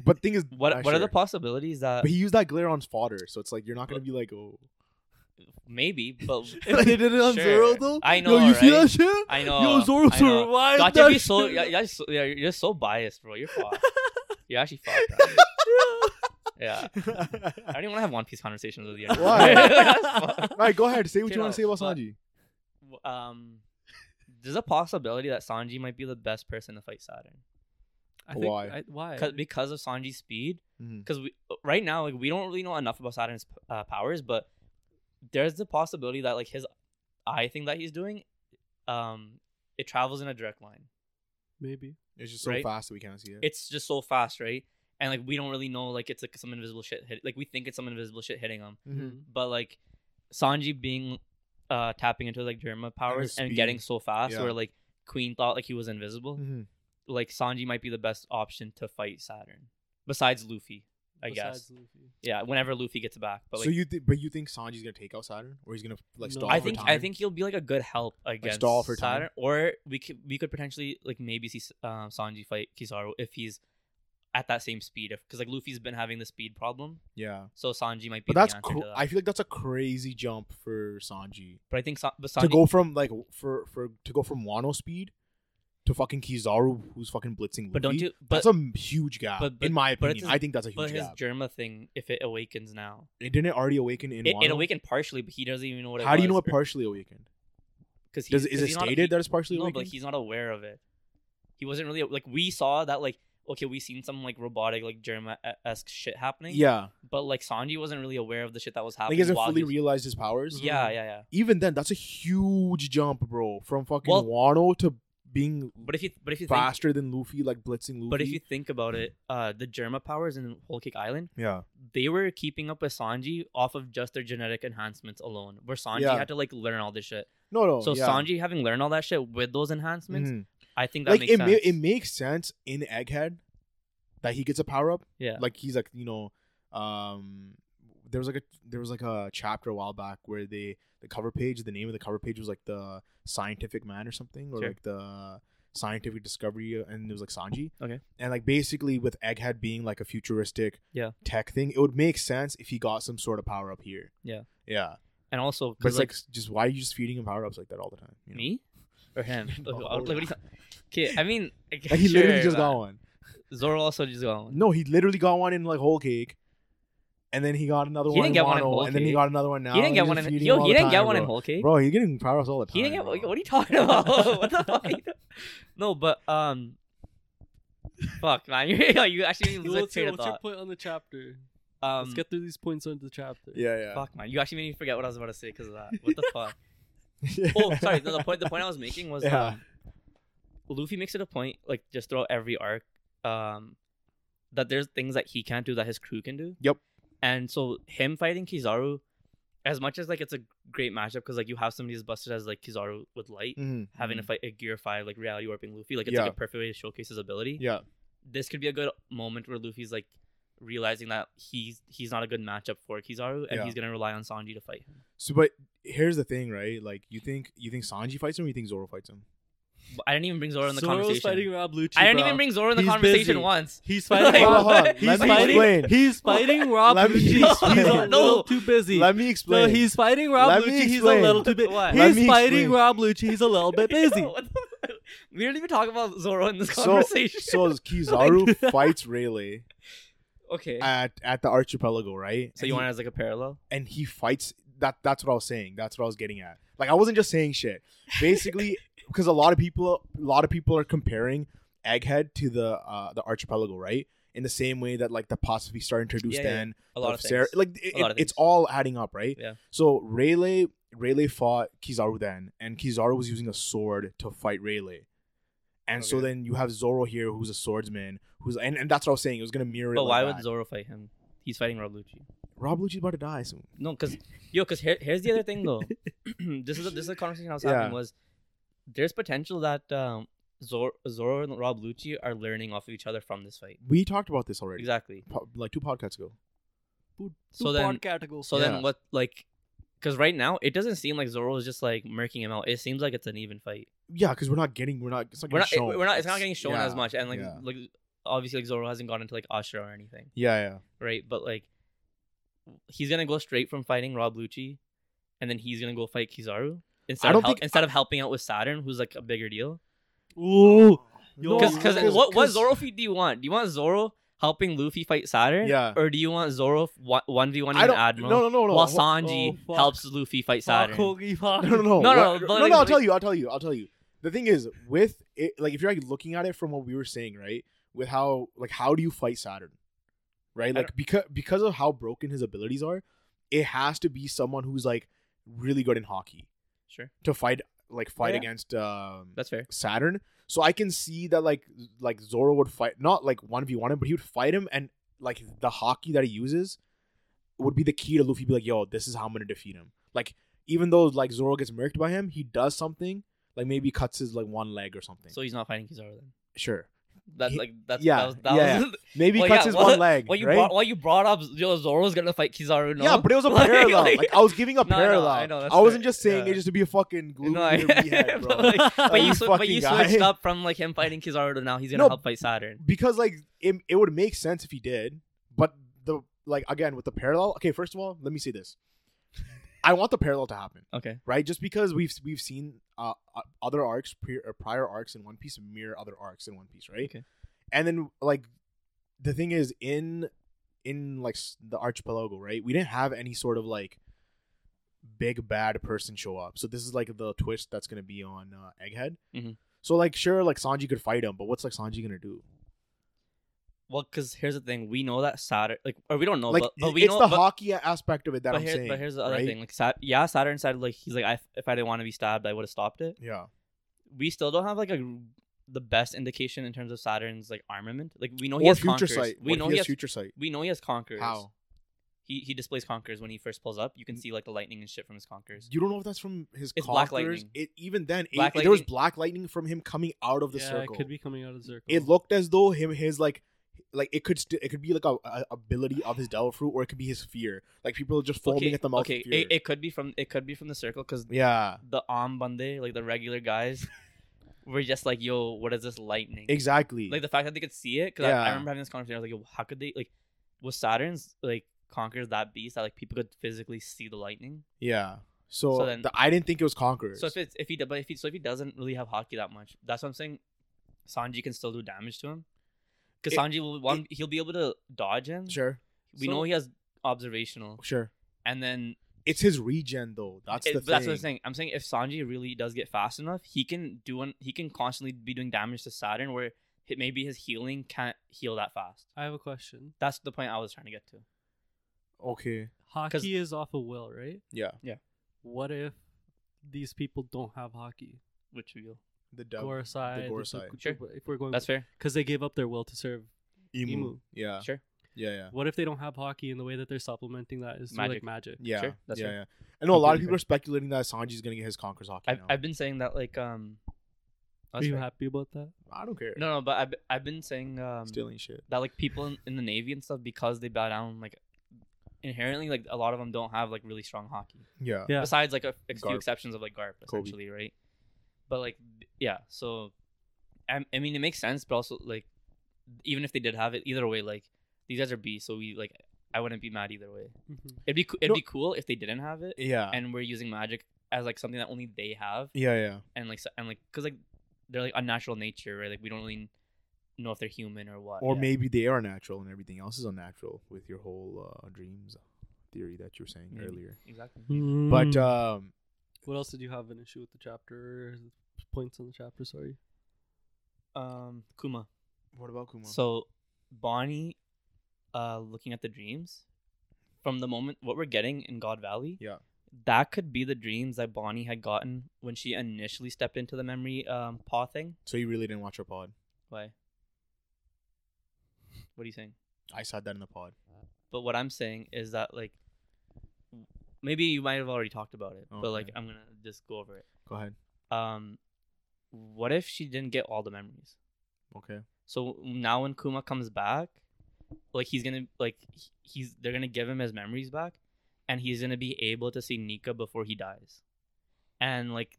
Speaker 1: But thing is,
Speaker 3: What
Speaker 1: ah,
Speaker 3: What are
Speaker 1: sure.
Speaker 3: the possibilities that
Speaker 1: But he used that glare on fodder, so it's like you're not gonna be like, oh.
Speaker 3: maybe? But
Speaker 2: If they did it on
Speaker 3: Sure.
Speaker 2: Zoro though,
Speaker 3: I
Speaker 2: Yo,
Speaker 3: know,
Speaker 2: you see
Speaker 3: right?
Speaker 2: that shit?
Speaker 3: I know.
Speaker 2: Yo, Zoro,
Speaker 3: Oh, I
Speaker 2: Zoro,
Speaker 3: know.
Speaker 2: why
Speaker 3: God,
Speaker 2: that
Speaker 3: you're so
Speaker 2: shit?
Speaker 3: yeah, you're so yeah, you're so biased, bro. You're fucked. you're actually fucked. bro. Yeah. I don't even want to have One Piece conversations with you.
Speaker 1: Why?
Speaker 3: That's
Speaker 1: All right, go ahead. Say what you
Speaker 3: Chill
Speaker 1: want
Speaker 3: out,
Speaker 1: to say about
Speaker 3: but-
Speaker 1: Sanji.
Speaker 3: fu- um, there's a possibility that Sanji might be the best person to fight Saturn
Speaker 2: I think,
Speaker 1: Why?
Speaker 2: I, why?
Speaker 3: because because of Sanji's speed.
Speaker 1: Mhm.
Speaker 3: Because we right now like we don't really know enough about Saturn's uh, powers, but there's the possibility that like his eye thing that he's doing, um, it travels in a direct line.
Speaker 2: Maybe.
Speaker 1: It's just so
Speaker 3: Right?
Speaker 1: fast that we can't see it.
Speaker 3: it's just so fast, right? And like we don't really know, like it's like some invisible shit hit. Like we think it's some invisible shit hitting him,
Speaker 1: Mhm.
Speaker 2: Mhm.
Speaker 3: but like Sanji being uh tapping into like Germa powers and,
Speaker 1: speed.
Speaker 3: getting so fast,
Speaker 1: Yeah.
Speaker 3: where like Queen thought like he was invisible.
Speaker 1: Mhm.
Speaker 3: Like Sanji might be the best option to fight Saturn, besides Luffy, I
Speaker 2: Besides
Speaker 3: guess.
Speaker 2: Luffy.
Speaker 3: Yeah, whenever Luffy gets back, but like
Speaker 1: so you thi- but you think Sanji's gonna take out Saturn, or he's gonna like
Speaker 2: No.
Speaker 1: stall?
Speaker 3: I
Speaker 1: for
Speaker 3: think
Speaker 1: time?
Speaker 3: I think he'll be like a good help against
Speaker 1: stall for time?
Speaker 3: Saturn, or we could we could potentially like maybe see um, Sanji fight Kizaru if he's at that same speed, because like Luffy's been having the speed problem,
Speaker 1: Yeah.
Speaker 3: so Sanji might
Speaker 1: But
Speaker 3: be.
Speaker 1: that's
Speaker 3: the answer
Speaker 1: cr-
Speaker 3: to that.
Speaker 1: I feel like that's a crazy jump for Sanji
Speaker 3: but I think Sa- but Sanji,
Speaker 1: to go from like for for to go from Wano speed to fucking Kizaru who's fucking blitzing. Luffy,
Speaker 3: but don't you? But
Speaker 1: That's a m- huge gap.
Speaker 3: but- but-
Speaker 1: in my
Speaker 3: but it's
Speaker 1: opinion,
Speaker 3: his-
Speaker 1: I think that's a
Speaker 3: but
Speaker 1: huge
Speaker 3: his
Speaker 1: gap.
Speaker 3: Germa thing, if it awakens now,
Speaker 1: It didn't already awaken in
Speaker 3: it,
Speaker 1: Wano.
Speaker 3: it awakened partially, but he doesn't even know what. It
Speaker 1: How do you know it partially awakened?
Speaker 3: Because
Speaker 1: Does, is it stated that it's partially
Speaker 3: no,
Speaker 1: awakened?
Speaker 3: but like, he's not aware of it. He wasn't really like we saw that like okay we seen some like robotic like Germa esque shit happening.
Speaker 1: yeah,
Speaker 3: but like Sanji wasn't really aware of the shit that was
Speaker 1: like he
Speaker 3: happening.
Speaker 1: hasn't
Speaker 3: while
Speaker 1: fully
Speaker 3: he was-
Speaker 1: realized his powers.
Speaker 3: Yeah, yeah, yeah.
Speaker 1: Even then, that's a huge jump, bro, from fucking
Speaker 3: Well-
Speaker 1: Wano to being
Speaker 3: But if you but if you think,
Speaker 1: faster than Luffy, like blitzing Luffy.
Speaker 3: but if you think about it, uh, the Germa powers in Whole Cake Island,
Speaker 1: yeah,
Speaker 3: they were keeping up with Sanji off of just their genetic enhancements alone, where Sanji
Speaker 1: Yeah.
Speaker 3: had to like learn all this shit.
Speaker 1: no, no,
Speaker 3: so
Speaker 1: yeah.
Speaker 3: Sanji having learned all that shit with those enhancements,
Speaker 1: Mhm.
Speaker 3: I think that
Speaker 1: like
Speaker 3: makes
Speaker 1: it, ma-
Speaker 3: sense.
Speaker 1: it makes sense in Egghead that he gets a power up.
Speaker 3: yeah,
Speaker 1: Like he's like you know, um, there was like a there was like a chapter a while back where they the cover page the name of the cover page was like the scientific man or something or
Speaker 3: Sure.
Speaker 1: like the scientific discovery, uh, and it was like Sanji.
Speaker 3: Okay.
Speaker 1: And like basically with Egghead being like a futuristic
Speaker 3: Yeah.
Speaker 1: tech thing, it would make sense if he got some sort of power up here.
Speaker 3: Yeah.
Speaker 1: Yeah.
Speaker 3: And also,
Speaker 1: But it's
Speaker 3: 'cause,
Speaker 1: like, just why are you just feeding him power ups like that all the time? You know?
Speaker 3: me or him.
Speaker 1: No.
Speaker 3: Like, what- like, what do you- okay, I mean,
Speaker 1: Like, he literally
Speaker 3: sure,
Speaker 1: just got
Speaker 3: but
Speaker 1: one.
Speaker 3: Zoro also just got one.
Speaker 1: No, he literally got one in like whole cake. And then he got another
Speaker 3: He
Speaker 1: one
Speaker 3: didn't
Speaker 1: in
Speaker 3: get one in
Speaker 1: Wano,
Speaker 3: Whole
Speaker 1: and then he
Speaker 3: Cake.
Speaker 1: got another one now.
Speaker 3: he didn't
Speaker 1: and
Speaker 3: get
Speaker 1: he's
Speaker 3: one.
Speaker 1: just
Speaker 3: In,
Speaker 1: feeding him
Speaker 3: yo,
Speaker 1: all
Speaker 3: he
Speaker 1: the
Speaker 3: didn't get
Speaker 1: time,
Speaker 3: one in
Speaker 1: bro.
Speaker 3: whole cake.
Speaker 1: Bro, he's getting power ups all the time.
Speaker 3: He didn't get
Speaker 1: bro.
Speaker 3: what are you talking about? what the fuck? No, but um, fuck, man, you you actually made me
Speaker 2: Well,
Speaker 3: lose my
Speaker 2: what's your,
Speaker 3: train of
Speaker 2: what's your
Speaker 3: thought.
Speaker 2: point on the chapter?
Speaker 3: Um,
Speaker 2: Let's get through these points on the chapter.
Speaker 1: Yeah, yeah.
Speaker 3: fuck, man, you actually made me forget what I was about to say because of that. What the fuck? Oh, sorry. No, the point the point I was making was
Speaker 1: Yeah.
Speaker 3: um, Luffy makes it a point, like just throughout every arc, um, that there's things that he can't do that his crew can do.
Speaker 1: Yep.
Speaker 3: And so him fighting Kizaru, as much as like it's a great matchup because like you have somebody as busted as like Kizaru with light
Speaker 1: Mhm.
Speaker 3: having to fight a Gear Five like reality warping Luffy, like it's
Speaker 1: Yeah.
Speaker 3: like a perfect way to showcase his ability.
Speaker 1: Yeah.
Speaker 3: This could be a good moment where Luffy's like realizing that he's he's not a good matchup for Kizaru and
Speaker 1: Yeah.
Speaker 3: he's gonna rely on Sanji to fight him.
Speaker 1: So, but here's the thing, right? Like, you think you think Sanji fights him, or you think Zoro fights him?
Speaker 3: But I didn't even bring Zoro in the
Speaker 2: Zoro's
Speaker 3: conversation.
Speaker 2: fighting Rob Lucci.
Speaker 3: I didn't
Speaker 2: bro.
Speaker 3: even bring Zoro in the
Speaker 2: He's
Speaker 3: conversation
Speaker 2: busy.
Speaker 3: once.
Speaker 2: He's
Speaker 3: Hold on,
Speaker 2: fighting.
Speaker 3: hold on.
Speaker 2: Rob-
Speaker 3: Let
Speaker 2: He's
Speaker 3: me
Speaker 2: fighting.
Speaker 1: explain.
Speaker 2: He's fighting Rob
Speaker 1: Let me
Speaker 2: Lucci. He's a
Speaker 1: explain.
Speaker 2: little
Speaker 3: No.
Speaker 2: too busy.
Speaker 1: Let me
Speaker 2: No,
Speaker 1: explain.
Speaker 2: he's fighting Rob
Speaker 1: Let me
Speaker 2: Lucci. He's a
Speaker 1: explain.
Speaker 2: little too busy.
Speaker 3: What?
Speaker 1: Let
Speaker 2: He's
Speaker 1: me
Speaker 2: fighting
Speaker 1: explain.
Speaker 2: Rob Lucci. He's a little bit busy.
Speaker 3: What the- we didn't even talk about Zoro in this
Speaker 1: so
Speaker 3: conversation.
Speaker 1: so Kizaru fights Rayleigh
Speaker 3: okay.
Speaker 1: at at the archipelago, right?
Speaker 3: so
Speaker 1: And he-
Speaker 3: you want it as like a parallel?
Speaker 1: and he fights. That that's what I was saying. That's what I was getting at. Like I wasn't just saying shit. Basically, because a lot of people, a lot of people are comparing Egghead to the uh, the archipelago, right? In the same way that like the apostrophe star introduced
Speaker 3: Yeah, yeah,
Speaker 1: then
Speaker 3: A lot
Speaker 1: of
Speaker 3: of things.
Speaker 1: Sarah- Like it,
Speaker 3: A lot of
Speaker 1: it- it's
Speaker 3: things.
Speaker 1: all adding up, right?
Speaker 3: Yeah.
Speaker 1: So Rayleigh Rayleigh fought Kizaru then, and Kizaru was using a sword to fight Rayleigh. And so
Speaker 3: Okay.
Speaker 1: then you have Zoro here, who's a swordsman, who's and, and that's what I was saying. It was gonna mirror. it
Speaker 3: but
Speaker 1: like
Speaker 3: why
Speaker 1: that.
Speaker 3: would Zoro fight him? He's fighting Rob Lucci.
Speaker 1: Rob Lucci's about to die soon?
Speaker 3: No, because yo, because here, here's the other thing though. this is a, this is a conversation I was having
Speaker 1: Yeah.
Speaker 3: was there's potential that um, Zoro, Zoro and Rob Lucci are learning off of each other from this fight.
Speaker 1: We talked about this already,
Speaker 3: Exactly.
Speaker 1: po- like two podcasts ago.
Speaker 3: So then, so
Speaker 1: Yeah.
Speaker 3: then what like. Because right now it doesn't seem like Zoro is just like murking him out. It seems like it's an even fight.
Speaker 1: Yeah, because we're not getting, we're not, it's not
Speaker 3: we're not,
Speaker 1: getting shown.
Speaker 3: we're not. It's not getting shown as
Speaker 1: yeah,
Speaker 3: much, and like,
Speaker 1: yeah.
Speaker 3: like obviously, like Zoro hasn't gone into like Ashura or anything,
Speaker 1: Yeah, yeah.
Speaker 3: right? But like, he's gonna go straight from fighting Rob Lucci, and then he's gonna go fight Kizaru instead.
Speaker 1: I don't
Speaker 3: of hel-
Speaker 1: think-
Speaker 3: instead of helping out with Saturn, who's like a bigger deal.
Speaker 2: Ooh.
Speaker 1: No,
Speaker 3: Because
Speaker 2: Yo,
Speaker 3: because
Speaker 2: yo,
Speaker 3: what what Zoro feat do you want? Do you want Zoro helping Luffy fight Saturn?
Speaker 1: Yeah.
Speaker 3: Or do you want Zoro one v one
Speaker 1: I
Speaker 3: an
Speaker 1: don't,
Speaker 3: Admiral?
Speaker 1: No, no, no, oh, no.
Speaker 3: While
Speaker 1: Wha-
Speaker 3: Sanji
Speaker 2: fuck.
Speaker 3: helps Luffy fight
Speaker 2: Fuck,
Speaker 3: Saturn.
Speaker 1: oh.
Speaker 2: Hoagie, fuck.
Speaker 1: no, no, no.
Speaker 3: No, no,
Speaker 1: What-
Speaker 3: but
Speaker 1: no,
Speaker 3: like-
Speaker 1: no, I'll
Speaker 3: like-
Speaker 1: tell you, I'll tell you, I'll tell you. The thing is, with it, like, if you're like looking at it from what we were saying, right? With how, like, how do you fight Saturn, right?
Speaker 3: I
Speaker 1: Like, because because of how broken his abilities are, it has to be someone who's like really good in hockey
Speaker 3: Sure,
Speaker 1: to fight, like, fight
Speaker 3: yeah.
Speaker 1: against um
Speaker 3: that's fair.
Speaker 1: Saturn. So I can see that like like Zoro would fight not like one v one him, but he would fight him, and like the hockey that he uses would be the key to Luffy. Be like, yo, this is how I'm gonna defeat him. Like even though like Zoro gets murked by him, he does something like maybe cuts his like one leg or something.
Speaker 3: So he's not fighting Kizaru then.
Speaker 1: sure,
Speaker 3: That's
Speaker 1: He-
Speaker 3: like that's
Speaker 1: yeah,
Speaker 3: that was, that
Speaker 1: yeah,
Speaker 3: was
Speaker 1: maybe
Speaker 3: Well,
Speaker 1: cuts
Speaker 3: yeah,
Speaker 1: his
Speaker 3: well,
Speaker 1: one leg.
Speaker 3: Well, you
Speaker 1: right?
Speaker 3: brought well you brought up yo, Zoro's gonna fight Kizaru. No?
Speaker 1: Yeah, but it was a
Speaker 3: Like-
Speaker 1: parallel.
Speaker 3: like-
Speaker 1: Like I was giving a
Speaker 3: No, I know,
Speaker 1: parallel.
Speaker 3: I know, that's
Speaker 1: wasn't
Speaker 3: fair.
Speaker 1: just saying
Speaker 3: Yeah.
Speaker 1: it just to be a fucking glue
Speaker 3: No, I-
Speaker 1: meter behead, bro.
Speaker 3: but, like, but you,
Speaker 1: you
Speaker 3: swi- but
Speaker 1: fucking
Speaker 3: you
Speaker 1: guy.
Speaker 3: switched up from like him fighting Kizaru to now he's gonna
Speaker 1: No.
Speaker 3: help fight Saturn.
Speaker 1: because like it, it would make sense if he did but the like again with the parallel okay first of all let me say this i want the parallel to happen
Speaker 3: Okay,
Speaker 1: right just because we've we've seen uh, uh, other arcs pre- or prior arcs in one piece mirror other arcs in one piece right
Speaker 3: Okay.
Speaker 1: and then like the thing is in in like s- the archipelago right we didn't have any sort of like big bad person show up so this is like the twist that's going to be on uh, egghead
Speaker 3: Mhm.
Speaker 1: so like sure like sanji could fight him but what's like sanji going to do
Speaker 3: well, because here's the thing: we know that Saturn, like, or we don't know,
Speaker 1: like
Speaker 3: but, but we
Speaker 1: it's
Speaker 3: know.
Speaker 1: the
Speaker 3: but,
Speaker 1: hockey aspect of it that
Speaker 3: but
Speaker 1: I'm
Speaker 3: here-
Speaker 1: saying.
Speaker 3: but here's the other
Speaker 1: right?
Speaker 3: thing: like, Sat- yeah, Saturn said like he's like, I, if I didn't want to be stabbed, I would have stopped it.
Speaker 1: Yeah,
Speaker 3: We still don't have like a the best indication in terms of Saturn's like armament. Like we know he
Speaker 1: or
Speaker 3: has
Speaker 1: future
Speaker 3: conquerors.
Speaker 1: sight.
Speaker 3: We
Speaker 1: What if
Speaker 3: know
Speaker 1: he
Speaker 3: he
Speaker 1: has
Speaker 3: has.
Speaker 1: future sight.
Speaker 3: We know he has conquerors.
Speaker 1: How?
Speaker 3: He he displays conquerors when he first pulls up. You
Speaker 1: Mm.
Speaker 3: can see like the lightning and shit from his conquerors.
Speaker 1: You don't know if that's from his
Speaker 3: It's black
Speaker 1: conquerors.
Speaker 3: lightning.
Speaker 1: It, even then, it,
Speaker 3: Black
Speaker 1: there was
Speaker 3: lightning.
Speaker 1: black lightning from him coming out of the
Speaker 2: yeah,
Speaker 1: circle.
Speaker 2: it could be coming out of the circle.
Speaker 1: It looked as though him his like like it could st- it could be like a, a ability of his devil fruit or it could be his fear. Like people just foaming
Speaker 3: okay,
Speaker 1: at the mouth.
Speaker 3: okay.
Speaker 1: Of fear.
Speaker 3: It, it could be from it could be from the circle because
Speaker 1: yeah.
Speaker 3: the Ambande, like the regular guys, were just like, yo, what is this lightning?
Speaker 1: Exactly.
Speaker 3: Like the fact that they could see it, because I, I
Speaker 1: Yeah.
Speaker 3: remember having this conversation. I was like, yo, how could they like? Was Saturn's like conquers that beast that like people could physically see the lightning?
Speaker 1: yeah. So,
Speaker 3: So then-
Speaker 1: the, I didn't think it was Conquerors.
Speaker 3: So if it's if he do- but if he so if he doesn't really have hockey that much, that's what I'm saying. Sanji can still do damage to him because
Speaker 1: It-
Speaker 3: Sanji will one he'll be able to dodge him.
Speaker 1: sure,
Speaker 3: We
Speaker 2: So-
Speaker 3: know he has observational,
Speaker 1: sure.
Speaker 3: and then
Speaker 1: It's his regen though. That's
Speaker 3: it-
Speaker 1: the
Speaker 3: but
Speaker 1: thing.
Speaker 3: that's what I'm saying. I'm saying if Sanji really does get fast enough, he can do an, he can constantly be doing damage to Saturn where hi- maybe his healing can't heal that fast.
Speaker 2: I have a question.
Speaker 3: That's the point I was trying to get to.
Speaker 1: Okay.
Speaker 2: Hockey is off of will, right?
Speaker 1: Yeah.
Speaker 2: What if these people don't have hockey?
Speaker 3: Which wheel?
Speaker 1: The dub.
Speaker 2: Gorosei. the-
Speaker 1: Gorosei.
Speaker 2: the-
Speaker 3: Sure.
Speaker 2: If we're going,
Speaker 3: That's fair.
Speaker 2: because they gave up their will to serve.
Speaker 1: Emu.
Speaker 2: Emu.
Speaker 1: Yeah.
Speaker 3: Sure.
Speaker 1: Yeah. Yeah.
Speaker 2: What if they don't have hockey and the way that they're supplementing that is through
Speaker 3: Magic.
Speaker 2: like magic?
Speaker 1: Yeah.
Speaker 3: Sure, that's
Speaker 1: yeah.
Speaker 3: fair.
Speaker 1: Yeah. I know a lot of
Speaker 3: Completely
Speaker 1: people are speculating that Sanji's gonna get his Conquerors hockey.
Speaker 3: I've,
Speaker 1: now.
Speaker 3: I've been saying that like um.
Speaker 2: Are
Speaker 3: that's
Speaker 2: you
Speaker 3: fair.
Speaker 2: happy about that?
Speaker 1: I don't care.
Speaker 3: No, no, but I've, I've been saying um,
Speaker 1: Stealing shit.
Speaker 3: that like people in, in the navy and stuff because they bow down like inherently like a lot of them don't have like really strong hockey
Speaker 1: Yeah.
Speaker 2: Yeah.
Speaker 3: besides like a, a few
Speaker 1: Garp.
Speaker 3: exceptions of like garp
Speaker 1: Kobe.
Speaker 3: essentially right but like b- yeah so I, I mean it makes sense but also like even if they did have it either way like these guys are beasts so we like i wouldn't be mad either way
Speaker 2: Mhm.
Speaker 3: it'd be coo- it'd
Speaker 1: No.
Speaker 3: be cool if they didn't have it
Speaker 1: Yeah.
Speaker 3: and we're using magic as like something that only they have
Speaker 1: yeah. Yeah.
Speaker 3: and like so, and like because like they're like unnatural nature right like we don't really know if they're human or what
Speaker 1: Or
Speaker 3: yeah.
Speaker 1: maybe they are natural and everything else is unnatural with your whole uh, dreams theory that you were saying
Speaker 3: Maybe.
Speaker 1: earlier.
Speaker 3: exactly
Speaker 1: Hmm.
Speaker 2: Mm-hmm.
Speaker 3: Mm.
Speaker 1: But
Speaker 3: uh,
Speaker 1: um,
Speaker 2: what else did you have an issue with the chapter? or Points on the chapter. Sorry.
Speaker 3: um kuma
Speaker 1: what about Kuma?
Speaker 3: So Bonnie uh looking at the dreams from the moment what we're getting in God Valley.
Speaker 1: Yeah.
Speaker 3: That could be the dreams that Bonnie had gotten when she initially stepped into the memory um paw thing.
Speaker 1: so you really didn't watch our pod?
Speaker 3: Why? What are you saying?
Speaker 1: I said that in the pod.
Speaker 3: But what I'm saying is that like maybe you might have already talked about it, but like
Speaker 1: Okay.
Speaker 3: I'm gonna just go over it.
Speaker 1: Go ahead.
Speaker 3: Um what if she didn't get all the memories?
Speaker 1: Okay.
Speaker 3: So now when Kuma comes back, like he's gonna like he- he's they're gonna give him his memories back, and he's gonna be able to see Nika before he dies, and like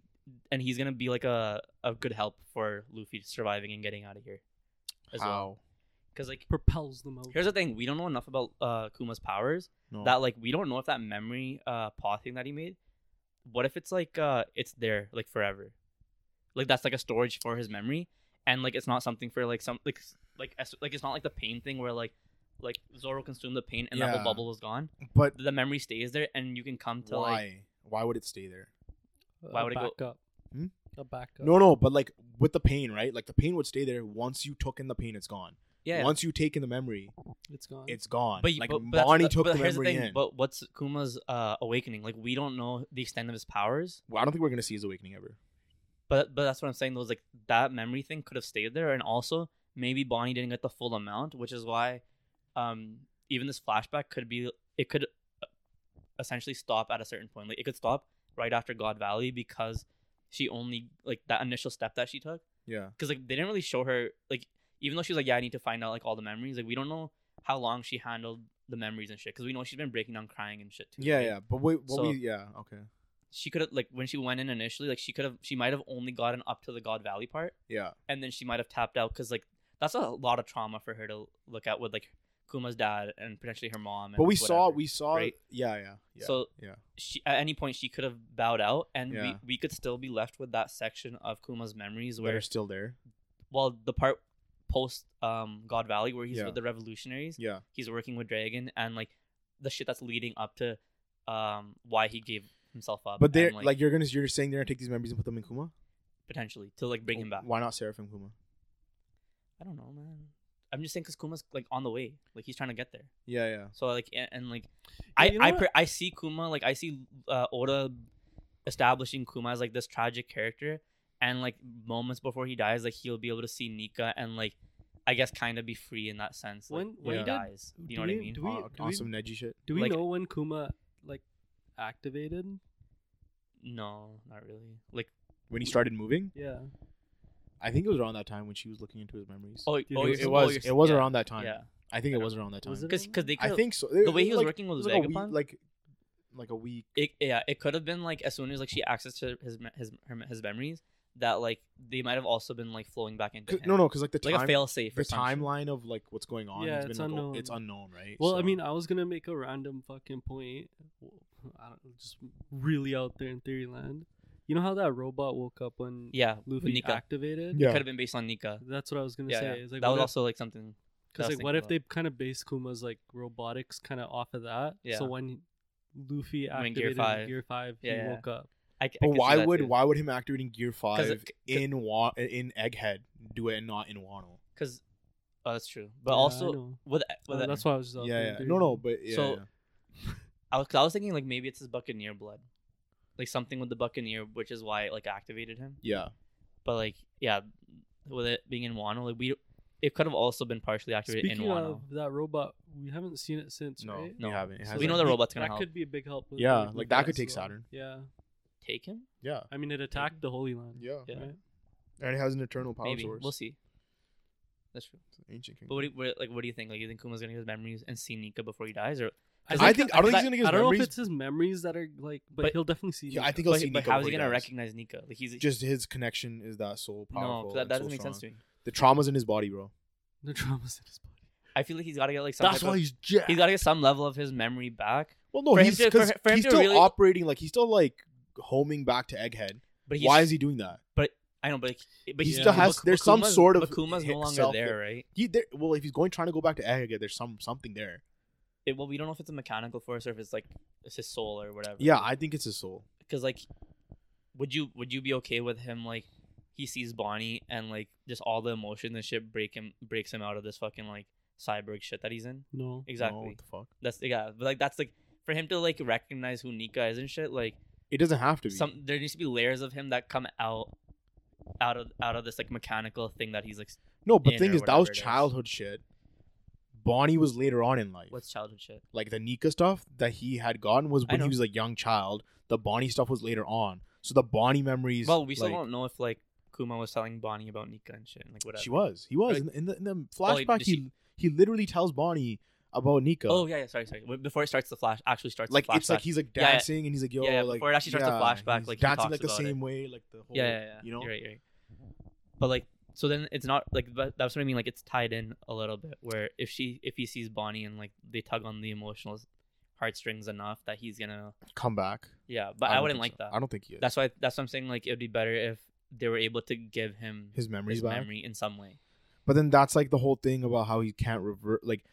Speaker 3: and he's gonna be like a a good help for Luffy surviving and getting out of here, as
Speaker 1: How?
Speaker 3: well. Because like
Speaker 2: Propels them out.
Speaker 3: here's the thing, we don't know enough about uh Kuma's powers
Speaker 1: No.
Speaker 3: that like we don't know if that memory uh paw thing that he made, what if it's like uh it's there like forever, like that's like a storage for his memory, and like it's not something for like some like s- like as- like it's not like the pain thing where like like Zoro consumed the pain and that
Speaker 1: Yeah.
Speaker 3: whole bubble was gone.
Speaker 1: but
Speaker 3: The memory stays there, and you can come to
Speaker 1: why?
Speaker 3: like
Speaker 1: why would it stay there?
Speaker 3: why would it go-
Speaker 2: back up?
Speaker 1: Hmm?
Speaker 2: A backup.
Speaker 1: No, no. But like with the pain, right? Like the pain would stay there. Once you took in the pain, it's gone.
Speaker 3: yeah.
Speaker 1: Once you take in the memory,
Speaker 2: it's gone.
Speaker 1: it's gone.
Speaker 3: But,
Speaker 1: like
Speaker 3: but, but that's
Speaker 1: Bonnie
Speaker 3: the-
Speaker 1: took
Speaker 3: but
Speaker 1: the
Speaker 3: here's
Speaker 1: memory
Speaker 3: the thing,
Speaker 1: in.
Speaker 3: But what's Kuma's uh, awakening? Like we don't know the extent of his powers,
Speaker 1: well, I don't think we're gonna see his awakening ever.
Speaker 3: but but that's what I'm saying. Those like that memory thing could have stayed there, and also maybe Bonnie didn't get the full amount, which is why, um, even this flashback could be it could uh, essentially stop at a certain point. Like it could stop right after God Valley because she only like that initial step that she took
Speaker 1: Yeah.
Speaker 3: because like they didn't really show her like even though she was like yeah I need to find out like all the memories like we don't know how long she handled the memories and shit because we know she's been breaking down crying and shit too.
Speaker 1: Yeah,
Speaker 3: right?
Speaker 1: yeah. But wait, what
Speaker 3: So-
Speaker 1: we? Yeah. Okay.
Speaker 3: She could have like when she went in initially like she could have she might have only gotten up to the God Valley part
Speaker 1: Yeah.
Speaker 3: and then she might have tapped out because like that's a lot of trauma for her to look at with like Kuma's dad and potentially her mom. And
Speaker 1: But we saw.
Speaker 3: whatever.
Speaker 1: We saw.
Speaker 3: right?
Speaker 1: Yeah. Yeah. Yeah.
Speaker 3: so
Speaker 1: yeah.
Speaker 3: she at any point she could have bowed out, and we,
Speaker 1: Yeah.
Speaker 3: we could still be left with that section of Kuma's memories
Speaker 1: that
Speaker 3: where
Speaker 1: are still there.
Speaker 3: well the part post um God Valley where he's
Speaker 1: Yeah.
Speaker 3: with the revolutionaries,
Speaker 1: Yeah.
Speaker 3: he's working with Dragon, and like the shit that's leading up to um why he gave himself up.
Speaker 1: But they're
Speaker 3: and,
Speaker 1: like, you're gonna you're saying they're gonna take these memories and put them in Kuma.
Speaker 3: potentially to like bring him back.
Speaker 1: Why not Seraphim Kuma?
Speaker 3: I don't know, man. I'm just saying because Kuma's like on the way, like he's trying to get there.
Speaker 1: Yeah, yeah.
Speaker 3: So like and, and like I
Speaker 2: you know
Speaker 3: I
Speaker 2: what?
Speaker 3: pre- I see Kuma like I see uh, Oda establishing Kuma as like this tragic character, and like moments before he dies, like he'll be able to see Nika and like I guess kind of be free in that sense. Like,
Speaker 2: When-
Speaker 3: when
Speaker 2: when
Speaker 3: he
Speaker 2: did-
Speaker 3: dies, do you know
Speaker 2: do
Speaker 3: what I
Speaker 2: we-
Speaker 3: mean?
Speaker 2: do we-
Speaker 1: Uh, on some Neji shit.
Speaker 2: Do we
Speaker 3: like-
Speaker 2: know when Kuma like activated?
Speaker 3: no, not really. Like
Speaker 1: When he started moving,
Speaker 2: Yeah.
Speaker 1: I think it was around that time when she was looking into his memories.
Speaker 3: oh,
Speaker 2: you think
Speaker 3: oh, you're-
Speaker 1: it,
Speaker 2: so?
Speaker 3: oh,
Speaker 1: was.
Speaker 3: you're-
Speaker 1: It was
Speaker 3: yeah,
Speaker 1: around that time.
Speaker 3: Yeah,
Speaker 1: I think it was around that time.
Speaker 2: Was it?
Speaker 3: because because they
Speaker 1: I
Speaker 3: could've-
Speaker 1: think so.
Speaker 3: the way he was
Speaker 1: like,
Speaker 3: working
Speaker 1: it
Speaker 3: with
Speaker 1: was like a week,
Speaker 3: Vagabond,
Speaker 1: like like a week.
Speaker 3: it yeah it could have been like as soon as like she accessed her, his me- his her, his memories that like they might have also been like flowing back into
Speaker 1: 'Cause-
Speaker 3: him.
Speaker 1: no, no, because like the
Speaker 3: like
Speaker 1: time,
Speaker 3: a fail safe.
Speaker 1: the timeline of like what's going on,
Speaker 2: Yeah,
Speaker 1: has
Speaker 2: it's
Speaker 1: been, like, o-
Speaker 2: unknown.
Speaker 1: it's unknown, right?
Speaker 2: Well, I
Speaker 3: uh,
Speaker 1: So-
Speaker 2: mean, I was gonna make a random fucking point. I don't know, just really out there in theory land. You know how that robot woke up when
Speaker 3: Yeah,
Speaker 2: Luffy
Speaker 3: Nika
Speaker 2: activated?
Speaker 1: Yeah.
Speaker 3: could have been based on Nika.
Speaker 2: That's what I was gonna
Speaker 3: Yeah,
Speaker 2: say.
Speaker 3: yeah.
Speaker 2: It's like
Speaker 3: that
Speaker 2: what
Speaker 3: was
Speaker 2: if-
Speaker 3: also like something. that I
Speaker 2: Because
Speaker 3: was
Speaker 2: like, what if
Speaker 3: thinking
Speaker 2: they kind of base Kuma's like robotics kind of off of that?
Speaker 3: Yeah.
Speaker 2: So when Luffy
Speaker 3: When
Speaker 2: activated
Speaker 3: Gear
Speaker 2: Gear
Speaker 3: Five-
Speaker 2: Five, Gear Five he
Speaker 3: Yeah, yeah.
Speaker 2: woke up.
Speaker 3: I c- I
Speaker 1: But
Speaker 3: could see
Speaker 1: why
Speaker 3: that
Speaker 1: would
Speaker 3: too.
Speaker 1: why would him activating Gear
Speaker 3: Cause
Speaker 1: Five
Speaker 3: it-
Speaker 1: in Wa- in Egghead do it and not in Wano?
Speaker 3: Cause oh, that's true. But
Speaker 2: Yeah, I
Speaker 3: also
Speaker 2: know.
Speaker 3: with
Speaker 2: Uh,
Speaker 3: with
Speaker 2: that's why I was just out there in
Speaker 1: Yeah, yeah.
Speaker 2: theory
Speaker 1: No, no,
Speaker 2: land.
Speaker 1: but yeah.
Speaker 3: So-
Speaker 1: yeah.
Speaker 3: I was, 'cause I was thinking like maybe it's his Buccaneer blood, like something with the Buccaneer, which is why it like activated him.
Speaker 1: yeah.
Speaker 3: But like yeah, with it being in Wano, like we it could have also been partially activated
Speaker 2: Speaking
Speaker 3: in Wano.
Speaker 2: of that robot, we haven't seen it since,
Speaker 1: No,
Speaker 2: right?
Speaker 1: we
Speaker 3: No.
Speaker 1: haven't. It
Speaker 3: So
Speaker 1: hasn't.
Speaker 3: we know the
Speaker 2: like,
Speaker 3: robot's gonna
Speaker 2: that
Speaker 3: help.
Speaker 2: could be a big help. with,
Speaker 1: Yeah,
Speaker 2: with
Speaker 1: like, that could
Speaker 2: as
Speaker 1: take
Speaker 2: well.
Speaker 1: Saturn.
Speaker 2: Yeah,
Speaker 3: Take him?
Speaker 1: Yeah.
Speaker 2: I mean it attacked the Holy Land.
Speaker 1: Yeah.
Speaker 3: Yeah.
Speaker 2: right?
Speaker 1: And it has an eternal power
Speaker 3: maybe
Speaker 1: source.
Speaker 3: we'll see. That's true.
Speaker 1: It's an Ancient
Speaker 3: But
Speaker 1: kingdom.
Speaker 3: what do you, what, like what do you think? Like you think Kuma's gonna get his memories and see Nika before he dies, or
Speaker 1: I think- I don't think he's gonna get his
Speaker 2: I don't know
Speaker 1: memories.
Speaker 2: if it's his memories that are like, but,
Speaker 3: But-
Speaker 2: he'll definitely see.
Speaker 1: Yeah,
Speaker 2: Nika.
Speaker 1: I think he'll
Speaker 3: but,
Speaker 1: see
Speaker 3: but
Speaker 1: Nika
Speaker 3: how is he
Speaker 1: before
Speaker 3: gonna
Speaker 1: dies.
Speaker 3: recognize Nika? Like he's
Speaker 1: Just his connection is that so
Speaker 3: no,
Speaker 1: powerful.
Speaker 3: 'cause that,
Speaker 1: and
Speaker 3: that
Speaker 1: so
Speaker 3: doesn't make
Speaker 1: strong.
Speaker 3: sense to me.
Speaker 1: The trauma's in his body, bro.
Speaker 2: the trauma's in his body.
Speaker 3: I feel like he's gotta get like some. type of-
Speaker 1: he's jacked.
Speaker 3: he's gotta get some level of his memory back.
Speaker 1: well, no,
Speaker 3: for him
Speaker 1: he's,
Speaker 3: to-
Speaker 1: 'cause
Speaker 3: for- for him
Speaker 1: he's
Speaker 3: to
Speaker 1: still
Speaker 3: really-
Speaker 1: operating like he's still like homing back to Egghead.
Speaker 3: But he's,
Speaker 1: Why is he doing that?
Speaker 3: I know, but like, but
Speaker 1: He
Speaker 3: he's-
Speaker 2: still
Speaker 3: but
Speaker 1: has-
Speaker 3: Ku-
Speaker 1: there's
Speaker 3: but
Speaker 1: some
Speaker 3: Kuma's-
Speaker 1: sort of
Speaker 3: but Kuma's no longer
Speaker 1: himself
Speaker 3: there,
Speaker 1: that-
Speaker 3: right?
Speaker 1: He there, well, if he's going trying to go back to Egghead, there's some something there.
Speaker 3: It, well, we don't know if it's a mechanical force or if it's like it's his soul or whatever.
Speaker 1: Yeah, I think it's his soul.
Speaker 3: because like, would you would you be okay with him like he sees Bonnie and like just all the emotions and shit break him breaks him out of this fucking like cyborg shit that he's in?
Speaker 2: No,
Speaker 3: Exactly.
Speaker 1: No, what the fuck?
Speaker 3: That's yeah, but like that's like for him to like recognize who Nika is and shit. Like
Speaker 1: It doesn't have to be.
Speaker 3: some there needs to be layers of him that come out out of out of this like mechanical thing that he's like. s-
Speaker 1: no, but
Speaker 3: in
Speaker 1: thing
Speaker 3: or
Speaker 1: is, that was
Speaker 3: whatever it is.
Speaker 1: childhood shit. Bonnie was later on in life.
Speaker 3: What's childhood shit?
Speaker 1: like the Nika stuff that he had gotten was
Speaker 3: I
Speaker 1: when
Speaker 3: know.
Speaker 1: he was a young child. The Bonnie stuff was later on. So the Bonnie memories.
Speaker 3: Well, we still
Speaker 1: like,
Speaker 3: don't know if like Kuma was telling Bonnie about Nika and shit, and, like whatever.
Speaker 1: She was. He was
Speaker 3: Like-
Speaker 1: in, the, in, the, in the
Speaker 3: Well,
Speaker 1: flashback.
Speaker 3: did
Speaker 1: he
Speaker 3: she-
Speaker 1: he literally tells Bonnie about Nika.
Speaker 3: Oh yeah, yeah. Sorry, sorry. Wait, Before it starts, the flash actually starts.
Speaker 1: like
Speaker 3: the flashback.
Speaker 1: it's like he's like
Speaker 3: Yeah, yeah.
Speaker 1: dancing and he's like yo
Speaker 3: Yeah, yeah,
Speaker 1: like
Speaker 3: before it actually starts to flashback,
Speaker 1: he's
Speaker 3: like, he
Speaker 1: dancing
Speaker 3: talks
Speaker 1: like the
Speaker 3: about
Speaker 1: same way like the whole
Speaker 3: yeah, yeah, yeah.
Speaker 1: you know
Speaker 3: You're right, you're right. But like, so then it's not like but that's what I mean. Like it's tied in a little bit. Where if she if he sees Bonnie and like they tug on the emotional heartstrings enough that he's gonna
Speaker 1: come back
Speaker 3: yeah. But I,
Speaker 1: don't
Speaker 3: wouldn't
Speaker 1: think
Speaker 3: like
Speaker 1: so.
Speaker 3: that.
Speaker 1: I don't think he is
Speaker 3: That's why that's what I'm saying. Like it'd be better if they were able to give him his,
Speaker 1: his memories back
Speaker 3: memory in some way.
Speaker 1: but then that's like the whole thing about how he can't revert like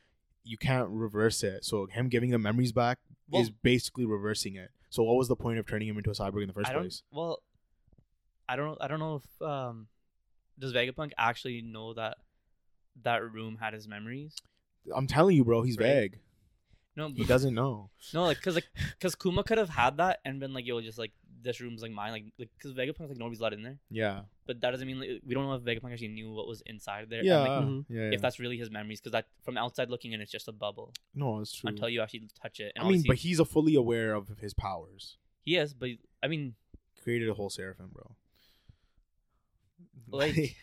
Speaker 1: you can't reverse it so him giving the memories back
Speaker 3: Well-
Speaker 1: is basically reversing it so what was the point of turning him into a cyborg in the first
Speaker 3: I don't.
Speaker 1: place
Speaker 3: Well, I don't. I don't know if um, does Vegapunk actually know that that room had his memories?
Speaker 1: I'm telling you bro he's
Speaker 3: Right.
Speaker 1: vague
Speaker 3: No,
Speaker 1: he
Speaker 3: but-
Speaker 1: doesn't know
Speaker 3: No, like, cause like, cause Kuma could have had that and been like, yo, just like this room's like mine, like, like cause Vegapunk's like nobody's allowed in there.
Speaker 1: yeah
Speaker 3: But that doesn't mean like, we don't know if Vegapunk actually knew what was inside there. and,
Speaker 1: yeah
Speaker 3: like, mm-hmm.
Speaker 2: Mhm.
Speaker 1: yeah, yeah.
Speaker 3: If that's really his memories, because that from outside looking in, it's just a bubble
Speaker 1: no it's true
Speaker 3: until you actually touch it. And
Speaker 1: I mean but
Speaker 3: obviously,
Speaker 1: he's a fully aware of his powers
Speaker 3: he is. But I mean,
Speaker 1: created a whole seraphim bro
Speaker 3: Like-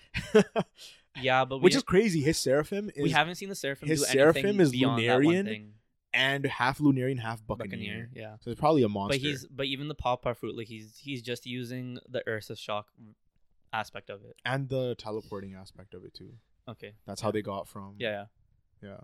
Speaker 3: yeah, but we
Speaker 1: which is crazy. His seraphim is
Speaker 3: we haven't seen the Seraphim.
Speaker 1: his
Speaker 3: do anything
Speaker 1: Seraphim is
Speaker 3: beyond that one
Speaker 1: Lunarian,
Speaker 3: thing.
Speaker 1: and half Lunarian, half Buccaneer.
Speaker 3: Buccaneer. Yeah.
Speaker 1: So it's probably a monster.
Speaker 3: But he's but even the Pawpaw fruit, like he's he's just using the Ursus shock aspect of it.
Speaker 1: and the teleporting aspect of it too.
Speaker 3: Okay.
Speaker 1: That's how they got from
Speaker 3: Yeah. yeah.
Speaker 1: yeah.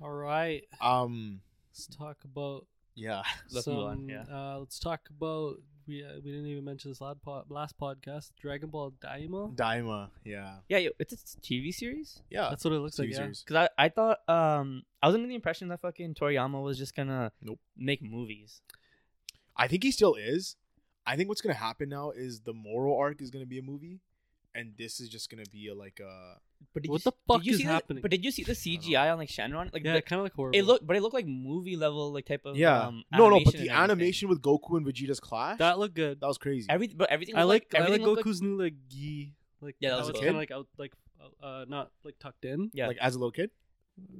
Speaker 2: All right,
Speaker 1: Um
Speaker 2: let's talk about
Speaker 1: yeah.
Speaker 3: Let's
Speaker 2: some.
Speaker 3: move on, yeah.
Speaker 2: uh, let's talk about we uh, we didn't even mention this last, pod, last podcast. Dragon Ball Daima.
Speaker 1: Daima. Yeah.
Speaker 3: Yeah. yo, It's a TV series.
Speaker 1: Yeah.
Speaker 2: That's what it looks like.
Speaker 1: TV
Speaker 2: Yeah.
Speaker 1: series.
Speaker 3: Because I, I thought um I was under the impression that fucking Toriyama was just gonna
Speaker 1: Nope.
Speaker 3: make movies.
Speaker 1: I think he still is. I think what's gonna happen now is the Moro arc is gonna be a movie, and this is just gonna be a like a
Speaker 3: But
Speaker 2: What
Speaker 3: you,
Speaker 2: the
Speaker 3: s-
Speaker 2: fuck
Speaker 3: you
Speaker 2: is
Speaker 3: see the-
Speaker 2: happening?
Speaker 3: but did you see the
Speaker 1: don't know.
Speaker 3: CGI on like Shenron? Like
Speaker 2: Yeah,
Speaker 3: the-
Speaker 2: kind of like horrible.
Speaker 3: it looked, but it looked like movie level like type of
Speaker 1: yeah.
Speaker 3: Um,
Speaker 1: no, no, but the
Speaker 3: animation and everything.
Speaker 1: animation with Goku and Vegeta's clash that,
Speaker 2: that looked good.
Speaker 1: was crazy.
Speaker 3: Every but everything.
Speaker 2: I
Speaker 3: looked
Speaker 2: like I like
Speaker 3: everything looked
Speaker 2: Goku's new like gi like
Speaker 3: Yeah, that
Speaker 2: how
Speaker 3: was
Speaker 2: it's
Speaker 1: cool.
Speaker 2: kind of like out like uh not like tucked in.
Speaker 3: yeah.
Speaker 1: Like as a little kid,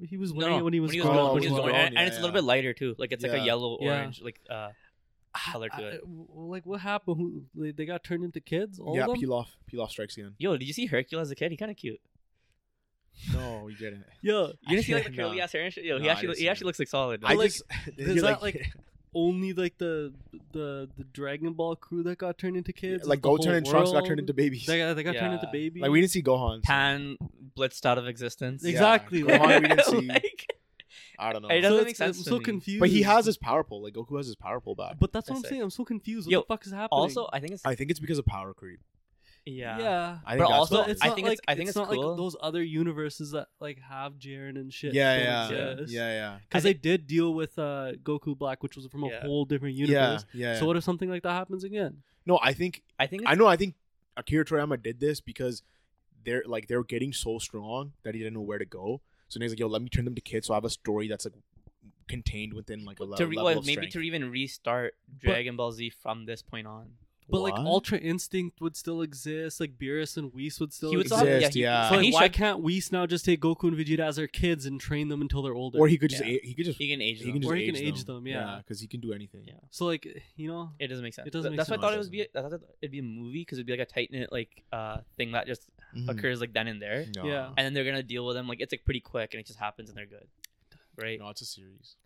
Speaker 2: He was
Speaker 3: No,
Speaker 2: wearing
Speaker 3: no,
Speaker 2: it when he was,
Speaker 1: grown-
Speaker 2: growing
Speaker 1: Oh,
Speaker 2: up.
Speaker 3: when he was eh,
Speaker 1: grown,
Speaker 3: grown, and,
Speaker 1: yeah,
Speaker 3: and it's a little
Speaker 1: yeah.
Speaker 3: bit lighter too. Like it's like
Speaker 1: Yeah.
Speaker 3: a yellow
Speaker 2: Yeah.
Speaker 3: orange like uh color to
Speaker 2: I-
Speaker 3: it.
Speaker 2: w- like what happened? Who, like, they got turned into kids? All
Speaker 1: yeah.
Speaker 2: of them?
Speaker 1: Pilaf, Pilaf strikes again.
Speaker 3: Yo, did you see Hercule as a kid? He kind of cute.
Speaker 1: No, we didn't.
Speaker 2: yeah.
Speaker 3: You didn't see like the
Speaker 1: No.
Speaker 3: curly ass hair and shit. Yo, he
Speaker 1: No, I
Speaker 3: actually
Speaker 1: didn't
Speaker 3: he
Speaker 1: see
Speaker 3: actually
Speaker 1: it.
Speaker 3: looks like solid.
Speaker 1: I
Speaker 3: though.
Speaker 1: just
Speaker 2: does that, like, only like the the the Dragon Ball crew that got turned into kids.
Speaker 1: like
Speaker 2: Go
Speaker 1: Goten and Trunks got turned into babies.
Speaker 2: They got, they got turned into
Speaker 3: Yeah.
Speaker 2: babies.
Speaker 1: like we didn't see Gohan. so
Speaker 3: Pan blitzed out of existence.
Speaker 1: Yeah.
Speaker 2: exactly.
Speaker 1: Gohan
Speaker 2: like-
Speaker 1: we didn't see.
Speaker 3: Like,
Speaker 1: I don't know.
Speaker 2: so
Speaker 3: It doesn't
Speaker 2: it's-
Speaker 3: make sense
Speaker 2: I'm
Speaker 3: to
Speaker 2: so
Speaker 3: me.
Speaker 2: confused.
Speaker 1: but he has his power pole. Like Goku has his power pole back.
Speaker 2: But that's what
Speaker 3: That's
Speaker 2: I'm
Speaker 3: it.
Speaker 2: saying. I'm so confused. What
Speaker 3: Yo,
Speaker 2: the fuck is happening?
Speaker 3: also, I think it's
Speaker 1: I think it's because of power creep.
Speaker 3: yeah.
Speaker 2: yeah.
Speaker 1: I think
Speaker 3: But
Speaker 1: that's
Speaker 3: also,
Speaker 1: what
Speaker 2: But
Speaker 1: it
Speaker 2: it's
Speaker 3: I
Speaker 2: not
Speaker 3: think
Speaker 2: like,
Speaker 3: it's- I think it's
Speaker 2: not
Speaker 3: cool.
Speaker 2: like those other universes that like have Jiren and
Speaker 1: is.
Speaker 2: shit.
Speaker 1: yeah,
Speaker 2: still
Speaker 1: yeah, yeah,
Speaker 2: exist.
Speaker 1: yeah,
Speaker 2: Because they did deal with uh, Goku Black, which was from a
Speaker 3: Yeah.
Speaker 2: whole different
Speaker 1: yeah,
Speaker 2: universe.
Speaker 1: yeah.
Speaker 2: So what if something like that happens again?
Speaker 1: no, I think
Speaker 3: I think it's,
Speaker 1: I know. I think Akira Toriyama did this because they're like they're getting so strong that he didn't know where to go. So now he's like, "Yo, let me turn them to kids, so I have a story that's like contained within like a le-
Speaker 3: to re-
Speaker 1: level
Speaker 3: well,
Speaker 1: of
Speaker 3: maybe
Speaker 1: strength."
Speaker 3: to even restart Dragon Ball Z from this point on.
Speaker 2: But
Speaker 1: What?
Speaker 2: like Ultra Instinct would still exist. Like Beerus and Whis would still
Speaker 3: he would
Speaker 2: exist.
Speaker 3: still have, yeah,
Speaker 1: Exist,
Speaker 3: he,
Speaker 1: yeah.
Speaker 2: So
Speaker 3: and
Speaker 2: like,
Speaker 3: he
Speaker 2: why
Speaker 3: should-
Speaker 2: can't Whis now just take Goku and Vegeta as their kids and train them until they're older?
Speaker 1: or he could just
Speaker 3: Yeah.
Speaker 1: he could just
Speaker 3: he can age
Speaker 1: he
Speaker 3: them.
Speaker 1: can just
Speaker 2: Or
Speaker 1: age
Speaker 2: he can age
Speaker 1: them,
Speaker 2: them, yeah.
Speaker 1: because he can do anything.
Speaker 3: Yeah.
Speaker 2: so like you know,
Speaker 3: It doesn't make sense.
Speaker 2: It doesn't
Speaker 3: Th-
Speaker 2: make
Speaker 3: That's
Speaker 1: sense.
Speaker 3: why I thought it was be. I thought it'd be a movie because it'd be like a Titan like uh thing that just
Speaker 1: Mhm.
Speaker 3: occurs like then and there,
Speaker 1: No.
Speaker 2: Yeah.
Speaker 3: and then they're gonna deal with them like it's like pretty quick and it just happens and they're good, right?
Speaker 1: no, it's a series.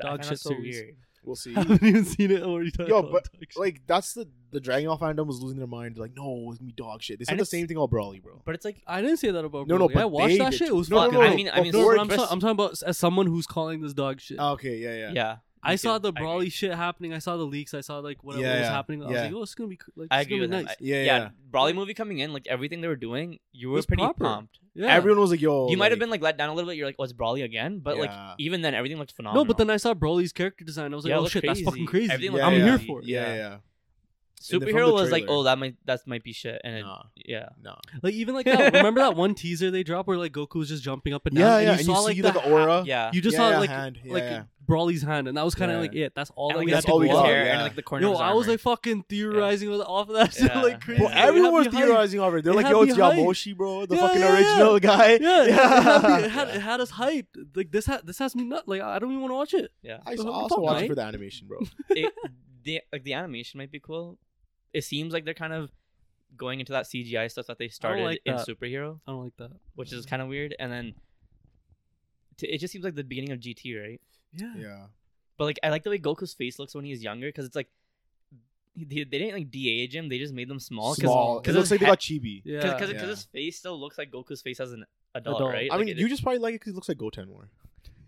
Speaker 3: I
Speaker 2: dog
Speaker 3: find that
Speaker 2: shit
Speaker 3: so
Speaker 2: series.
Speaker 3: weird.
Speaker 1: We'll see.
Speaker 2: I haven't even seen it already. talked
Speaker 1: Yo,
Speaker 2: about
Speaker 1: but,
Speaker 2: dog shit.
Speaker 1: like that's the the Dragon Ball fandom was losing their mind. Like, no, it's gonna be dog shit. They said
Speaker 3: And
Speaker 1: the
Speaker 3: it's-
Speaker 1: same thing about Brawly, bro.
Speaker 3: But it's like
Speaker 2: I didn't say that about
Speaker 1: No, no,
Speaker 2: Broly. I
Speaker 1: but
Speaker 2: watched
Speaker 1: they
Speaker 2: that
Speaker 1: did.
Speaker 2: shit. It was
Speaker 1: No, no, no,
Speaker 2: fucking.
Speaker 3: no,
Speaker 2: I mean,
Speaker 3: I mean,
Speaker 2: no,
Speaker 3: before
Speaker 2: but I'm,
Speaker 3: Chris-
Speaker 2: so- I'm talking about as someone who's calling this dog shit.
Speaker 1: Okay, yeah, yeah.
Speaker 3: yeah.
Speaker 2: I
Speaker 3: me
Speaker 2: saw
Speaker 3: too.
Speaker 2: the
Speaker 3: I agree.
Speaker 2: Brawly shit happening. I saw the leaks. I saw like whatever
Speaker 1: Yeah,
Speaker 2: was
Speaker 1: yeah,
Speaker 2: happening. I was
Speaker 1: yeah.
Speaker 2: like, oh, it's gonna be coo- like
Speaker 3: I
Speaker 2: it's
Speaker 3: agree
Speaker 2: gonna
Speaker 3: with
Speaker 2: be
Speaker 3: nice.
Speaker 2: nice.
Speaker 1: Yeah,
Speaker 3: Yeah,
Speaker 1: yeah.
Speaker 3: yeah. Brawly movie coming in, like everything they were doing, you were
Speaker 2: was
Speaker 3: pretty
Speaker 2: proper.
Speaker 3: pumped.
Speaker 2: Yeah.
Speaker 1: Everyone was like, "Yo,
Speaker 3: you might have
Speaker 1: like-
Speaker 3: been like let down a little bit. You're like, "What's it's Brawly again?" But
Speaker 1: Yeah.
Speaker 3: like even then, everything looked phenomenal.
Speaker 2: No, but then I saw Broly's character design. I was like,
Speaker 3: Yeah, it
Speaker 2: oh
Speaker 3: looked
Speaker 2: shit, that's fucking
Speaker 3: crazy.
Speaker 2: crazy.
Speaker 3: Everything
Speaker 1: looked
Speaker 2: I'm
Speaker 1: Yeah,
Speaker 2: here
Speaker 3: yeah.
Speaker 2: for it.
Speaker 1: yeah, yeah, yeah. in the- from
Speaker 3: superhero
Speaker 1: the
Speaker 3: was like,
Speaker 1: trailer.
Speaker 3: "Oh, that might that might be shit," and it,
Speaker 1: Nah,
Speaker 3: yeah,
Speaker 1: nah.
Speaker 2: Like even like that. Remember that one teaser they dropped where like Goku was just jumping up and down.
Speaker 1: Yeah,
Speaker 2: and
Speaker 1: yeah.
Speaker 2: You
Speaker 1: And
Speaker 2: saw
Speaker 1: you
Speaker 2: like
Speaker 1: see
Speaker 2: the
Speaker 1: like the
Speaker 2: ha-
Speaker 1: aura.
Speaker 3: yeah.
Speaker 2: Uh, You just
Speaker 1: Yeah,
Speaker 2: saw
Speaker 1: yeah,
Speaker 2: like
Speaker 1: hand. Yeah,
Speaker 2: like
Speaker 1: yeah.
Speaker 2: Brawly's hand, and that was kind of
Speaker 1: Yeah.
Speaker 2: like it. That's all
Speaker 3: and,
Speaker 2: that
Speaker 3: like,
Speaker 2: we had
Speaker 3: that's
Speaker 1: that's
Speaker 2: to
Speaker 1: all we
Speaker 2: go
Speaker 1: got,
Speaker 2: off.
Speaker 3: hair and
Speaker 1: yeah.
Speaker 3: like the corner.
Speaker 2: Yo,
Speaker 3: of his
Speaker 2: I was
Speaker 3: armor.
Speaker 2: like fucking theorizing with- off of that shit
Speaker 3: Yeah.
Speaker 2: like crazy.
Speaker 1: Well,
Speaker 2: It had
Speaker 1: everyone
Speaker 2: me
Speaker 1: was
Speaker 2: hyped.
Speaker 1: theorizing over it. They're
Speaker 2: It
Speaker 1: like,
Speaker 2: had
Speaker 1: "Yo,
Speaker 2: me
Speaker 1: it's Yamoshi,
Speaker 2: hyped.
Speaker 1: bro, the
Speaker 2: Yeah,
Speaker 1: fucking
Speaker 2: yeah, yeah.
Speaker 1: original guy."
Speaker 2: Yeah, It, had me, it, had,
Speaker 1: Yeah.
Speaker 2: it had us hyped. Like this, ha- this has me nut. Like I don't even want to watch it.
Speaker 3: yeah,
Speaker 1: I
Speaker 2: It was
Speaker 1: saw-
Speaker 2: like,
Speaker 1: also
Speaker 2: fuck,
Speaker 1: watched
Speaker 2: mate.
Speaker 1: for the animation, bro.
Speaker 3: it, the like the animation might be cool. It seems like they're kind of going into that CGI stuff that they started
Speaker 2: like
Speaker 3: in
Speaker 2: that.
Speaker 3: superhero,
Speaker 2: I don't like that.
Speaker 3: which
Speaker 1: Mm.
Speaker 3: is kind of weird. And then t- it just seems like the beginning of GT, right?
Speaker 2: Yeah.
Speaker 1: Yeah,
Speaker 3: But like, I like the way Goku's face looks when he's younger because it's like they, they didn't like de-age him; they just made them small.
Speaker 1: small. It
Speaker 3: Because
Speaker 1: looks like they got chibi.
Speaker 2: Yeah.
Speaker 3: because
Speaker 1: Yeah.
Speaker 3: his face still looks like Goku's face as an adult,
Speaker 2: Adult.
Speaker 3: right?
Speaker 1: I mean,
Speaker 3: Like, it-
Speaker 1: you just probably like it because it looks like Goten more.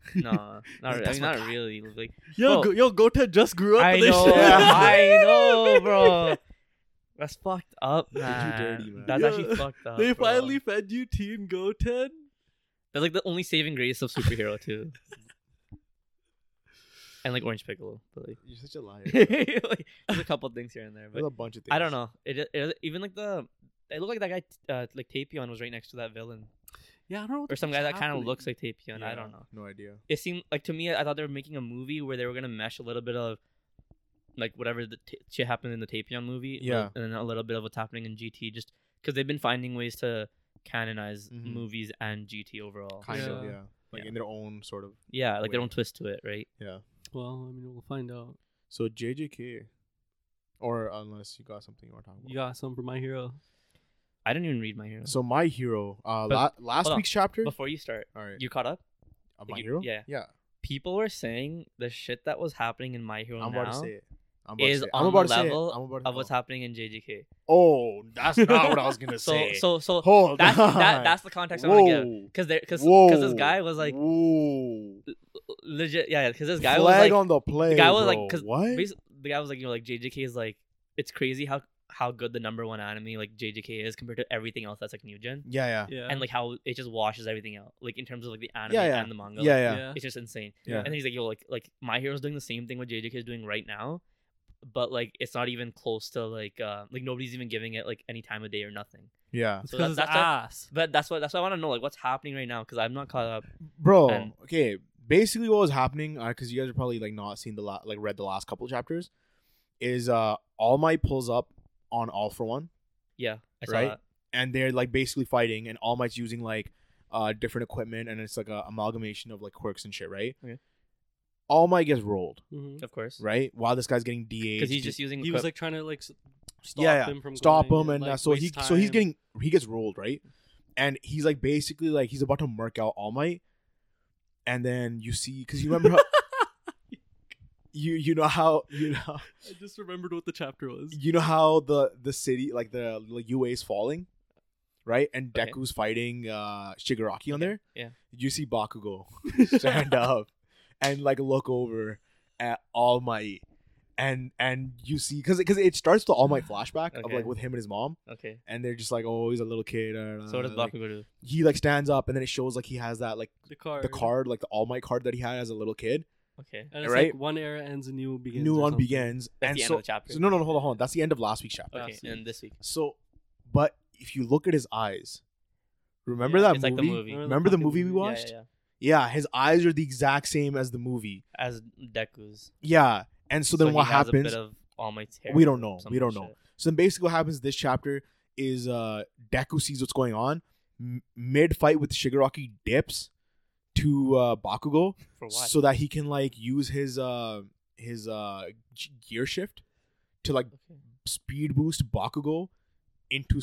Speaker 3: no, not really. I
Speaker 1: That's
Speaker 3: mean,
Speaker 1: my
Speaker 3: not
Speaker 1: guy.
Speaker 3: really. Like,
Speaker 2: Yo,
Speaker 3: Bro.
Speaker 2: go, yo, Goten just grew up.
Speaker 3: I
Speaker 2: and they
Speaker 3: know,
Speaker 2: showed-
Speaker 3: I know, bro. That's fucked up,
Speaker 1: You
Speaker 3: man.
Speaker 1: dirty, man.
Speaker 3: That's
Speaker 2: Yeah.
Speaker 3: actually fucked up.
Speaker 2: They
Speaker 3: bro.
Speaker 2: finally fed you Team Goten.
Speaker 3: That's like the only saving grace of superhero too. and like Orange Piccolo, but like,
Speaker 1: You're such a liar.
Speaker 3: like, there's a couple things here and there,
Speaker 1: There's
Speaker 3: but
Speaker 1: a bunch of things.
Speaker 3: I don't know. It, it even like the it looked like that guy uh, like Tapion was right next to that villain
Speaker 2: Yeah, I don't know. What
Speaker 3: or
Speaker 2: the
Speaker 3: some
Speaker 2: fuck's
Speaker 3: guy that kind of
Speaker 2: happening.
Speaker 3: looks like Tapion. I
Speaker 1: Yeah,
Speaker 3: don't know.
Speaker 1: No idea.
Speaker 3: It seemed like to me I thought they were making a movie where they were gonna mesh a little bit of like whatever the t- shit happened in the Tapion movie, with-
Speaker 1: Yeah.
Speaker 3: and then a little bit of what's happening in GT, just because they've been finding ways to canonize
Speaker 1: Mhm.
Speaker 3: movies and GT overall.
Speaker 1: Kind of,
Speaker 2: Yeah.
Speaker 1: yeah. Like in their own sort of.
Speaker 3: Yeah, like they
Speaker 1: Way.
Speaker 3: don't twist to it, right?
Speaker 1: Yeah.
Speaker 2: Well, I mean, we'll find out.
Speaker 1: So JJK, or unless you got something you want to talk about.
Speaker 2: You got some for my hero.
Speaker 3: I didn't even read my hero.
Speaker 1: So my hero, uh,
Speaker 3: But-
Speaker 1: la- last
Speaker 3: hold on.
Speaker 1: week's chapter.
Speaker 3: Before you start,
Speaker 1: All right,
Speaker 3: you caught up.
Speaker 1: uh, my
Speaker 3: you-
Speaker 1: hero.
Speaker 3: yeah.
Speaker 1: yeah.
Speaker 3: People were saying the shit that was happening in My Hero
Speaker 1: I'm
Speaker 3: now
Speaker 1: about to say it. I'm about
Speaker 3: is
Speaker 1: to say it.
Speaker 3: on
Speaker 1: I'm about
Speaker 3: the
Speaker 1: to say it.
Speaker 3: level
Speaker 1: I'm about to
Speaker 3: of what's happening in JJK.
Speaker 1: Oh, that's not what I was gonna
Speaker 3: So,
Speaker 1: say.
Speaker 3: so, so
Speaker 1: Hold
Speaker 3: that's
Speaker 1: on.
Speaker 3: that, that's the context I want to give.
Speaker 1: Whoa.
Speaker 3: Because because
Speaker 1: Whoa.
Speaker 3: because this guy was like
Speaker 1: Whoa.
Speaker 3: legit, yeah. Because this guy
Speaker 1: Flag
Speaker 3: was
Speaker 1: on the play.
Speaker 3: guy was like-
Speaker 1: bro.
Speaker 3: 'cause
Speaker 1: what?
Speaker 3: like, basi- the guy was like, you know, like JJK is like, it's crazy how how good the number one anime like JJK is compared to everything else that's like new gen,
Speaker 1: Yeah, yeah,
Speaker 2: Yeah.
Speaker 3: and like how it just washes everything out, like in terms of like the anime
Speaker 1: Yeah, yeah.
Speaker 3: and the manga.
Speaker 1: yeah,
Speaker 3: like,
Speaker 1: yeah,
Speaker 2: yeah.
Speaker 3: It's just insane.
Speaker 1: Yeah.
Speaker 3: And then he's like, yo, like like my hero's doing the same thing what JJK is doing right now, but like it's not even close to like uh like nobody's even giving it like any time of day or nothing.
Speaker 1: yeah,
Speaker 2: It's
Speaker 3: So
Speaker 2: 'cause
Speaker 3: that-
Speaker 2: it's
Speaker 3: that's what-
Speaker 2: ass.
Speaker 3: But that's what that's what I want to know like what's happening right now because I'm not caught up.
Speaker 1: bro.
Speaker 3: And-
Speaker 1: okay, basically what was happening, because you guys are probably like not seen the la- like read the last couple chapters, is uh All Might pulls up on All for One.
Speaker 3: Yeah, I saw
Speaker 1: Right?
Speaker 3: that.
Speaker 1: and they're like basically fighting and all might's using like uh different equipment and it's like a amalgamation of like quirks and shit right
Speaker 3: Okay.
Speaker 1: all might gets rolled
Speaker 2: Mhm.
Speaker 3: of course,
Speaker 1: right while this guy's getting DH
Speaker 3: because he's just using
Speaker 2: He
Speaker 3: equip-
Speaker 2: was like trying to like s- stop
Speaker 1: Yeah, yeah.
Speaker 2: him from
Speaker 1: stop
Speaker 2: going
Speaker 1: him and uh,
Speaker 2: like,
Speaker 1: so he
Speaker 2: waste
Speaker 1: so he's
Speaker 2: time.
Speaker 1: getting he gets rolled right and he's like basically like he's about to murk out all might and then you see because you remember how you you know how you know
Speaker 2: I just remembered what the chapter was.
Speaker 1: you know how the the city like the like, UA is falling, right? And
Speaker 3: Okay.
Speaker 1: Deku's fighting uh Shigaraki on there.
Speaker 3: yeah.
Speaker 1: You see Bakugo stand up and like look over at All Might, and and you see because because it starts the All Might flashback of
Speaker 3: Okay.
Speaker 1: like with him and his mom,
Speaker 3: Okay.
Speaker 1: and they're just like, oh, he's a little kid. uh,
Speaker 3: So what does
Speaker 1: like,
Speaker 3: Bakugo do?
Speaker 1: He like stands up, and then it shows like he has that like
Speaker 2: The card.
Speaker 1: the card, like the All Might card that he had as a little kid.
Speaker 3: Okay.
Speaker 2: And it's
Speaker 1: right?
Speaker 2: like one era ends, a new begins.
Speaker 1: New
Speaker 2: or
Speaker 1: one
Speaker 2: something.
Speaker 1: begins,
Speaker 3: That's
Speaker 1: Uh, and
Speaker 3: the
Speaker 1: so,
Speaker 3: end of the chapter.
Speaker 1: so no, no, no, hold on, hold on. That's the end of last week's chapter.
Speaker 3: okay.
Speaker 2: last
Speaker 3: And this week.
Speaker 1: So, but if you look at his eyes, remember
Speaker 2: Yeah,
Speaker 1: that
Speaker 3: it's
Speaker 1: movie?
Speaker 3: like the movie.
Speaker 1: Remember the
Speaker 2: fucking
Speaker 1: movie we
Speaker 3: Yeah,
Speaker 1: watched?
Speaker 3: Yeah,
Speaker 1: Yeah, his eyes are the exact same as the movie.
Speaker 3: yeah. As Deku's.
Speaker 1: Yeah, and so then
Speaker 3: he
Speaker 1: what
Speaker 3: has
Speaker 1: happens?
Speaker 3: A bit of All Might's hair
Speaker 1: We don't know.
Speaker 3: or some
Speaker 1: We don't know.
Speaker 3: shit.
Speaker 1: so then basically, what happens? This chapter is uh Deku sees what's going on. M- Mid fight with Shigaraki dips to uh, Bakugo
Speaker 3: For what?
Speaker 1: so that he can like use his uh his uh g- gear shift to like
Speaker 3: Okay.
Speaker 1: speed boost Bakugo into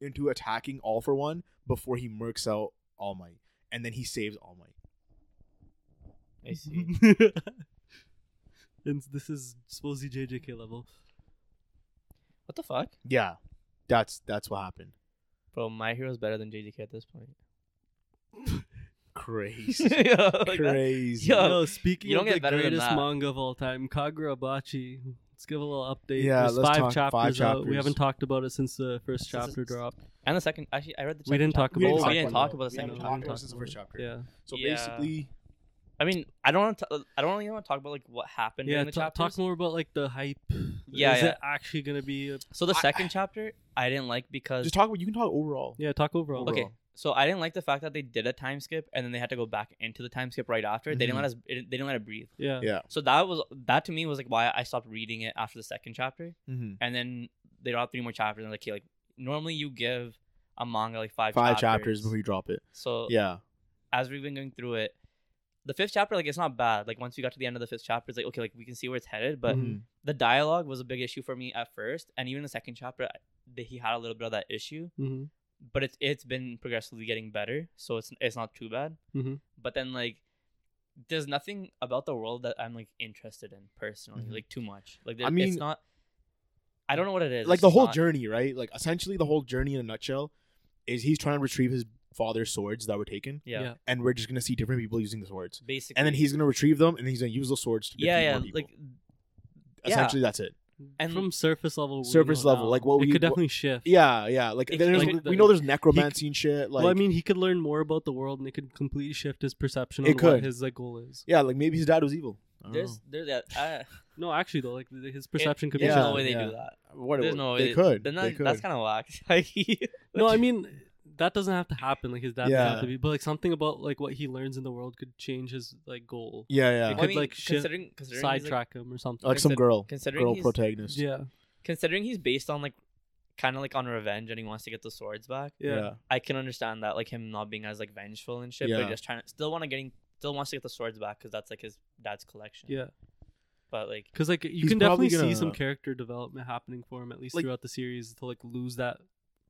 Speaker 1: into attacking All for One before he murks out All Might, and then he saves All Might.
Speaker 3: I see.
Speaker 2: and this is supposedly JJK level.
Speaker 3: What the fuck?
Speaker 1: Yeah, that's that's what happened.
Speaker 3: Bro, my hero's better than JJK at this point.
Speaker 1: Crazy,
Speaker 3: Yeah, like that-
Speaker 1: crazy.
Speaker 3: Yo,
Speaker 2: Yo, speaking
Speaker 3: Oh, you don't
Speaker 2: of
Speaker 3: get
Speaker 2: the
Speaker 3: better than
Speaker 2: greatest
Speaker 3: that.
Speaker 2: manga of all time, Kagurabachi. Let's give a little update.
Speaker 1: Yeah,
Speaker 2: There's
Speaker 1: let's
Speaker 2: five,
Speaker 1: talk-
Speaker 2: chapters
Speaker 1: five
Speaker 2: out.
Speaker 1: chapters.
Speaker 2: We haven't talked about it since the first
Speaker 3: Since
Speaker 2: chapter
Speaker 3: it's-
Speaker 2: drop.
Speaker 3: And the second, actually, I read the.
Speaker 2: We
Speaker 3: second
Speaker 2: didn't talk
Speaker 3: chapter.
Speaker 1: We didn't
Speaker 2: about
Speaker 3: Oh,
Speaker 1: talk
Speaker 3: we didn't
Speaker 1: about
Speaker 3: talk
Speaker 1: it.
Speaker 3: about the
Speaker 1: We
Speaker 3: second
Speaker 1: haven't
Speaker 3: chapter.
Speaker 1: talked about it since the first chapter.
Speaker 2: Yeah,
Speaker 1: So
Speaker 3: Yeah.
Speaker 1: basically,
Speaker 3: I mean, I don't. want to. I don't really want to talk about like what happened
Speaker 2: yeah.
Speaker 3: during the
Speaker 2: ta-
Speaker 3: chapter.
Speaker 2: talk more about like the hype.
Speaker 3: Yeah,
Speaker 2: is
Speaker 3: yeah.
Speaker 2: it actually gonna be? A-
Speaker 3: So the
Speaker 1: I-
Speaker 3: second chapter, I didn't like because
Speaker 1: just talk. You can talk overall.
Speaker 2: yeah, talk overall.
Speaker 3: okay.
Speaker 1: overall.
Speaker 3: So I didn't like the fact that they did a time skip and then they had to go back into the time skip right after. They
Speaker 1: Mm-hmm.
Speaker 3: didn't let us. It, they didn't let it breathe.
Speaker 2: Yeah.
Speaker 1: Yeah.
Speaker 3: So that was that to me was like why I stopped reading it after the second chapter.
Speaker 1: Mm-hmm.
Speaker 3: And then they dropped three more chapters. And I'm like, okay, like normally you give a manga like five
Speaker 1: Five chapters before you drop it.
Speaker 3: So
Speaker 1: Yeah,
Speaker 3: as we've been going through it, the fifth chapter like it's not bad. Like once we got to the end of the fifth chapter, it's like okay, like we can see where it's headed. But
Speaker 1: Mhm.
Speaker 3: the dialogue was a big issue for me at first, and even the second chapter, I- that he had a little bit of that issue.
Speaker 2: Mm-hmm.
Speaker 3: But it's it's been progressively getting better, so it's it's not too bad.
Speaker 1: Mm-hmm.
Speaker 2: Mhm.
Speaker 3: But then like. There's nothing about the world that I'm like interested in personally,
Speaker 1: Mhm.
Speaker 3: like too much. Like
Speaker 1: I
Speaker 3: I
Speaker 1: mean-
Speaker 3: it's not. I don't know what it is.
Speaker 1: like
Speaker 3: It's
Speaker 1: the
Speaker 3: just
Speaker 1: whole
Speaker 3: not-
Speaker 1: journey, right? Like essentially, the whole journey in a nutshell is he's trying to retrieve his father's swords that were taken,
Speaker 3: Yeah,
Speaker 2: Yeah.
Speaker 1: and we're just gonna see different people using the swords.
Speaker 3: basically.
Speaker 1: and then he's gonna retrieve them, and he's gonna use those swords to defeat
Speaker 3: yeah, yeah,
Speaker 1: more people.
Speaker 3: like yeah.
Speaker 1: essentially, that's it.
Speaker 3: And-
Speaker 2: from surface level, we
Speaker 1: Surface
Speaker 2: know
Speaker 1: level,
Speaker 2: now.
Speaker 1: like, what
Speaker 2: it
Speaker 1: we-
Speaker 2: could
Speaker 1: what-
Speaker 2: definitely shift.
Speaker 1: Yeah, yeah. Like,
Speaker 3: It-
Speaker 1: there's,
Speaker 2: like,
Speaker 1: we
Speaker 2: the-
Speaker 1: know there's necromancy and shit. Like,
Speaker 2: well, I mean, he could learn more about the world, and it could completely shift his perception
Speaker 1: It
Speaker 2: on
Speaker 1: could.
Speaker 2: what his like goal is.
Speaker 1: yeah, like maybe his dad was evil. I don't
Speaker 3: there's there's that. I-
Speaker 2: No, actually though, like th- his perception could
Speaker 3: there's
Speaker 2: be.
Speaker 1: Yeah.
Speaker 3: no
Speaker 2: shifted.
Speaker 3: way they
Speaker 1: yeah.
Speaker 3: do that.
Speaker 1: know. What,
Speaker 3: There's no way
Speaker 1: they could.
Speaker 3: Then
Speaker 1: they
Speaker 3: that-
Speaker 1: could.
Speaker 3: That's kind of whack. Like,
Speaker 2: No, I mean that doesn't have to happen. Like his dad doesn't
Speaker 1: Yeah.
Speaker 2: have to be, but like something about like what he learns in the world could change his like goal,
Speaker 1: yeah,
Speaker 2: It
Speaker 1: yeah.
Speaker 2: could,
Speaker 3: I mean,
Speaker 2: like, shi-
Speaker 3: considering considering he's, like,
Speaker 2: sidetrack him or something.
Speaker 1: Like some
Speaker 3: consider-
Speaker 1: girl,
Speaker 3: considering
Speaker 1: girl
Speaker 3: he's-
Speaker 1: protagonist.
Speaker 2: yeah,
Speaker 3: considering he's based on like kind of like on revenge and he wants to get the swords back.
Speaker 2: yeah,
Speaker 3: I can understand that like him not being as like vengeful and shit,
Speaker 1: Yeah.
Speaker 3: but just trying to still want to getting still wants to get the swords back because that's like his dad's collection.
Speaker 2: yeah.
Speaker 3: but like
Speaker 2: Because like you
Speaker 1: He's
Speaker 2: can definitely
Speaker 1: probably
Speaker 2: see some
Speaker 1: gonna-
Speaker 2: character development happening for him at least
Speaker 1: Like-
Speaker 2: throughout the series to like lose that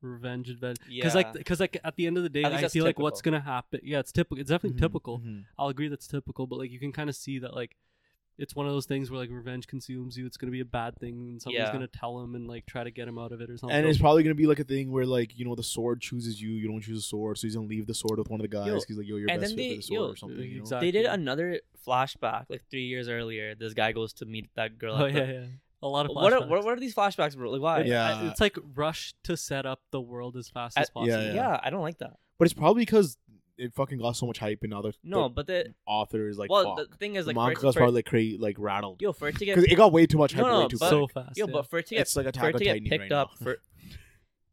Speaker 2: revenge adventure.
Speaker 3: yeah,
Speaker 2: Because like because like at the end of the day,
Speaker 3: I think
Speaker 2: I feel
Speaker 3: that's
Speaker 2: like what's gonna happen. Yeah, it's typical. It's definitely
Speaker 1: Mhm,
Speaker 2: typical.
Speaker 1: mhm.
Speaker 2: I'll agree that's typical, but like you can kind of see that like it's one of those things where like revenge consumes you. It's gonna be a bad thing, and someone's
Speaker 3: Yeah.
Speaker 2: gonna tell him and like try to get him out of it or something.
Speaker 1: And it's probably gonna be like a thing where like you know the sword chooses you, you don't choose a sword, so he's gonna leave the sword with one of the guys.
Speaker 3: Yo,
Speaker 1: he's like, yo, you're
Speaker 3: and
Speaker 1: best fit
Speaker 3: then they-
Speaker 1: for the sword
Speaker 3: yo,
Speaker 1: or something. You know?
Speaker 2: exactly.
Speaker 3: they did another flashback like three years earlier. This guy goes to meet that girl.
Speaker 2: oh
Speaker 3: at the-
Speaker 2: yeah, yeah. A lot of
Speaker 3: What are,
Speaker 2: flashbacks.
Speaker 3: what, are- what are these flashbacks, bro? Like why?
Speaker 2: It-
Speaker 1: Yeah.
Speaker 2: I- it's like rush to set up the world as fast as
Speaker 3: I-
Speaker 2: possible.
Speaker 1: yeah.
Speaker 3: yeah, I don't like that.
Speaker 1: But it's probably because it fucking got so much hype, and now the,
Speaker 3: No,
Speaker 1: the
Speaker 3: but the
Speaker 1: author is like,
Speaker 3: well,
Speaker 1: fuck.
Speaker 3: the thing is
Speaker 1: the
Speaker 3: like
Speaker 1: manga
Speaker 3: first-
Speaker 1: was
Speaker 3: first-
Speaker 1: probably like cra- like rattled
Speaker 3: yo for it to get
Speaker 1: because it got way too much hype,
Speaker 3: No, no,
Speaker 1: way too
Speaker 3: but-
Speaker 1: fast.
Speaker 2: so fast.
Speaker 3: yo,
Speaker 2: yeah.
Speaker 3: but for it to get
Speaker 1: It's like Attack
Speaker 3: for it
Speaker 1: on
Speaker 3: to get
Speaker 1: Titan
Speaker 3: picked
Speaker 1: right
Speaker 3: up
Speaker 1: now.
Speaker 3: for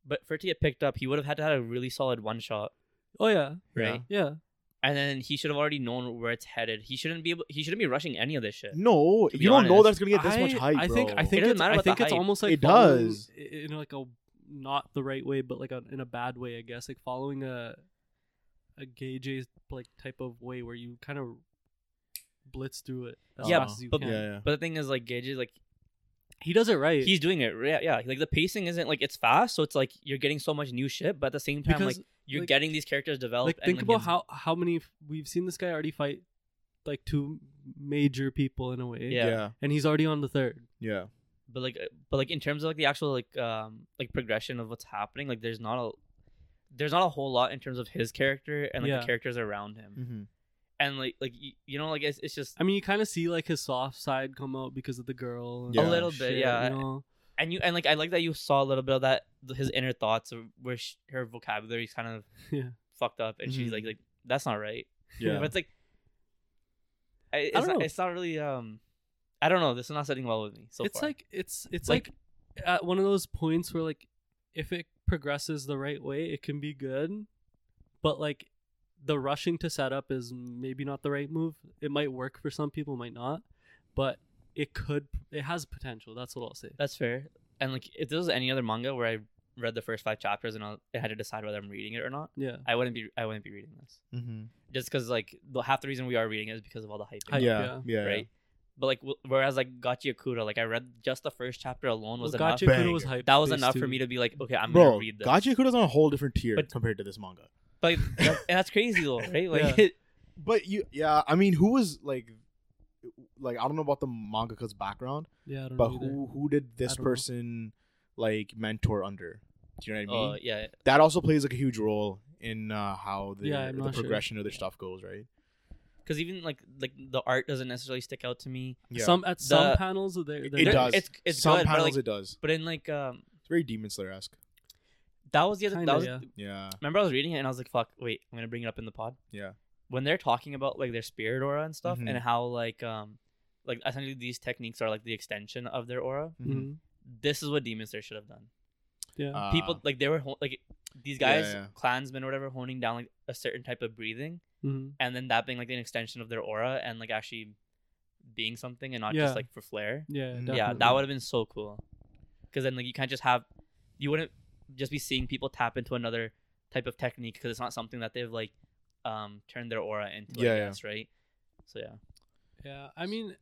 Speaker 3: but for it to get picked up he would have had to have a really solid one shot
Speaker 2: oh yeah,
Speaker 3: right
Speaker 2: yeah.
Speaker 3: and then he should have already known where it's headed he shouldn't be able he shouldn't be rushing any of this shit
Speaker 1: No,
Speaker 3: To be
Speaker 1: you don't know
Speaker 3: honest,
Speaker 1: that's gonna get this much
Speaker 2: I-
Speaker 1: hype.
Speaker 2: I think
Speaker 1: bro.
Speaker 2: I think
Speaker 3: doesn't
Speaker 2: it's,
Speaker 3: matter
Speaker 2: I
Speaker 3: about the
Speaker 2: think it's
Speaker 3: hype.
Speaker 2: almost like
Speaker 1: It
Speaker 2: following
Speaker 1: does.
Speaker 2: i- in like a not the right way, but like a, in a bad way, I guess. Like following a a gay J like type of way where you kind of blitz through it as
Speaker 3: Yeah,
Speaker 2: fast as you
Speaker 3: but-
Speaker 2: can.
Speaker 1: yeah, yeah.
Speaker 3: but the thing is like gage is like
Speaker 2: He does it right.
Speaker 3: he's doing it yeah, yeah like the pacing isn't like it's fast so it's like you're getting so much new shit but at the same time
Speaker 2: because
Speaker 3: like you're
Speaker 2: like-
Speaker 3: getting these characters developed
Speaker 2: like
Speaker 3: and,
Speaker 2: think
Speaker 3: like,
Speaker 2: about
Speaker 3: it's-
Speaker 2: how how many f- we've seen this guy already fight like two major people in a way.
Speaker 3: Yeah.
Speaker 1: yeah,
Speaker 2: And he's already on the third.
Speaker 1: yeah.
Speaker 3: but like uh, but like in terms of like the actual like um like progression of what's happening like there's not a there's not a whole lot in terms of his character and like
Speaker 2: Yeah. Mm.
Speaker 3: the characters around him
Speaker 1: Mm-hmm.
Speaker 3: and like like you, you know like it's, it's just
Speaker 2: I mean, you kind of see like his soft side come out because of the girl. and
Speaker 1: A
Speaker 2: all
Speaker 3: little
Speaker 2: that
Speaker 3: bit,
Speaker 2: shit,
Speaker 3: yeah.
Speaker 2: You know?
Speaker 3: and you and like I like that you saw a little bit of that his inner thoughts of where sh her vocabulary's kind of
Speaker 2: Yeah. Mm.
Speaker 3: fucked up and she's
Speaker 1: Mhm.
Speaker 3: like like that's not right
Speaker 1: Yeah.
Speaker 3: but it's like I, it's,
Speaker 2: don't
Speaker 3: not,
Speaker 2: know.
Speaker 3: it's not really um I don't know this is not sitting well with me so
Speaker 2: it's
Speaker 3: far.
Speaker 2: like it's it's like,
Speaker 3: Like-
Speaker 2: at one of those points where like if it progresses the right way, it can be good, but like the rushing to set up is maybe not the right move. It might work for some people, might not, but it could. It has potential. That's what I'll say.
Speaker 3: That's fair. And like, if this was any other manga where I read the first five chapters and I'll- I had to decide whether I'm reading it or not,
Speaker 2: Yeah.
Speaker 3: I wouldn't be. I wouldn't be reading this
Speaker 1: Mhm.
Speaker 3: just because like the half the reason we are reading it is because of all the hype,
Speaker 2: Hype,
Speaker 1: Uh,
Speaker 3: and
Speaker 1: yeah, yeah,
Speaker 2: yeah.
Speaker 1: yeah.
Speaker 3: stuff, right? But like, wh- whereas like Gotcha Kuda, like I read just the first chapter alone was
Speaker 2: Well,
Speaker 3: enough.
Speaker 2: Gacha Kudo
Speaker 1: Banger.
Speaker 2: hype
Speaker 3: That was
Speaker 2: based
Speaker 3: enough
Speaker 2: too.
Speaker 3: for me to be like, okay, I'm
Speaker 1: Bro,
Speaker 3: gonna read this.
Speaker 1: Gachi Kudo's on a whole different tier
Speaker 3: But-
Speaker 1: compared to this manga.
Speaker 3: But that- and that's crazy though, right? Like,
Speaker 1: But you, yeah, I mean, who was like, like I don't know about the mangaka's background,
Speaker 2: Yeah. I don't
Speaker 1: but
Speaker 2: know either.
Speaker 1: who who did
Speaker 2: I
Speaker 1: this
Speaker 2: don't know.
Speaker 1: person like mentor under? Do you know what I mean?
Speaker 3: oh yeah,
Speaker 1: that also plays like a huge role in uh, how the,
Speaker 2: Yeah, I'm
Speaker 1: the
Speaker 2: not sure.
Speaker 1: progression of their stuff goes, right?
Speaker 3: because even like like the art doesn't necessarily stick out to me.
Speaker 2: Some at some
Speaker 3: The-
Speaker 2: panels they're, they're
Speaker 1: it
Speaker 3: There-
Speaker 1: does.
Speaker 3: It's it's
Speaker 1: Some
Speaker 3: good,
Speaker 1: panels
Speaker 3: but, like,
Speaker 1: it does.
Speaker 3: but in like um,
Speaker 1: It's very Demon Slayer esque.
Speaker 3: that was the other.
Speaker 2: Kinda,
Speaker 3: that was
Speaker 2: yeah.
Speaker 1: Yeah,
Speaker 3: Remember, I was reading it and I was like, "Fuck, wait, I'm gonna bring it up in the pod."
Speaker 1: yeah,
Speaker 3: When they're talking about like their spirit aura and stuff,
Speaker 1: Mhm.
Speaker 2: Mm-hmm.
Speaker 3: and how like um, like essentially these techniques are like the extension of their aura.
Speaker 1: Mhm.
Speaker 2: Mhm.
Speaker 3: This is what Demon Slayer should have done.
Speaker 2: Yeah.
Speaker 1: Uh,
Speaker 3: People like they were ho- like these
Speaker 1: Yeah,
Speaker 3: guys,
Speaker 1: yeah.
Speaker 3: clansmen or whatever, honing down like a certain type of breathing,
Speaker 2: Mhm.
Speaker 3: and then that being like an extension of their aura and like actually being something and not
Speaker 2: Yeah.
Speaker 3: just like for flair.
Speaker 2: Yeah.
Speaker 1: Yeah,
Speaker 2: Definitely.
Speaker 3: Yeah, that would have been so cool. Because then like you can't just have, you wouldn't just be seeing people tap into another type of technique because it's not something that they've like, um, turned their aura into. Yeah,
Speaker 1: Yeah,
Speaker 3: I
Speaker 1: yeah.
Speaker 3: guess, right. So yeah,
Speaker 2: Yeah, I mean,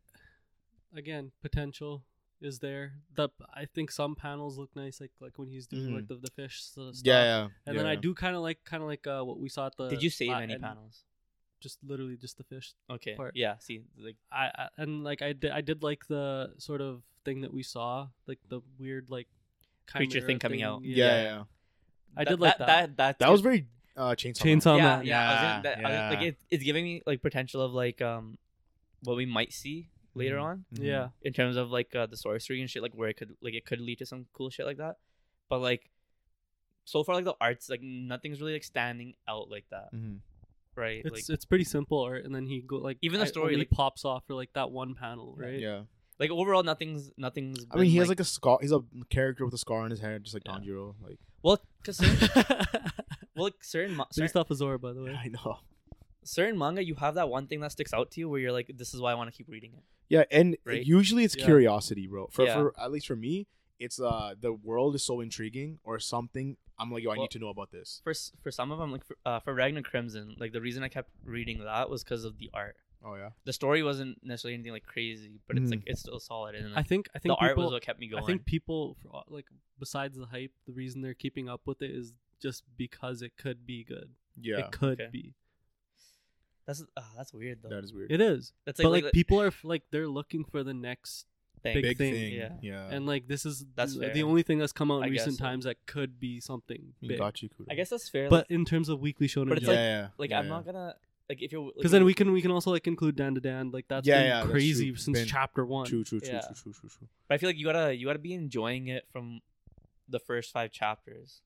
Speaker 2: again, potential is there. The I think some panels look nice, like like when he's doing
Speaker 3: Mm-hmm.
Speaker 2: like the, the fish sort of stuff.
Speaker 1: yeah, yeah.
Speaker 2: And
Speaker 1: yeah,
Speaker 2: then I
Speaker 1: yeah.
Speaker 2: do kind of like kind of like uh, what we saw at the.
Speaker 3: did you save
Speaker 2: la-
Speaker 3: any
Speaker 2: and
Speaker 3: panels?
Speaker 2: Just literally just the fish.
Speaker 3: Okay.
Speaker 2: part.
Speaker 3: Yeah. See, like
Speaker 2: I, I and like I did I did like the sort of thing that we saw, like the weird like
Speaker 3: Creature
Speaker 2: chimera
Speaker 3: thing coming out.
Speaker 1: Yeah, yeah,
Speaker 3: yeah.
Speaker 1: yeah.
Speaker 2: I did like
Speaker 3: That, that's
Speaker 1: That was very uh, chainsaw. Man.
Speaker 2: Chainsaw Man.
Speaker 3: yeah, yeah. I was
Speaker 1: Yeah,
Speaker 3: gonna- that- I was-
Speaker 1: yeah.
Speaker 3: like it, it's giving me like potential of like um, what we might see later
Speaker 1: Mhm.
Speaker 3: on
Speaker 1: Mhm.
Speaker 2: Yeah,
Speaker 3: in terms of like uh, the sorcery and shit, like where it could like it could lead to some cool shit like that. But like, so far like the arts like nothing's really like standing out like that,
Speaker 1: Mhm.
Speaker 3: right?
Speaker 2: it's
Speaker 3: like
Speaker 2: it's pretty simple art, and then he go like
Speaker 3: Even the
Speaker 2: I-
Speaker 3: story,
Speaker 2: only
Speaker 3: like-
Speaker 2: pops off for like that one panel, right?
Speaker 1: Yeah,
Speaker 3: like overall nothing's nothing's.
Speaker 1: I mean,
Speaker 3: been,
Speaker 1: he has like a scar. He's a character with a scar on his head, just like
Speaker 3: Yeah.
Speaker 1: Tanjiro. Like,
Speaker 3: well, cause certain, well, like, certain ma-
Speaker 2: Based
Speaker 3: certain,
Speaker 2: off of Zora, by the way.
Speaker 1: I know.
Speaker 3: certain manga you have that one thing that sticks out to you where you're like, this is why I want to keep reading it.
Speaker 1: Yeah, and
Speaker 3: Right?
Speaker 1: usually it's
Speaker 2: Yeah.
Speaker 1: curiosity, bro. For,
Speaker 3: Yeah.
Speaker 1: for at least for me, it's uh the world is so intriguing or something. I'm like, yo, I
Speaker 3: Well-
Speaker 1: need to know about this.
Speaker 3: For s- for some of them, like for, uh, for Ragnar Crimson, like the reason I kept reading that was because of the art.
Speaker 1: Oh yeah,
Speaker 3: The story wasn't necessarily anything like crazy, but it's
Speaker 1: Mhm.
Speaker 3: like it's still solid, and
Speaker 2: I
Speaker 3: like,
Speaker 2: think I
Speaker 3: the
Speaker 2: think
Speaker 3: art
Speaker 2: people,
Speaker 3: was what kept me going.
Speaker 2: I think people for- uh, like besides the hype, the reason they're keeping up with it is just because it could be good.
Speaker 1: yeah.
Speaker 2: It could
Speaker 3: Okay.
Speaker 2: be.
Speaker 3: that's uh, that's weird though.
Speaker 1: That is weird.
Speaker 2: It is.
Speaker 3: That's
Speaker 2: but like, people are f- like they're looking for the next
Speaker 3: thing.
Speaker 2: big
Speaker 1: big
Speaker 2: thing,
Speaker 1: thing.
Speaker 3: yeah.
Speaker 1: Yeah.
Speaker 2: and like this is
Speaker 3: That's
Speaker 2: the, the
Speaker 3: fair.
Speaker 2: only thing that's come out in
Speaker 3: I guess
Speaker 2: recent
Speaker 3: so.
Speaker 2: times that could be something
Speaker 1: I mean,
Speaker 2: big.
Speaker 1: Gachi Kudo.
Speaker 3: I guess that's fair.
Speaker 2: But in terms of weekly shonen
Speaker 3: But
Speaker 2: but
Speaker 3: it's
Speaker 1: yeah,
Speaker 3: like-
Speaker 1: yeah,
Speaker 3: like, like
Speaker 1: yeah,
Speaker 3: I'm
Speaker 1: yeah.
Speaker 3: not gonna like if you're
Speaker 2: because then we can we can also like include Dan to Dan like that's
Speaker 1: Yeah,
Speaker 2: been
Speaker 1: yeah, that's true.
Speaker 2: crazy since
Speaker 1: Been-
Speaker 2: chapter one.
Speaker 1: True, true, true,
Speaker 3: Yeah.
Speaker 1: true, true, true, true.
Speaker 3: But I feel like you gotta you gotta be enjoying it from the first five chapters,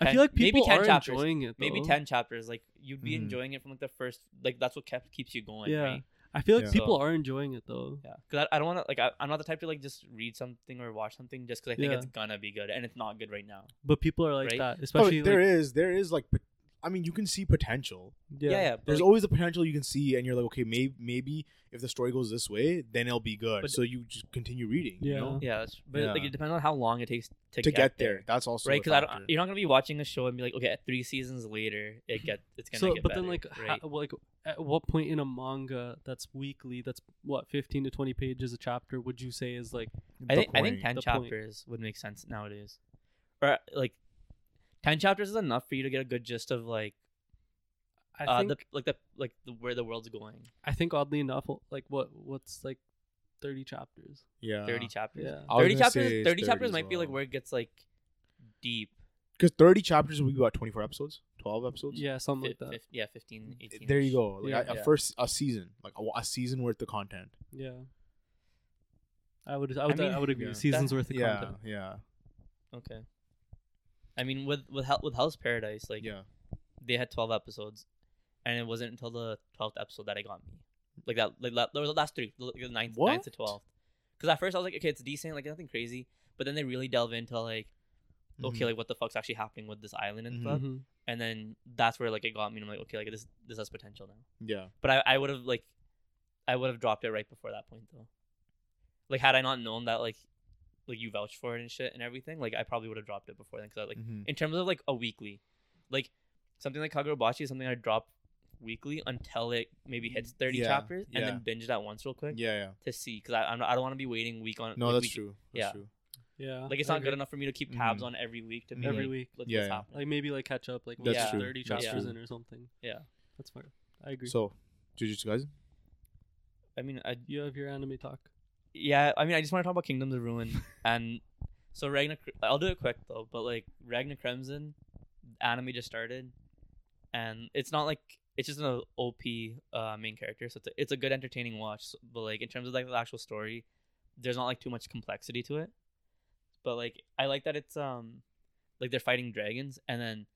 Speaker 2: I
Speaker 3: Ten-
Speaker 2: feel like
Speaker 3: maybe
Speaker 2: people
Speaker 3: 10
Speaker 2: are
Speaker 3: chapters.
Speaker 2: enjoying it.
Speaker 3: maybe
Speaker 2: though.
Speaker 3: ten chapters. Like you'd be
Speaker 1: Mhm.
Speaker 3: enjoying it from like the first like that's what kept keeps you going.
Speaker 2: Mm-hmm. Yeah.
Speaker 3: right?
Speaker 2: I feel like
Speaker 1: Yeah.
Speaker 2: people
Speaker 3: So-
Speaker 2: are enjoying it though.
Speaker 3: yeah. Because I, I don't want to like I, I'm not the type to like just read something or watch something just because I think
Speaker 2: Yeah.
Speaker 3: it's gonna be good and it's not good right now.
Speaker 2: But people are like
Speaker 3: Right? Oh,
Speaker 2: that,
Speaker 1: But
Speaker 2: especially
Speaker 1: there there
Speaker 2: like,
Speaker 1: is- there is like, pot- I mean, you can see potential.
Speaker 3: Yeah, yeah. but,
Speaker 1: There's
Speaker 3: like,
Speaker 1: always the potential you can see, and you're like, okay, maybe maybe if the story goes this way, then it'll be good.
Speaker 3: But-
Speaker 1: so you just continue reading. You
Speaker 2: Yeah.
Speaker 1: know,
Speaker 3: yeah, that's, but like
Speaker 1: Yeah.
Speaker 3: it depends on how long it takes to,
Speaker 1: to get there. That's also
Speaker 3: Right,
Speaker 1: a
Speaker 3: because I don't.
Speaker 1: factor.
Speaker 3: You're not gonna be watching a show and be like, okay, three seasons later, it get it's gonna
Speaker 2: so
Speaker 3: get
Speaker 2: but
Speaker 3: better.
Speaker 2: then like
Speaker 3: right?
Speaker 2: ho- like at what point in a manga that's weekly that's what 15 to 20 pages a chapter would you say is like
Speaker 3: I
Speaker 1: The
Speaker 3: think I think
Speaker 1: point.
Speaker 3: ten
Speaker 2: The point.
Speaker 3: chapters would make sense nowadays, or like ten chapters is enough for you to get a good gist of like
Speaker 2: I
Speaker 3: uh,
Speaker 2: think
Speaker 3: the, like the like the, where the world's going.
Speaker 2: I think oddly enough, like what what's like thirty chapters.
Speaker 1: Yeah.
Speaker 3: Thirty chapters.
Speaker 2: Yeah.
Speaker 1: I was
Speaker 3: Thirty
Speaker 1: gonna
Speaker 3: chapters.
Speaker 1: say
Speaker 3: Thirty,
Speaker 1: it's 30
Speaker 3: chapters
Speaker 1: as
Speaker 3: might be like
Speaker 1: well.
Speaker 3: where it gets like deep.
Speaker 1: Because 30 chapters would be about 24 episodes, 12 episodes. Eh,
Speaker 2: Yeah, something like
Speaker 3: Fif-
Speaker 2: that.
Speaker 3: fif- yeah, 15, 18.
Speaker 1: There you go. Like
Speaker 2: Yeah.
Speaker 1: a, a
Speaker 3: Yeah.
Speaker 1: first a season, like a, a season worth of content.
Speaker 2: Yeah. I would I would I,
Speaker 3: mean,
Speaker 2: would agree.
Speaker 1: yeah.
Speaker 2: Seasons
Speaker 3: That-
Speaker 2: worth of
Speaker 1: yeah,
Speaker 2: content.
Speaker 1: yeah,
Speaker 3: Okay. I mean, with with Hel- with Hell's Paradise, like
Speaker 1: yeah.
Speaker 3: they had twelve episodes, and it wasn't until the twelfth episode that it got me. Like that, like la- the last three, the the ninth, ninth to
Speaker 1: What?
Speaker 3: twelfth. Because at first I was like, okay, it's decent, like nothing crazy. But then they really delve into like, okay,
Speaker 1: Mhm.
Speaker 3: like what the fuck's actually happening with this island and
Speaker 1: Mhm.
Speaker 3: stuff.
Speaker 2: Mhm.
Speaker 3: And then that's where like it got me. And I'm like, okay, like this this has potential now.
Speaker 1: Mm-hmm. yeah.
Speaker 3: But I, I would have like, I would have dropped it right before that point though. Like had I not known that like, like you vouched for it and shit and everything, like I probably would have dropped it before then. Cause I, like
Speaker 1: Mhm.
Speaker 3: in terms of like a weekly, like something like Kagurobachi is something I drop weekly until it maybe hits thirty
Speaker 1: Yeah,
Speaker 3: chapters and
Speaker 1: yeah.
Speaker 3: then binge that once real quick
Speaker 1: yeah, yeah.
Speaker 3: to see because I I'm not- I don't want to be waiting week on
Speaker 1: No,
Speaker 3: like,
Speaker 1: that's
Speaker 3: week-
Speaker 1: true. That's
Speaker 3: yeah.
Speaker 1: true.
Speaker 2: Yeah.
Speaker 3: Like it's
Speaker 2: I
Speaker 3: not good
Speaker 2: agree.
Speaker 3: enough for me to keep tabs
Speaker 1: Mhm.
Speaker 3: on every week to be
Speaker 2: Every
Speaker 3: like,
Speaker 2: week.
Speaker 3: What's,
Speaker 1: Yeah,
Speaker 3: what's
Speaker 1: yeah.
Speaker 3: happening?
Speaker 2: Like maybe like catch up like
Speaker 1: That's
Speaker 2: yeah,
Speaker 1: true.
Speaker 2: thirty
Speaker 1: That's
Speaker 2: chapters
Speaker 1: true.
Speaker 2: in or something.
Speaker 3: Yeah.
Speaker 2: That's fair. I agree.
Speaker 1: So, Jujutsu Kaisen.
Speaker 3: I mean, I
Speaker 2: you have your anime talk.
Speaker 3: yeah, I mean, I just want to talk about Kingdoms of Ruin and so Ragnar. I'll do it quick though, but like Ragnar Crimson, anime just started, and it's not like it's just an OP uh, main character, so it's a, it's a good entertaining watch. so- But like in terms of like the actual story, there's not like too much complexity to it. But like I like that it's um like they're fighting dragons, and then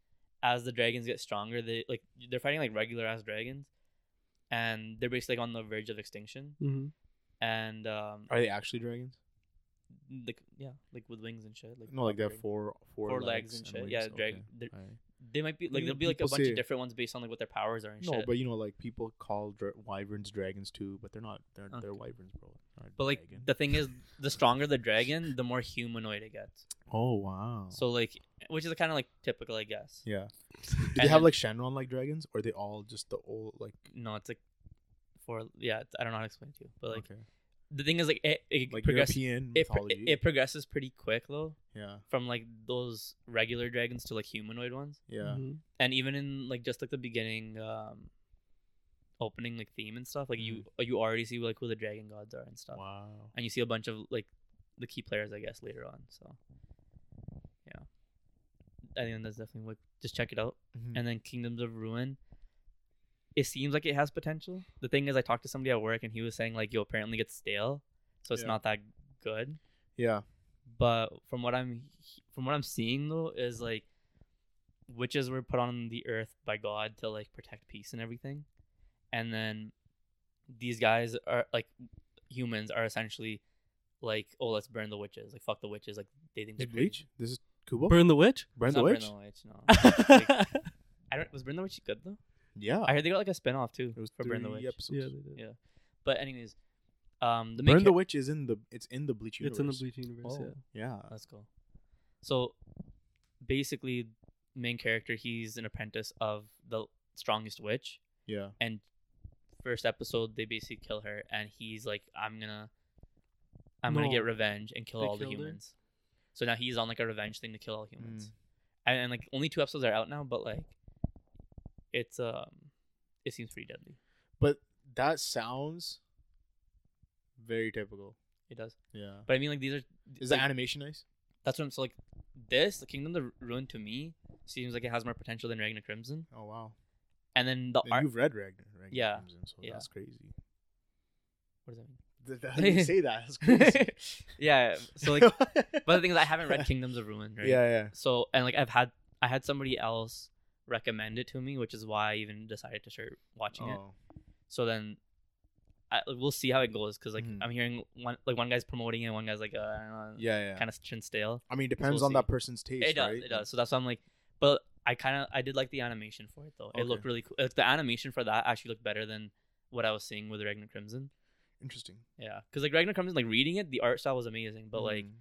Speaker 3: as the dragons get stronger, they like they're fighting like regular ass dragons, and they're basically like, on the verge of extinction.
Speaker 2: Mm-hmm.
Speaker 3: And um,
Speaker 1: Are they actually dragons?
Speaker 3: like yeah, like with wings and shit. Like
Speaker 1: No, like they have
Speaker 3: proper-
Speaker 1: four four
Speaker 3: Four legs and shit. Yeah,
Speaker 1: wings.
Speaker 3: drag-
Speaker 1: Okay.
Speaker 3: they're-
Speaker 1: Alright.
Speaker 3: They might be like
Speaker 1: You-
Speaker 3: there'll be like a
Speaker 1: people
Speaker 3: bunch
Speaker 1: say-
Speaker 3: of different ones based on like what their powers are and
Speaker 1: No,
Speaker 3: shit.
Speaker 1: but you know, like people call dra- wyverns dragons too, but they're not. They're they're
Speaker 3: Okay.
Speaker 1: wyverns, bro. Not
Speaker 3: But like
Speaker 1: dragon.
Speaker 3: the thing is, the stronger the dragon, the more humanoid it gets.
Speaker 1: oh wow.
Speaker 3: So like, which is kind of like typical, I guess.
Speaker 1: yeah,
Speaker 3: And
Speaker 2: Mm-hmm.
Speaker 1: do they have
Speaker 3: then-
Speaker 1: like Shenron like dragons, or are they all just the old like?
Speaker 3: no, it's like for yeah, it's, I don't know how to explain it to you, but like
Speaker 1: okay.
Speaker 3: the thing is like it it
Speaker 1: like
Speaker 3: progresses
Speaker 1: European
Speaker 3: it, pro-
Speaker 1: mythology.
Speaker 3: it, it progresses pretty quick though
Speaker 1: yeah,
Speaker 3: from like those regular dragons to like humanoid ones.
Speaker 1: yeah.
Speaker 2: Mm-hmm.
Speaker 3: and even in like just like the beginning um opening like theme and stuff like you
Speaker 1: Mm.
Speaker 3: you already see like who the dragon gods are and stuff
Speaker 1: Wow.
Speaker 3: and you see a bunch of like the key players i guess later on so yeah i think that's definitely what just check it out
Speaker 1: Mhm.
Speaker 3: and then kingdoms of ruin it seems like it has potential the thing is i talked to somebody at work and he was saying like yo apparently it's stale so it's
Speaker 1: Yeah.
Speaker 3: not that good
Speaker 1: yeah,
Speaker 3: but from what I'm from what I'm seeing though is like witches were put on the earth by God to like protect peace and everything, and then these guys are like humans are essentially like oh let's burn the witches like fuck the witches like they think they're
Speaker 1: Is Bleach.
Speaker 3: crazy.
Speaker 1: This is Kubo.
Speaker 2: Burn the witch.
Speaker 1: Burn
Speaker 3: It's
Speaker 1: the
Speaker 3: not
Speaker 1: Witch.
Speaker 3: Burn the witch no Like,
Speaker 2: yeah,
Speaker 3: I don't was burn the witch good though
Speaker 1: Yeah,
Speaker 3: I heard they got like a spin off too
Speaker 1: it was
Speaker 3: for burn the
Speaker 1: three
Speaker 3: witch
Speaker 1: episodes.
Speaker 2: they did.
Speaker 3: Yeah. but anyways um the main
Speaker 1: Burn
Speaker 3: cha-
Speaker 1: the Witch is in the it's in the Bleach universe.
Speaker 2: It's in the Bleach universe.
Speaker 3: Oh.
Speaker 1: Yeah.
Speaker 3: That's cool. So basically main character he's an apprentice of the strongest witch
Speaker 1: Yeah.
Speaker 3: and first episode they basically kill her and he's like I'm going to I'm going
Speaker 2: No.
Speaker 3: to get revenge and kill
Speaker 2: They
Speaker 3: all the
Speaker 2: killed her? Hmm.
Speaker 3: humans. So now he's on like a revenge thing to kill all humans.
Speaker 1: Mm.
Speaker 3: And, and like only two episodes are out now but like it's um it seems pretty deadly.
Speaker 1: But that sounds very typical.
Speaker 3: It does.
Speaker 1: Yeah.
Speaker 3: But I mean like these are
Speaker 1: Is
Speaker 3: like,
Speaker 1: the animation nice?
Speaker 3: that's what I'm so like this the kingdom of ruin to me seems like it has more potential than Ragnar Crimson.
Speaker 1: Oh wow.
Speaker 3: And then the
Speaker 1: And
Speaker 3: art.
Speaker 1: you've read Ragnar. Ragnar
Speaker 3: Oh, Yeah.
Speaker 1: Crimson, so
Speaker 3: Yeah.
Speaker 1: that's crazy.
Speaker 3: What does that mean?
Speaker 1: Th- th- How do you say that? That's crazy.
Speaker 3: Yeah. So like, but the thing is, I haven't read Kingdoms of Ruin. Right?
Speaker 1: Yeah, yeah.
Speaker 3: So and like, I've had I had somebody else recommend it to me, which is why I even decided to start watching it.
Speaker 1: Oh.
Speaker 3: So then, I, like, we'll see how it goes because like
Speaker 1: Mhm.
Speaker 3: I'm hearing one like one guy's promoting it, one guy's like uh, I don't know,
Speaker 1: Yeah, yeah.
Speaker 3: kind of chin stale.
Speaker 1: I mean, it depends
Speaker 3: we'll
Speaker 1: on that
Speaker 3: see.
Speaker 1: person's taste,
Speaker 3: It does.
Speaker 1: right?
Speaker 3: It does. So that's why I'm like, but I kind of I did like the animation for it though. It looked
Speaker 1: Okay.
Speaker 3: really cool. Like, the animation for that actually looked better than what I was seeing with Ragnar Crimson.
Speaker 1: Interesting.
Speaker 3: Yeah, because like Ragnar Crimson, like reading it, the art style was amazing, but like.
Speaker 1: Mhm.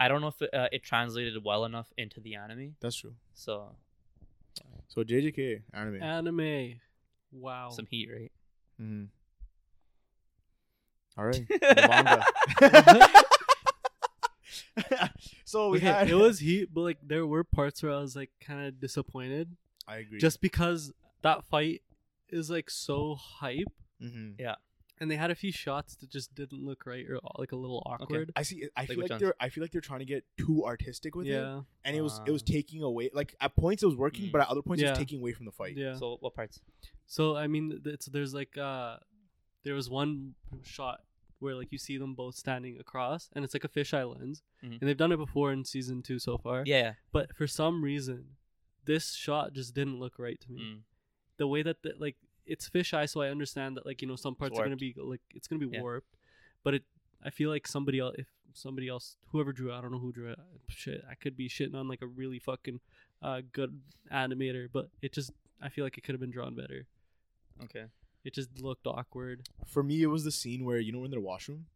Speaker 3: I don't know if it, uh, it translated well enough into the anime.
Speaker 1: that's true.
Speaker 3: So
Speaker 1: So JJK anime.
Speaker 2: Uh, Anime. Wow.
Speaker 3: some heat, right?
Speaker 1: Mhm. All right. The manga. so we
Speaker 2: Okay,
Speaker 1: had
Speaker 2: it was heat, but like there were parts where I was like kind of disappointed,
Speaker 1: I agree.
Speaker 2: just because that fight is like so hype,
Speaker 1: Mm-hmm.
Speaker 2: and they had a few shots that just didn't look right or like a little awkward.
Speaker 1: I see. I feel
Speaker 3: which
Speaker 1: like,
Speaker 3: ones?
Speaker 1: they're. I feel like they're trying to get too artistic with it,
Speaker 2: Yeah,
Speaker 1: and it was it was
Speaker 3: Ah.
Speaker 1: taking away. Like at points it was working,
Speaker 3: Mm.
Speaker 1: but at other points it
Speaker 2: Yeah.
Speaker 1: was taking away from the fight.
Speaker 2: yeah.
Speaker 3: So what parts?
Speaker 2: So I mean, th- it's there's like uh, there was one shot where like you see them both standing across, and it's like a fisheye lens,
Speaker 3: Mhm.
Speaker 1: Mm-hmm.
Speaker 2: and they've done it before in season two so far.
Speaker 3: Yeah.
Speaker 2: But for some reason, this shot just didn't look right to me.
Speaker 3: Mm.
Speaker 2: The way that the, like it's fisheye, so I understand that like you know some parts are gonna be like it's gonna be
Speaker 3: Yeah.
Speaker 2: warped, but it I feel like somebody else if somebody else whoever drew it, I don't know who drew it shit I could be shitting on like a really fucking uh good animator, but it just I feel like it could have been drawn better.
Speaker 3: Okay.
Speaker 2: It just looked awkward.
Speaker 1: For me, it was the scene where you know in their washroom.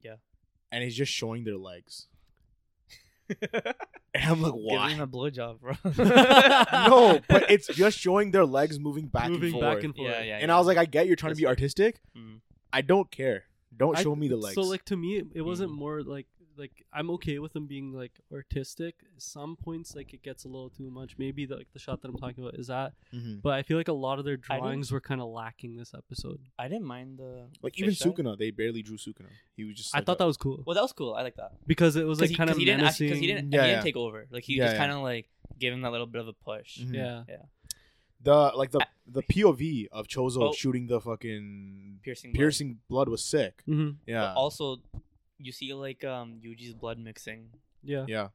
Speaker 3: Yeah.
Speaker 1: And it's just showing their legs, and I'm like,
Speaker 3: Give
Speaker 1: why?
Speaker 3: him a blowjob, bro.
Speaker 1: no, but it's just showing their legs moving back and
Speaker 2: Moving
Speaker 1: forth.
Speaker 2: back and forth.
Speaker 3: yeah, yeah.
Speaker 1: and I was like, I get you're trying
Speaker 3: That's
Speaker 1: to be
Speaker 3: fair.
Speaker 1: artistic.
Speaker 3: Mm.
Speaker 1: I don't care. Don't
Speaker 2: I-
Speaker 1: show me the legs.
Speaker 2: So like to me, it, it wasn't
Speaker 3: Mm.
Speaker 2: more like like I'm okay with them being like artistic. Some points like it gets a little too much. Maybe the, like the shot that I'm talking about is that,
Speaker 1: Mhm.
Speaker 2: but I feel like a lot of their
Speaker 3: I didn't-
Speaker 2: drawings were kind of lacking this episode.
Speaker 3: I didn't mind the
Speaker 1: Like even
Speaker 3: fisheye.
Speaker 1: Sukuna, they barely drew Sukuna. He was just.
Speaker 2: I
Speaker 1: like
Speaker 2: thought
Speaker 1: a-
Speaker 2: that was cool
Speaker 3: Well, that was cool. I like that.
Speaker 2: because it was
Speaker 3: Because
Speaker 2: like
Speaker 3: he,
Speaker 2: kind
Speaker 3: 'cause
Speaker 2: of
Speaker 3: he didn't
Speaker 2: menacing.
Speaker 3: actually, because he didn't,
Speaker 1: Yeah,
Speaker 3: he
Speaker 1: yeah.
Speaker 3: didn't take over. Like he
Speaker 1: Yeah,
Speaker 3: just
Speaker 1: yeah.
Speaker 3: kind of like gave him that little bit of a push.
Speaker 1: Mhm.
Speaker 2: yeah.
Speaker 1: the like the
Speaker 3: I-
Speaker 1: the POV of Chozo
Speaker 3: Oh.
Speaker 1: shooting the fucking
Speaker 3: Piercing. blood.
Speaker 1: piercing blood was sick.
Speaker 2: hmm
Speaker 3: But
Speaker 1: Yeah,
Speaker 3: also, you see like um Yuji's blood mixing,
Speaker 2: yeah,
Speaker 1: yeah.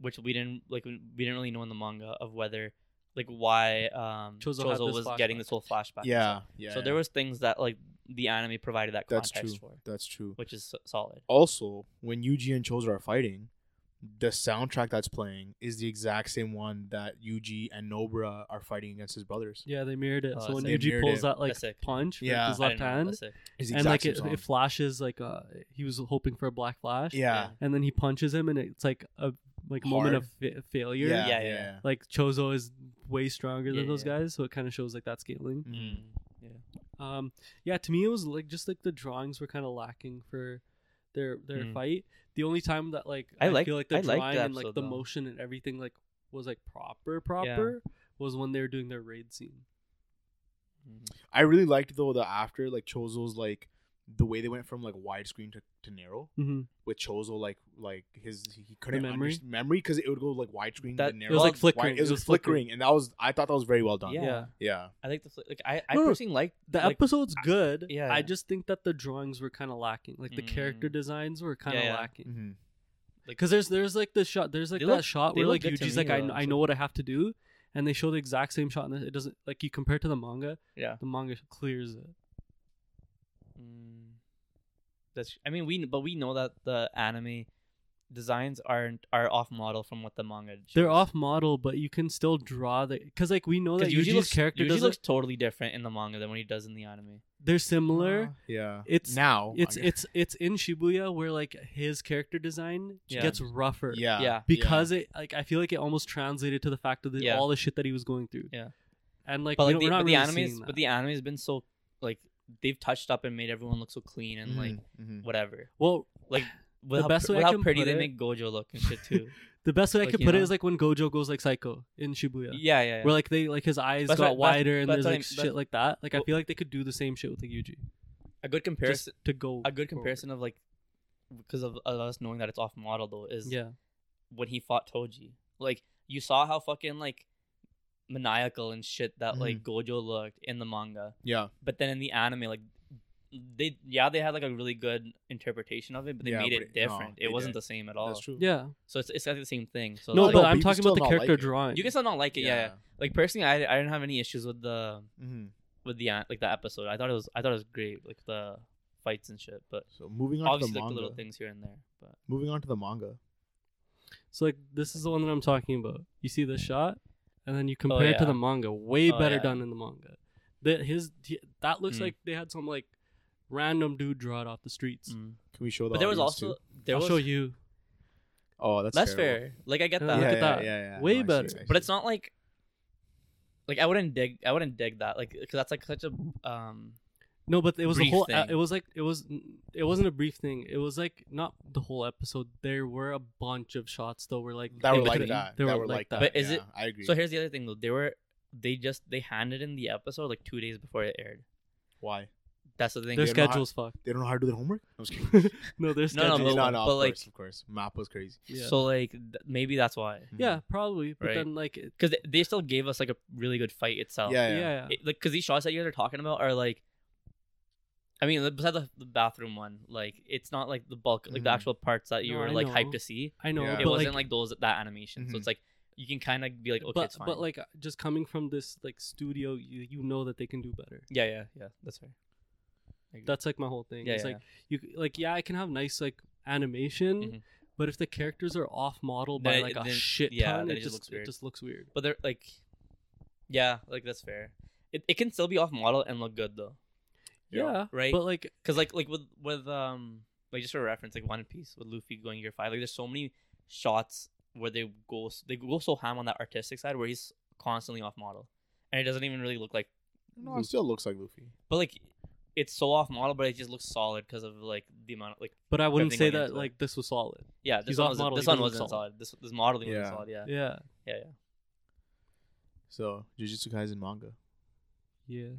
Speaker 3: which we didn't like. We didn't really know in the manga of whether like why um
Speaker 2: Chozo
Speaker 3: Chozo,
Speaker 2: had this
Speaker 3: was getting
Speaker 2: flashback.
Speaker 3: this whole flashback. and
Speaker 1: yeah,
Speaker 3: stuff.
Speaker 1: yeah.
Speaker 3: so there was things that like the anime provided that
Speaker 1: That's
Speaker 3: context
Speaker 1: true.
Speaker 3: for,
Speaker 1: That's true.
Speaker 3: which is so- solid.
Speaker 1: Also, when Yuji and Chozo are fighting, the soundtrack that's playing is the exact same one that Yuji and Nobara are fighting against his brothers.
Speaker 2: yeah. They mirrored it. so
Speaker 3: Oh, that's
Speaker 2: when
Speaker 1: sick. They
Speaker 2: Yuji
Speaker 1: mirrored
Speaker 2: pulls
Speaker 1: it.
Speaker 2: that like
Speaker 3: That's sick.
Speaker 2: punch
Speaker 1: Yeah.
Speaker 2: with his
Speaker 3: I
Speaker 2: left
Speaker 3: didn't know.
Speaker 2: hand,
Speaker 3: That's sick.
Speaker 1: It's the
Speaker 2: and
Speaker 1: exact
Speaker 2: like
Speaker 1: same
Speaker 2: it,
Speaker 1: song.
Speaker 2: it flashes like uh he was hoping for a black flash,
Speaker 1: yeah.
Speaker 2: and then he punches him, and it's like a like moment
Speaker 1: Hard.
Speaker 2: of fa- failure.
Speaker 1: Yeah. Yeah.
Speaker 3: yeah,
Speaker 1: Yeah.
Speaker 3: yeah.
Speaker 2: like Chozo is way stronger
Speaker 3: Yeah,
Speaker 2: than those
Speaker 3: yeah.
Speaker 2: guys, so it kind of shows like that scaling.
Speaker 1: Mhm.
Speaker 3: Mm.
Speaker 2: Um, yeah, to me it was like just like the drawings were kind of lacking for their their
Speaker 3: Mm.
Speaker 2: fight. The only time that like
Speaker 3: I liked-
Speaker 2: feel like the
Speaker 3: I liked the
Speaker 2: drawing and like
Speaker 3: episode,
Speaker 2: the
Speaker 3: though.
Speaker 2: motion and everything like was like proper proper was when they were doing their raid scene.
Speaker 3: Mhm.
Speaker 1: I really liked though the after like Chozo's like the way they went from like widescreen to, to narrow
Speaker 2: Mm-hmm.
Speaker 1: with Chozo like like his he couldn't
Speaker 2: memory?
Speaker 1: memory memory because it would go like widescreen
Speaker 3: That-
Speaker 1: to
Speaker 3: it
Speaker 1: narrow.
Speaker 2: It was like
Speaker 3: Well,
Speaker 2: flickering.
Speaker 1: Wide- it was, flickering, and that was I thought that was very well done.
Speaker 3: Yeah.
Speaker 2: Yeah.
Speaker 1: yeah.
Speaker 3: I like the fl- like I I
Speaker 2: No, no,
Speaker 3: personally like
Speaker 2: The
Speaker 3: like,
Speaker 2: episode's good.
Speaker 3: yeah.
Speaker 2: I just think that the drawings were kind of lacking. Like the character
Speaker 3: Mm.
Speaker 2: designs were kind of
Speaker 3: Yeah, yeah.
Speaker 2: lacking.
Speaker 1: Mm-hmm.
Speaker 2: Because there's there's like the shot there's like
Speaker 3: They
Speaker 2: that
Speaker 3: look-
Speaker 2: shot
Speaker 3: they
Speaker 2: where
Speaker 3: look
Speaker 2: like
Speaker 3: good to
Speaker 2: Yuji's
Speaker 3: me,
Speaker 2: like I,
Speaker 3: though,
Speaker 2: kn- I
Speaker 3: so-
Speaker 2: know what I have to do, and they show the exact same shot. And it doesn't like you compare it to the manga.
Speaker 3: Yeah.
Speaker 2: The manga clears it.
Speaker 3: Mm. That's. I mean, we kn- but we know that the anime designs aren't are off model from what the manga.
Speaker 2: They're
Speaker 3: shows.
Speaker 2: off model, but you can still draw the because like we know that
Speaker 3: Because
Speaker 2: Yuji's
Speaker 3: Yuji looks,
Speaker 2: character
Speaker 3: Yuji
Speaker 2: doesn't.
Speaker 3: looks totally different in the manga than when he does in the anime.
Speaker 2: they're similar.
Speaker 1: Uh, yeah.
Speaker 2: It's-
Speaker 3: Oh
Speaker 1: now
Speaker 2: it's
Speaker 1: I guess.
Speaker 2: it's it's in Shibuya where like his character design
Speaker 3: Yeah.
Speaker 2: gets rougher.
Speaker 1: yeah
Speaker 3: yeah.
Speaker 2: Because it like I feel like it almost translated to the fact of the,
Speaker 3: Yeah.
Speaker 2: all the shit that he was going through.
Speaker 3: Yeah.
Speaker 2: And like,
Speaker 3: But
Speaker 2: we
Speaker 3: like
Speaker 2: don't-
Speaker 3: the,
Speaker 2: we're not
Speaker 3: but
Speaker 2: really
Speaker 3: the
Speaker 2: seeing
Speaker 3: anime's
Speaker 2: that.
Speaker 3: but the anime's been so like they've touched up and made everyone look so clean and like
Speaker 1: Mhm.
Speaker 3: whatever.
Speaker 2: well,
Speaker 3: Like
Speaker 2: Mm.
Speaker 3: with
Speaker 2: The
Speaker 3: how,
Speaker 2: best
Speaker 3: pr-
Speaker 2: way
Speaker 3: with
Speaker 2: I
Speaker 3: how
Speaker 2: can
Speaker 3: pretty
Speaker 2: put
Speaker 3: they
Speaker 2: it-
Speaker 3: make Gojo look and shit too.
Speaker 2: The best way
Speaker 3: Like,
Speaker 2: I could
Speaker 3: you
Speaker 2: put it
Speaker 3: know?
Speaker 2: is like when Gojo goes like psycho in Shibuya.
Speaker 3: yeah, yeah. yeah.
Speaker 2: Where like they like his eyes
Speaker 3: That's
Speaker 2: got
Speaker 3: what- that's-
Speaker 2: wider and
Speaker 3: that's
Speaker 2: there's
Speaker 3: what I
Speaker 2: like
Speaker 3: mean,
Speaker 2: shit
Speaker 3: that's-
Speaker 2: like that. Like I
Speaker 3: well-
Speaker 2: feel like they could do the same shit with like Yuji.
Speaker 3: a good
Speaker 2: Just
Speaker 3: comparison.
Speaker 2: to go
Speaker 3: A
Speaker 2: forward.
Speaker 3: good comparison of like because of, of us knowing that it's off model though is
Speaker 2: Yeah.
Speaker 3: when he fought Toji. Like you saw how fucking like maniacal and shit that
Speaker 2: Mm.
Speaker 3: like Gojo looked in the manga,
Speaker 1: yeah
Speaker 3: but then in the anime, like they yeah they had like a really good interpretation of it, but they
Speaker 1: Yeah, but
Speaker 3: made it
Speaker 1: it- no,
Speaker 3: different.
Speaker 1: they
Speaker 3: it wasn't
Speaker 1: did.
Speaker 3: the same at all.
Speaker 1: that's true
Speaker 2: Yeah.
Speaker 3: So it's it's like the same thing. So
Speaker 2: No,
Speaker 1: like-
Speaker 3: like,
Speaker 2: but
Speaker 1: No,
Speaker 2: I'm
Speaker 1: people
Speaker 2: talking
Speaker 1: still
Speaker 2: about the
Speaker 1: not
Speaker 2: character
Speaker 1: like it.
Speaker 2: drawing.
Speaker 3: you can still not like it. Yeah. yeah. Like personally, I I didn't have any issues with the
Speaker 1: hmm
Speaker 3: with the an- like the episode. I thought it was I thought it was great, like the fights and shit. But
Speaker 1: so moving on to
Speaker 3: obviously,
Speaker 1: the
Speaker 3: like the
Speaker 1: manga
Speaker 3: little things here and there. But
Speaker 1: moving on to the manga
Speaker 2: So like this is the one that I'm talking about. You see the shot, and then you compare it to
Speaker 3: Oh, yeah.
Speaker 2: the manga. Way
Speaker 3: Oh,
Speaker 2: better
Speaker 3: yeah.
Speaker 2: done in the manga. That his he- that looks
Speaker 3: Mm.
Speaker 2: like they had some like random dude draw it off the streets.
Speaker 3: mm.
Speaker 1: can we show the
Speaker 3: but there was
Speaker 1: audience
Speaker 3: also
Speaker 1: too?
Speaker 3: there
Speaker 2: I'll
Speaker 3: was
Speaker 2: show you.
Speaker 1: oh that's
Speaker 3: that's
Speaker 1: terrible.
Speaker 3: fair. Like I get
Speaker 2: Yeah,
Speaker 3: that.
Speaker 2: look
Speaker 1: yeah,
Speaker 2: at
Speaker 1: yeah,
Speaker 2: that.
Speaker 1: yeah, yeah.
Speaker 2: Way
Speaker 1: No, I see,
Speaker 2: better.
Speaker 1: I
Speaker 3: but
Speaker 1: see.
Speaker 3: it's not like like I wouldn't dig I wouldn't dig that like because that's like such a um
Speaker 2: No, but it was the
Speaker 3: Brief
Speaker 2: whole. e,
Speaker 3: thing.
Speaker 2: it was like it was. It wasn't a brief thing. It was like not the whole episode. There were a bunch of shots though. Were like
Speaker 1: that
Speaker 2: they
Speaker 1: were like
Speaker 2: could've-
Speaker 1: that
Speaker 2: They
Speaker 1: that
Speaker 2: were,
Speaker 1: were like that
Speaker 3: But is
Speaker 1: yeah,
Speaker 3: it-
Speaker 1: I agree
Speaker 3: so here's the other thing though there were they just they handed in the episode like two days before it aired.
Speaker 1: Why?
Speaker 3: That's the thing.
Speaker 2: Their
Speaker 1: they don't have-
Speaker 2: schedule's fucked.
Speaker 1: They don't know how to do their homework? I was
Speaker 2: No, their
Speaker 3: No, no,
Speaker 1: no,
Speaker 2: schedule.
Speaker 1: no,
Speaker 3: but-
Speaker 1: no,
Speaker 3: but,
Speaker 1: of
Speaker 3: like-
Speaker 1: course, of course. Map was crazy.
Speaker 2: yeah.
Speaker 3: So like th- maybe that's why.
Speaker 2: yeah, probably. But
Speaker 3: Right.
Speaker 2: then like, it,
Speaker 3: Because they, they still gave us like a really good fight itself.
Speaker 1: Yeah,
Speaker 2: yeah,
Speaker 1: yeah.
Speaker 2: yeah.
Speaker 3: It- like because these shots that you guys are talking about are like i mean like, besides the, the bathroom one like it's not like the bulk like the
Speaker 1: Mhm.
Speaker 3: actual parts that you
Speaker 2: No,
Speaker 3: were
Speaker 2: I
Speaker 3: like
Speaker 2: know.
Speaker 3: hyped to see
Speaker 2: I know,
Speaker 1: Yeah.
Speaker 3: it
Speaker 2: but
Speaker 3: wasn't
Speaker 2: like,
Speaker 3: like, those that animation so
Speaker 1: Mhm.
Speaker 3: it's like you can kind of be like okay
Speaker 2: but,
Speaker 3: it's fine
Speaker 2: but like, just coming from this like studio, you you know that they can do better.
Speaker 3: yeah yeah yeah that's fair
Speaker 2: That's like my whole thing.
Speaker 3: yeah,
Speaker 2: it's
Speaker 3: yeah,
Speaker 2: like you c- like yeah, I can have nice like animation,
Speaker 3: Mhm.
Speaker 2: but if the characters are off model by
Speaker 3: Then-
Speaker 2: like a
Speaker 3: then-
Speaker 2: shit
Speaker 3: yeah,
Speaker 2: ton,
Speaker 3: then
Speaker 2: it,
Speaker 3: it just
Speaker 2: just
Speaker 3: looks
Speaker 2: it
Speaker 3: weird.
Speaker 2: just looks weird.
Speaker 3: but they're like yeah like that's fair it, it can still be off model and look good though
Speaker 1: Yeah.
Speaker 2: Yeah,
Speaker 3: Right?
Speaker 2: But like,
Speaker 3: because like like with with um like just for reference like one piece with luffy going year five like there's so many shots where they go s- they go so ham on that artistic side where he's constantly off model and it doesn't even really look like
Speaker 1: No, it still looks like Luffy.
Speaker 3: but like it's so off model but it just looks solid because of like the amount of like
Speaker 2: but I wouldn't
Speaker 3: Everything
Speaker 2: say
Speaker 3: went
Speaker 2: that
Speaker 3: into it.
Speaker 2: like this was solid.
Speaker 3: yeah this
Speaker 2: He's
Speaker 3: one
Speaker 2: off
Speaker 3: was
Speaker 2: model,
Speaker 3: this
Speaker 2: he
Speaker 3: one
Speaker 2: doesn't look
Speaker 3: wasn't
Speaker 2: solid.
Speaker 3: solid this this modeling
Speaker 1: Yeah.
Speaker 3: wasn't solid yeah
Speaker 2: Yeah,
Speaker 3: yeah yeah
Speaker 1: So Jujutsu Kaisen manga.
Speaker 2: yeah.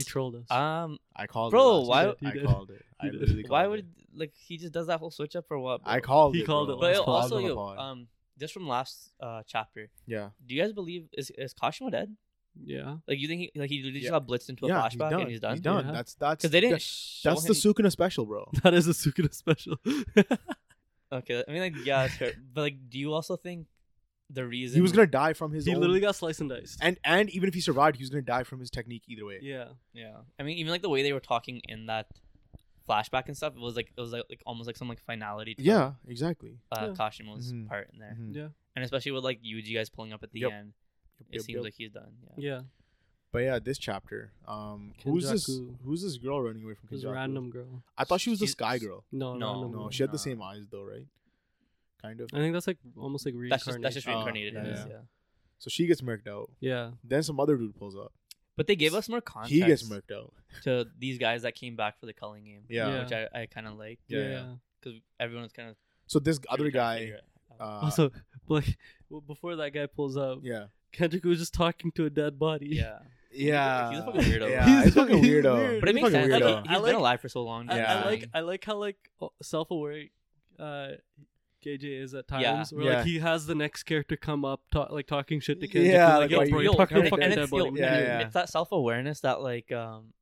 Speaker 2: He trolled us.
Speaker 3: um
Speaker 1: I called
Speaker 3: Bro,
Speaker 1: it. last
Speaker 3: why-
Speaker 1: week.
Speaker 2: You did.
Speaker 1: I called it. I
Speaker 2: You did.
Speaker 1: literally called
Speaker 3: why
Speaker 1: it.
Speaker 3: would like he just does that whole switch up for what
Speaker 1: I
Speaker 3: bro?
Speaker 1: called
Speaker 2: He
Speaker 1: it?
Speaker 2: called
Speaker 1: bro.
Speaker 2: it
Speaker 3: but
Speaker 2: last
Speaker 3: it
Speaker 2: It's called
Speaker 3: also
Speaker 1: on the
Speaker 3: yo,
Speaker 1: pod.
Speaker 3: um just from last uh chapter
Speaker 1: yeah,
Speaker 3: do you guys believe is is Kashima dead
Speaker 2: yeah,
Speaker 3: Like you think he, like he literally just
Speaker 1: Yeah.
Speaker 3: got blitzed into a
Speaker 1: yeah,
Speaker 3: flashback and he's done?
Speaker 1: He's done.
Speaker 2: Yeah.
Speaker 1: That's that's
Speaker 3: Because they didn't.
Speaker 1: that-
Speaker 3: show
Speaker 1: That's the
Speaker 3: him-
Speaker 1: Sukuna special, bro.
Speaker 2: that is a Sukuna special.
Speaker 3: okay. I mean, like yeah, that's fair. but like, do you also think the reason
Speaker 1: He was gonna die from his.
Speaker 2: he
Speaker 1: own-
Speaker 2: literally got sliced and diced.
Speaker 1: and and even if he survived, he was gonna die from his technique either way.
Speaker 2: yeah,
Speaker 3: Yeah, I mean, even like the way they were talking in that flashback and stuff, it was like it was like, like almost like some like finality. To
Speaker 1: Yeah, exactly.
Speaker 2: Yeah.
Speaker 3: Uh, Kashima's
Speaker 1: Mhm.
Speaker 3: part in there,
Speaker 1: Mhm.
Speaker 2: Yeah.
Speaker 3: and especially with like Yuji guys pulling up at the
Speaker 1: Yep.
Speaker 3: end, it
Speaker 1: Yep,
Speaker 3: seems
Speaker 1: yep.
Speaker 3: like he's done. Yeah.
Speaker 2: yeah.
Speaker 1: But yeah, this chapter. Um, who's this?
Speaker 2: Kenjaku.
Speaker 1: Who's this girl running away from
Speaker 2: This
Speaker 1: Kenjaku?
Speaker 2: random girl.
Speaker 1: I thought she was the
Speaker 3: She's-
Speaker 1: Sky Girl.
Speaker 2: No,
Speaker 3: No,
Speaker 2: random
Speaker 1: No,
Speaker 2: girl.
Speaker 1: she had the
Speaker 3: Nah.
Speaker 1: same eyes though, right? Kind of.
Speaker 2: I think that's like almost like
Speaker 3: That's just
Speaker 2: reincarnation. Oh.
Speaker 3: that's just
Speaker 1: Oh,
Speaker 3: reincarnated.
Speaker 1: yeah,
Speaker 3: in this,
Speaker 1: yeah.
Speaker 3: yeah.
Speaker 1: So she gets murked out.
Speaker 2: yeah.
Speaker 1: Then some other dude pulls up.
Speaker 3: But they gave us more context
Speaker 1: He gets murked out.
Speaker 3: to these guys that came back for the culling game,
Speaker 1: Yeah.
Speaker 2: Yeah.
Speaker 3: which I, I kind of like
Speaker 1: Yeah,
Speaker 2: Yeah.
Speaker 1: yeah.
Speaker 3: because everyone was kind of
Speaker 1: So this other guy. Uh,
Speaker 2: also, like well, before that guy pulls up,
Speaker 1: yeah.
Speaker 2: Kendrick was just talking to a dead body.
Speaker 3: yeah.
Speaker 1: Yeah.
Speaker 3: He's a fucking weirdo.
Speaker 1: Yeah,
Speaker 2: He's
Speaker 1: he's,
Speaker 2: a-
Speaker 1: fucking
Speaker 2: he's
Speaker 1: weirdo.
Speaker 2: weird.
Speaker 3: But it
Speaker 1: He's
Speaker 3: makes
Speaker 1: fucking
Speaker 3: sense. Like,
Speaker 1: weirdo.
Speaker 3: he's
Speaker 2: I
Speaker 3: been
Speaker 2: like-
Speaker 3: alive for so long.
Speaker 2: I, I
Speaker 1: Yeah.
Speaker 2: like I like how like o- self-aware uh, JJ is at times.
Speaker 3: Yeah.
Speaker 2: Where
Speaker 1: Yeah.
Speaker 2: like he has the next character come up, ta- like talking shit to Kendrick.
Speaker 1: Yeah,
Speaker 2: Yeah,
Speaker 1: like,
Speaker 2: like, yo,
Speaker 1: like,
Speaker 2: bro,
Speaker 1: yo,
Speaker 2: you're talking to a
Speaker 1: Kendrick-
Speaker 2: fucking
Speaker 1: and
Speaker 2: dead
Speaker 3: it's,
Speaker 2: body.
Speaker 3: yo,
Speaker 2: What
Speaker 1: Yeah,
Speaker 2: do you
Speaker 1: yeah.
Speaker 2: do?
Speaker 3: it's that self awareness that like um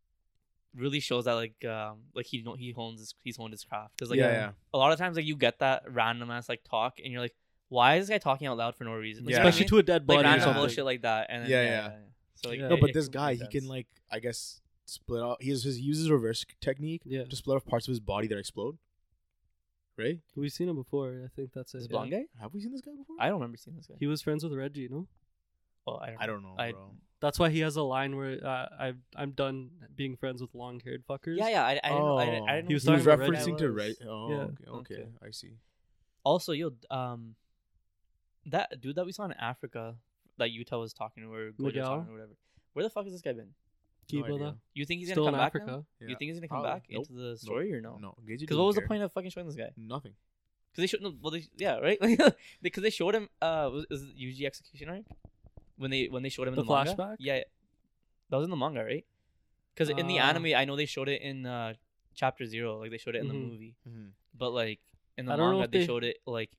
Speaker 3: really shows that like um like he know he hones his, he's honed his craft because like
Speaker 1: yeah, yeah.
Speaker 3: a lot of times like you get that random ass like talk and you're like why is this guy talking out loud for no reason Like,
Speaker 1: Yeah.
Speaker 3: you know what I
Speaker 2: Especially
Speaker 3: mean?
Speaker 2: to a dead body.
Speaker 3: like
Speaker 2: or
Speaker 3: random
Speaker 2: something.
Speaker 3: bullshit like that and then,
Speaker 1: Yeah,
Speaker 3: yeah,
Speaker 1: yeah.
Speaker 3: yeah, yeah. so like
Speaker 2: Yeah.
Speaker 1: No,
Speaker 3: it-
Speaker 1: but
Speaker 3: it
Speaker 1: this
Speaker 3: makes
Speaker 1: guy, he
Speaker 3: sense.
Speaker 1: can like, I guess, split out. He has his he uses reverse technique
Speaker 2: Yeah,
Speaker 1: to split off parts of his body that explode. Right?
Speaker 2: we've seen him before. I think that's it.
Speaker 3: this
Speaker 2: yeah.
Speaker 3: blonde guy
Speaker 1: Have we seen this guy before?
Speaker 3: I don't remember seeing this guy
Speaker 2: He was friends with Reggie, no?
Speaker 3: well I don't,
Speaker 1: I don't know,
Speaker 3: I-
Speaker 1: bro.
Speaker 2: That's why he has a line where uh, I've I'm done being friends with long-haired fuckers.
Speaker 3: yeah yeah I, I, didn't, know- I, didn't- I didn't know
Speaker 2: He was
Speaker 3: who
Speaker 2: talking
Speaker 3: this
Speaker 2: about
Speaker 3: guy
Speaker 1: Oh. referencing to
Speaker 3: was.
Speaker 1: right. Oh,
Speaker 2: Yeah.
Speaker 1: okay, okay,
Speaker 3: Okay.
Speaker 1: I see.
Speaker 3: Also, yo, um, that dude that we saw in Africa that Utah was talking to, or Gojo was
Speaker 2: Miguel?
Speaker 3: talking to, or whatever. Where the fuck has this guy been?
Speaker 1: No
Speaker 2: Kiba,
Speaker 1: idea.
Speaker 3: You think he's
Speaker 2: still in
Speaker 3: gonna come back?
Speaker 2: Africa.
Speaker 3: now? You
Speaker 1: Yeah.
Speaker 3: think he's gonna come
Speaker 1: Probably.
Speaker 3: back
Speaker 1: Nope.
Speaker 3: into the story or no?
Speaker 1: No, Geiji
Speaker 3: Because
Speaker 1: didn't
Speaker 3: what was the
Speaker 1: care.
Speaker 3: point of fucking showing this guy?
Speaker 1: Oh. Nothing.
Speaker 3: Because they showed no, well, they, yeah, right, because they showed him. Uh, was, is it UG execution arc? When they when they showed him
Speaker 2: The
Speaker 3: in the manga?
Speaker 2: flashback?
Speaker 3: yeah, yeah. that was in the manga, right? Because in the
Speaker 2: Ah.
Speaker 3: anime, I know they showed it in uh, chapter zero, like they showed it in
Speaker 2: Mhm.
Speaker 3: the movie,
Speaker 1: Mhm.
Speaker 3: but like in the
Speaker 2: I don't know
Speaker 3: manga,
Speaker 2: if
Speaker 3: they
Speaker 2: they-
Speaker 3: showed it like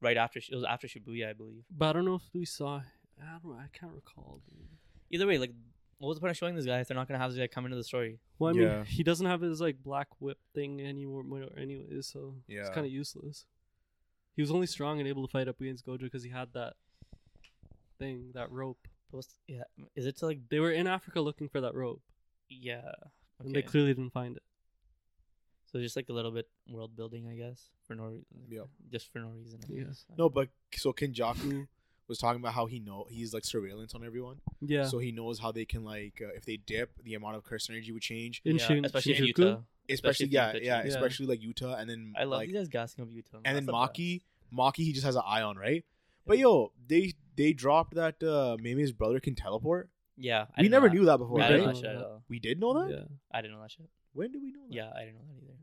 Speaker 3: right after it was after Shibuya, I believe.
Speaker 2: But I don't know if we saw. I don't. I can't recall. Dude.
Speaker 3: either way, like, what was the point of showing this guy if they're not gonna have this guy come into the story?
Speaker 2: Well, I mean,
Speaker 1: Yeah.
Speaker 2: he doesn't have his like black whip thing anymore, anyway, so it's
Speaker 1: Yeah.
Speaker 2: kind of useless. He was only strong and able to fight up against Gojo because he had that thing, that rope.
Speaker 3: What's, yeah, is it to like,
Speaker 2: They were in Africa looking for that rope,
Speaker 3: yeah,
Speaker 2: and they
Speaker 3: okay.
Speaker 2: clearly didn't find it.
Speaker 3: so just like a little bit world building, I guess, for no reason.
Speaker 1: Yeah.
Speaker 3: just for no reason. I
Speaker 2: Yeah.
Speaker 3: guess.
Speaker 1: No, but so Kenjaku
Speaker 2: Mm,
Speaker 1: was talking about how he know he's like surveillance on everyone,
Speaker 2: Yeah,
Speaker 1: so he knows how they can like uh, if they dip, the amount of curse energy would change.
Speaker 2: in
Speaker 3: Yeah,
Speaker 2: Shin-
Speaker 3: especially in
Speaker 2: Shinjuku.
Speaker 3: Utah.
Speaker 1: Especially,
Speaker 3: Especially
Speaker 1: yeah,
Speaker 3: if you
Speaker 1: yeah,
Speaker 2: pitch it. Yeah.
Speaker 1: especially like Utah, and then
Speaker 3: I love
Speaker 1: like,
Speaker 3: these guys gassing up Utah.
Speaker 1: and then
Speaker 3: That's the
Speaker 1: Maki, Maki, he just has an eye on, right? But yo, they they dropped that uh Meme's brother can teleport.
Speaker 3: best. Yeah, I
Speaker 1: we
Speaker 3: didn't know
Speaker 1: never
Speaker 3: that.
Speaker 1: knew that before,
Speaker 2: We
Speaker 3: Yeah, I
Speaker 1: right?
Speaker 3: didn't
Speaker 2: did.
Speaker 3: know that shit at all.
Speaker 1: We did know that.
Speaker 2: Yeah.
Speaker 3: I didn't know that shit.
Speaker 1: When did we know that?
Speaker 3: Yeah, I didn't know that either.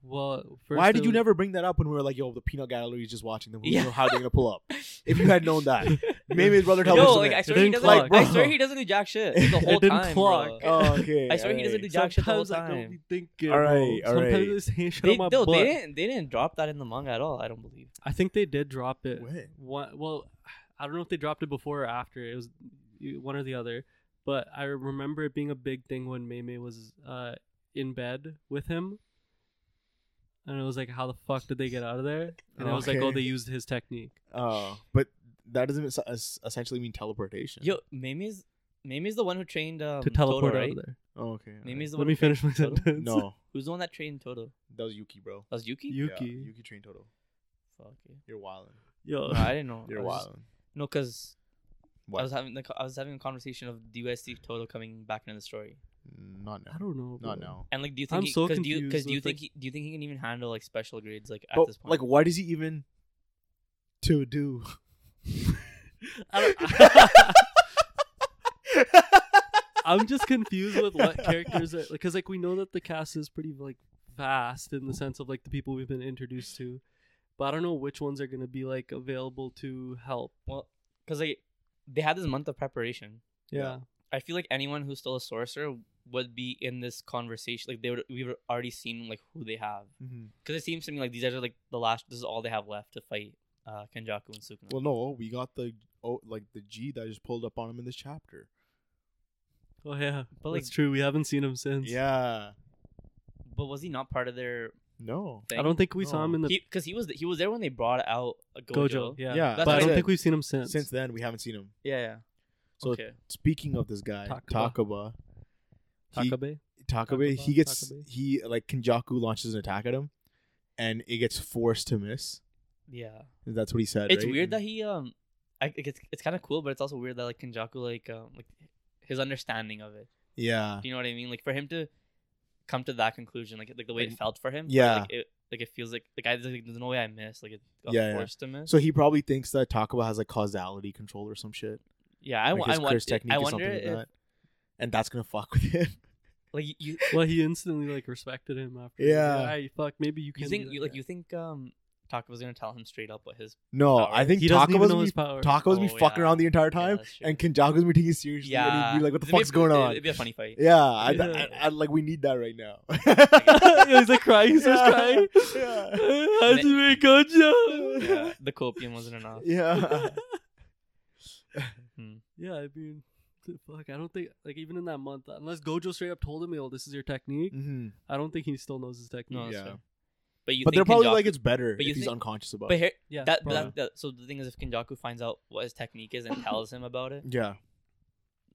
Speaker 2: Well, first
Speaker 1: Why
Speaker 2: there
Speaker 1: did you
Speaker 2: was-
Speaker 1: never bring that up when we were like, yo, the peanut gallery is just watching them? We
Speaker 3: Yeah.
Speaker 1: don't know how they're gonna pull up. If you had known that, Mayme's brother
Speaker 3: Yo,
Speaker 1: tells us
Speaker 3: like
Speaker 1: something.
Speaker 2: It
Speaker 3: I swear he
Speaker 2: didn't
Speaker 3: doesn't.
Speaker 1: clock.
Speaker 3: I
Speaker 1: Bro.
Speaker 3: swear he doesn't do jack shit the
Speaker 2: It
Speaker 3: whole
Speaker 2: didn't
Speaker 3: time.
Speaker 2: clock.
Speaker 3: Bro.
Speaker 1: Oh, okay.
Speaker 3: I swear he doesn't
Speaker 1: alright.
Speaker 3: do jack shit the whole
Speaker 2: Sometimes I don't
Speaker 3: time.
Speaker 2: be thinking.
Speaker 1: All
Speaker 2: All
Speaker 1: right,
Speaker 2: right,
Speaker 1: all right.
Speaker 2: Sometimes I say shit
Speaker 3: They,
Speaker 2: on my
Speaker 3: no, they
Speaker 2: butt.
Speaker 3: didn't. They didn't drop that in the manga at all. I don't believe.
Speaker 2: I think they did drop it.
Speaker 1: When?
Speaker 2: One, well, I don't know if they dropped it before or after. It was you- one or the other. But I remember it being a big thing when Maymay was uh, in bed with him. And it was like, how the fuck did they get out of there? And I was like, oh,
Speaker 1: Okay.
Speaker 2: they used his technique.
Speaker 1: Oh, but that doesn't es- es- essentially mean teleportation.
Speaker 3: Yo, Mimi's Mimi's the one who trained um,
Speaker 2: to teleport
Speaker 3: Toto,
Speaker 2: out
Speaker 3: right?
Speaker 2: of there.
Speaker 1: Oh, okay. alright.
Speaker 3: Mimi's the
Speaker 2: Let
Speaker 3: one.
Speaker 2: me
Speaker 3: who trained
Speaker 2: finish my
Speaker 3: Toto?
Speaker 2: sentence.
Speaker 1: no,
Speaker 3: Who's the one that trained Toto?
Speaker 1: that was Yuki, bro.
Speaker 3: That was Yuki.
Speaker 2: Yuki.
Speaker 1: Yeah, Yuki trained Toto.
Speaker 3: Fuck yeah.
Speaker 1: You're wildin'.
Speaker 2: Yo.
Speaker 3: No, I didn't know.
Speaker 1: You're
Speaker 3: I was just-
Speaker 1: wildin'.
Speaker 3: No, because I
Speaker 1: What?
Speaker 3: was having the, co- I was having a conversation of do you guys see Toto coming back into the story?
Speaker 1: Not now.
Speaker 2: I don't know.
Speaker 1: Not
Speaker 2: bro.
Speaker 1: now.
Speaker 3: And like, do you think?
Speaker 2: I'm so
Speaker 3: Because do you, 'cause
Speaker 2: confused
Speaker 3: do you
Speaker 2: with,
Speaker 3: think
Speaker 2: like-
Speaker 3: he, do you think he can even handle like special grades like at
Speaker 1: But
Speaker 3: this point?
Speaker 1: like, what is he even to do?
Speaker 2: I am just confused with what characters are because like we know that the cast is pretty like vast in the sense of like the people we've been introduced to, but I don't know which ones are gonna be like available to help.
Speaker 3: Well, because like they had this month of preparation.
Speaker 2: Yeah,
Speaker 3: I feel like anyone who's still a sorcerer would be in this conversation. Like they would, we've already seen like who they have.
Speaker 1: Mhm.
Speaker 3: Because it seems to me like these guys are like the last. This is all they have left to fight uh, Kenjaku and Sukuna.
Speaker 1: Well, no, we got the oh, like the G that I just pulled up on him in this chapter.
Speaker 2: oh yeah,
Speaker 3: But,
Speaker 2: that's
Speaker 3: like-
Speaker 2: true. We haven't seen him since.
Speaker 1: Yeah.
Speaker 3: but was he not part of their
Speaker 1: No.
Speaker 3: thing?
Speaker 2: I don't think we saw him in the
Speaker 3: because Oh. he, was he was there when they brought out a
Speaker 2: Gojo.
Speaker 3: Gojo.
Speaker 2: Yeah,
Speaker 1: Yeah,
Speaker 2: but
Speaker 3: that's
Speaker 2: I don't
Speaker 3: it.
Speaker 2: think we've seen him since.
Speaker 1: Since then, we haven't seen him.
Speaker 3: Yeah, yeah.
Speaker 1: So
Speaker 3: okay.
Speaker 1: Speaking of this guy,
Speaker 2: Takaba.
Speaker 1: Takaba. he-
Speaker 2: Takabe.
Speaker 1: Takabe, he
Speaker 2: Takaba,
Speaker 1: gets
Speaker 2: Takabe.
Speaker 1: he like Kenjaku launches an attack at him, and it gets forced to miss.
Speaker 3: Yeah.
Speaker 1: That's what he said.
Speaker 3: It's
Speaker 1: right?
Speaker 3: weird that he um, I, like, it's it's kind of cool, but it's also weird that like Kenjaku like um like his understanding of it.
Speaker 1: Yeah,
Speaker 3: Do you know what I mean? Like for him to come to that conclusion, like like the way it
Speaker 1: Like,
Speaker 3: felt for him. but,
Speaker 1: yeah.
Speaker 3: Like it, like it feels like like I like, there's no way I missed. Like it got
Speaker 1: Yeah, yeah.
Speaker 3: forced to miss.
Speaker 1: so he probably thinks that Takaba has like causality control or some shit.
Speaker 3: yeah, I,
Speaker 1: like
Speaker 3: like I,
Speaker 1: his
Speaker 3: wonder.
Speaker 1: curse technique
Speaker 3: I
Speaker 1: or
Speaker 3: wonder
Speaker 1: something
Speaker 3: if
Speaker 1: like that, and that's gonna fuck with him.
Speaker 3: like you- you
Speaker 2: Well, he instantly like respected him after.
Speaker 1: Yeah.
Speaker 2: I fuck. Maybe you can.
Speaker 3: you
Speaker 2: do
Speaker 3: think
Speaker 2: that
Speaker 3: you like
Speaker 2: guy.
Speaker 3: you think um Takaba's gonna tell him straight up what his
Speaker 1: No,
Speaker 3: Power.
Speaker 1: I think
Speaker 2: He doesn't even
Speaker 1: Takaba's
Speaker 2: know
Speaker 1: gonna
Speaker 2: his
Speaker 1: be,
Speaker 2: power.
Speaker 1: Takaba's be
Speaker 3: Oh,
Speaker 1: fucking
Speaker 3: yeah.
Speaker 1: around the entire
Speaker 3: Yeah,
Speaker 1: time,
Speaker 3: that's true.
Speaker 1: and Kenjaku's gonna be taking it seriously.
Speaker 3: yeah.
Speaker 1: and he'd be like, "What the
Speaker 3: It'd be-
Speaker 1: fuck's going
Speaker 3: it'd-
Speaker 1: on?"
Speaker 3: It'd be a funny fight.
Speaker 1: yeah, I,
Speaker 2: Yeah.
Speaker 1: I, I- like we need that right now.
Speaker 2: He's like crying. He's just
Speaker 1: Yeah.
Speaker 2: crying. Hajime Gojo.
Speaker 3: Yeah, the copium wasn't enough.
Speaker 1: yeah,
Speaker 2: Yeah, I mean, fuck. I don't think like even in that month, unless Gojo straight up told him, "Yo, this is your technique."
Speaker 1: hmm
Speaker 2: I don't think he still knows his technique.
Speaker 3: No, that's
Speaker 1: Yeah.
Speaker 3: fair. But you
Speaker 1: but they're
Speaker 3: think
Speaker 1: probably
Speaker 3: Kenjaku-
Speaker 1: like it's better
Speaker 3: but
Speaker 1: if
Speaker 3: you
Speaker 1: he's
Speaker 3: think-
Speaker 1: unconscious about.
Speaker 3: But
Speaker 1: it.
Speaker 3: here,
Speaker 2: Yeah,
Speaker 3: that, but
Speaker 2: probably.
Speaker 3: that, that so the thing is if Kenjaku finds out what his technique is and tells him about it,
Speaker 1: yeah,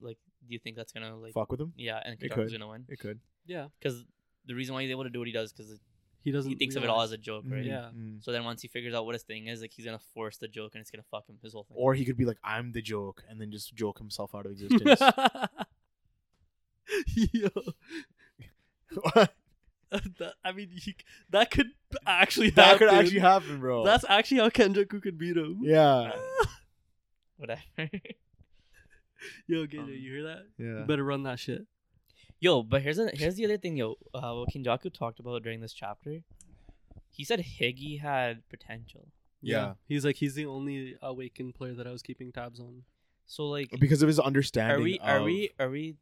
Speaker 3: like do you think that's gonna like
Speaker 1: fuck with him.
Speaker 3: yeah, and
Speaker 1: It
Speaker 3: Kenjaku's
Speaker 1: could.
Speaker 3: gonna win
Speaker 1: It could.
Speaker 2: yeah.
Speaker 3: because the reason why he's able to do what he does because
Speaker 2: He doesn't.
Speaker 3: he thinks of it all as
Speaker 2: realize.
Speaker 3: a joke, right?
Speaker 2: Mm-hmm. Yeah.
Speaker 1: Mhm.
Speaker 3: So then once he figures out what his thing is, like he's gonna force the joke and it's gonna fuck him his whole thing.
Speaker 1: Or he could be like, "I'm the joke," and then just joke himself out of existence.
Speaker 2: Yo, that, I mean, he, that could actually
Speaker 1: that
Speaker 2: happen.
Speaker 1: could actually happen, bro.
Speaker 2: That's actually how Kenjaku could beat him.
Speaker 1: yeah,
Speaker 3: whatever.
Speaker 2: Yo, Gojo,
Speaker 3: Um,
Speaker 2: you hear that? You
Speaker 1: yeah.
Speaker 2: better run that shit.
Speaker 3: yo, but here's a, here's the other thing, yo. Uh, what Kenjaku talked about during this chapter, he said Higgy had potential.
Speaker 1: Yeah.
Speaker 2: He's like, he's the only awakened player that I was keeping tabs on.
Speaker 3: So like,
Speaker 1: because of his
Speaker 3: are
Speaker 1: understanding.
Speaker 3: we are
Speaker 1: of-
Speaker 3: we are we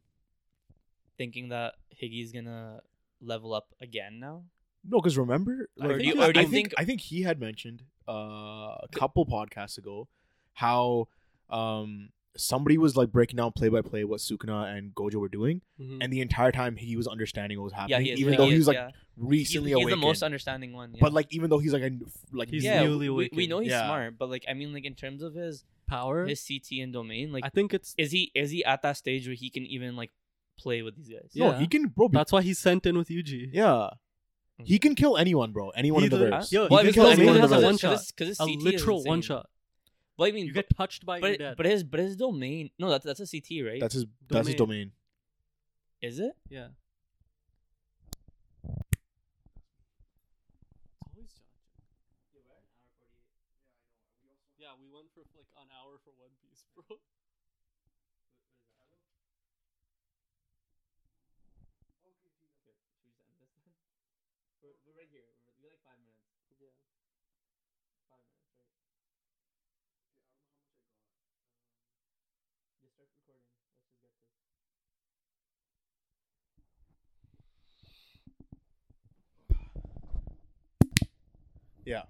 Speaker 3: thinking that Higgy's gonna level up again now?
Speaker 1: No, because remember,
Speaker 2: I
Speaker 1: like,
Speaker 2: think you
Speaker 1: I,
Speaker 2: already-
Speaker 1: I think
Speaker 3: think-
Speaker 1: I think he had mentioned uh, a couple podcasts ago how um somebody was like breaking down play by play what Sukuna and Gojo were doing,
Speaker 2: Mhm.
Speaker 1: and the entire time he was understanding what was happening,
Speaker 3: Mm. Yeah, he is.
Speaker 1: even
Speaker 3: yeah,
Speaker 1: though
Speaker 3: he,
Speaker 1: he
Speaker 3: is,
Speaker 1: was like
Speaker 3: yeah. He's-
Speaker 1: recently
Speaker 3: he's,
Speaker 1: awake.
Speaker 3: the most understanding one. Yeah.
Speaker 1: But like, even though he's like a like
Speaker 2: He's
Speaker 3: yeah,
Speaker 2: newly
Speaker 3: we, we
Speaker 2: awakened.
Speaker 3: know he's
Speaker 1: Yeah.
Speaker 3: smart, but like I mean, like in terms of his
Speaker 2: power.
Speaker 3: his CT and domain, like
Speaker 2: I think it's
Speaker 3: is he is he at that stage where he can even like play with these guys?
Speaker 1: no,
Speaker 2: yeah.
Speaker 1: he can bro, be-
Speaker 2: that's why he's sent in with Yuji.
Speaker 1: yeah, he
Speaker 3: Okay.
Speaker 1: can kill anyone, bro, anyone in the
Speaker 2: Either-
Speaker 1: verse.
Speaker 2: Yo,
Speaker 1: he
Speaker 2: Well,
Speaker 1: can
Speaker 2: if
Speaker 1: kill
Speaker 2: it's-
Speaker 1: anyone in
Speaker 2: if
Speaker 1: the
Speaker 2: it's a
Speaker 1: verse.
Speaker 2: one-shot.
Speaker 3: because his
Speaker 2: a
Speaker 3: CT is
Speaker 2: literal
Speaker 3: insane.
Speaker 2: one shot.
Speaker 3: Well, I mean,
Speaker 2: You
Speaker 3: but,
Speaker 2: get touched by it, you're dead.
Speaker 3: but, but his but his domain. No, that's that's a CT, right?
Speaker 1: That's his. That's his domain.
Speaker 3: is it?
Speaker 2: yeah. Yeah, we went for like an hour for One Piece, bro.
Speaker 1: Yeah.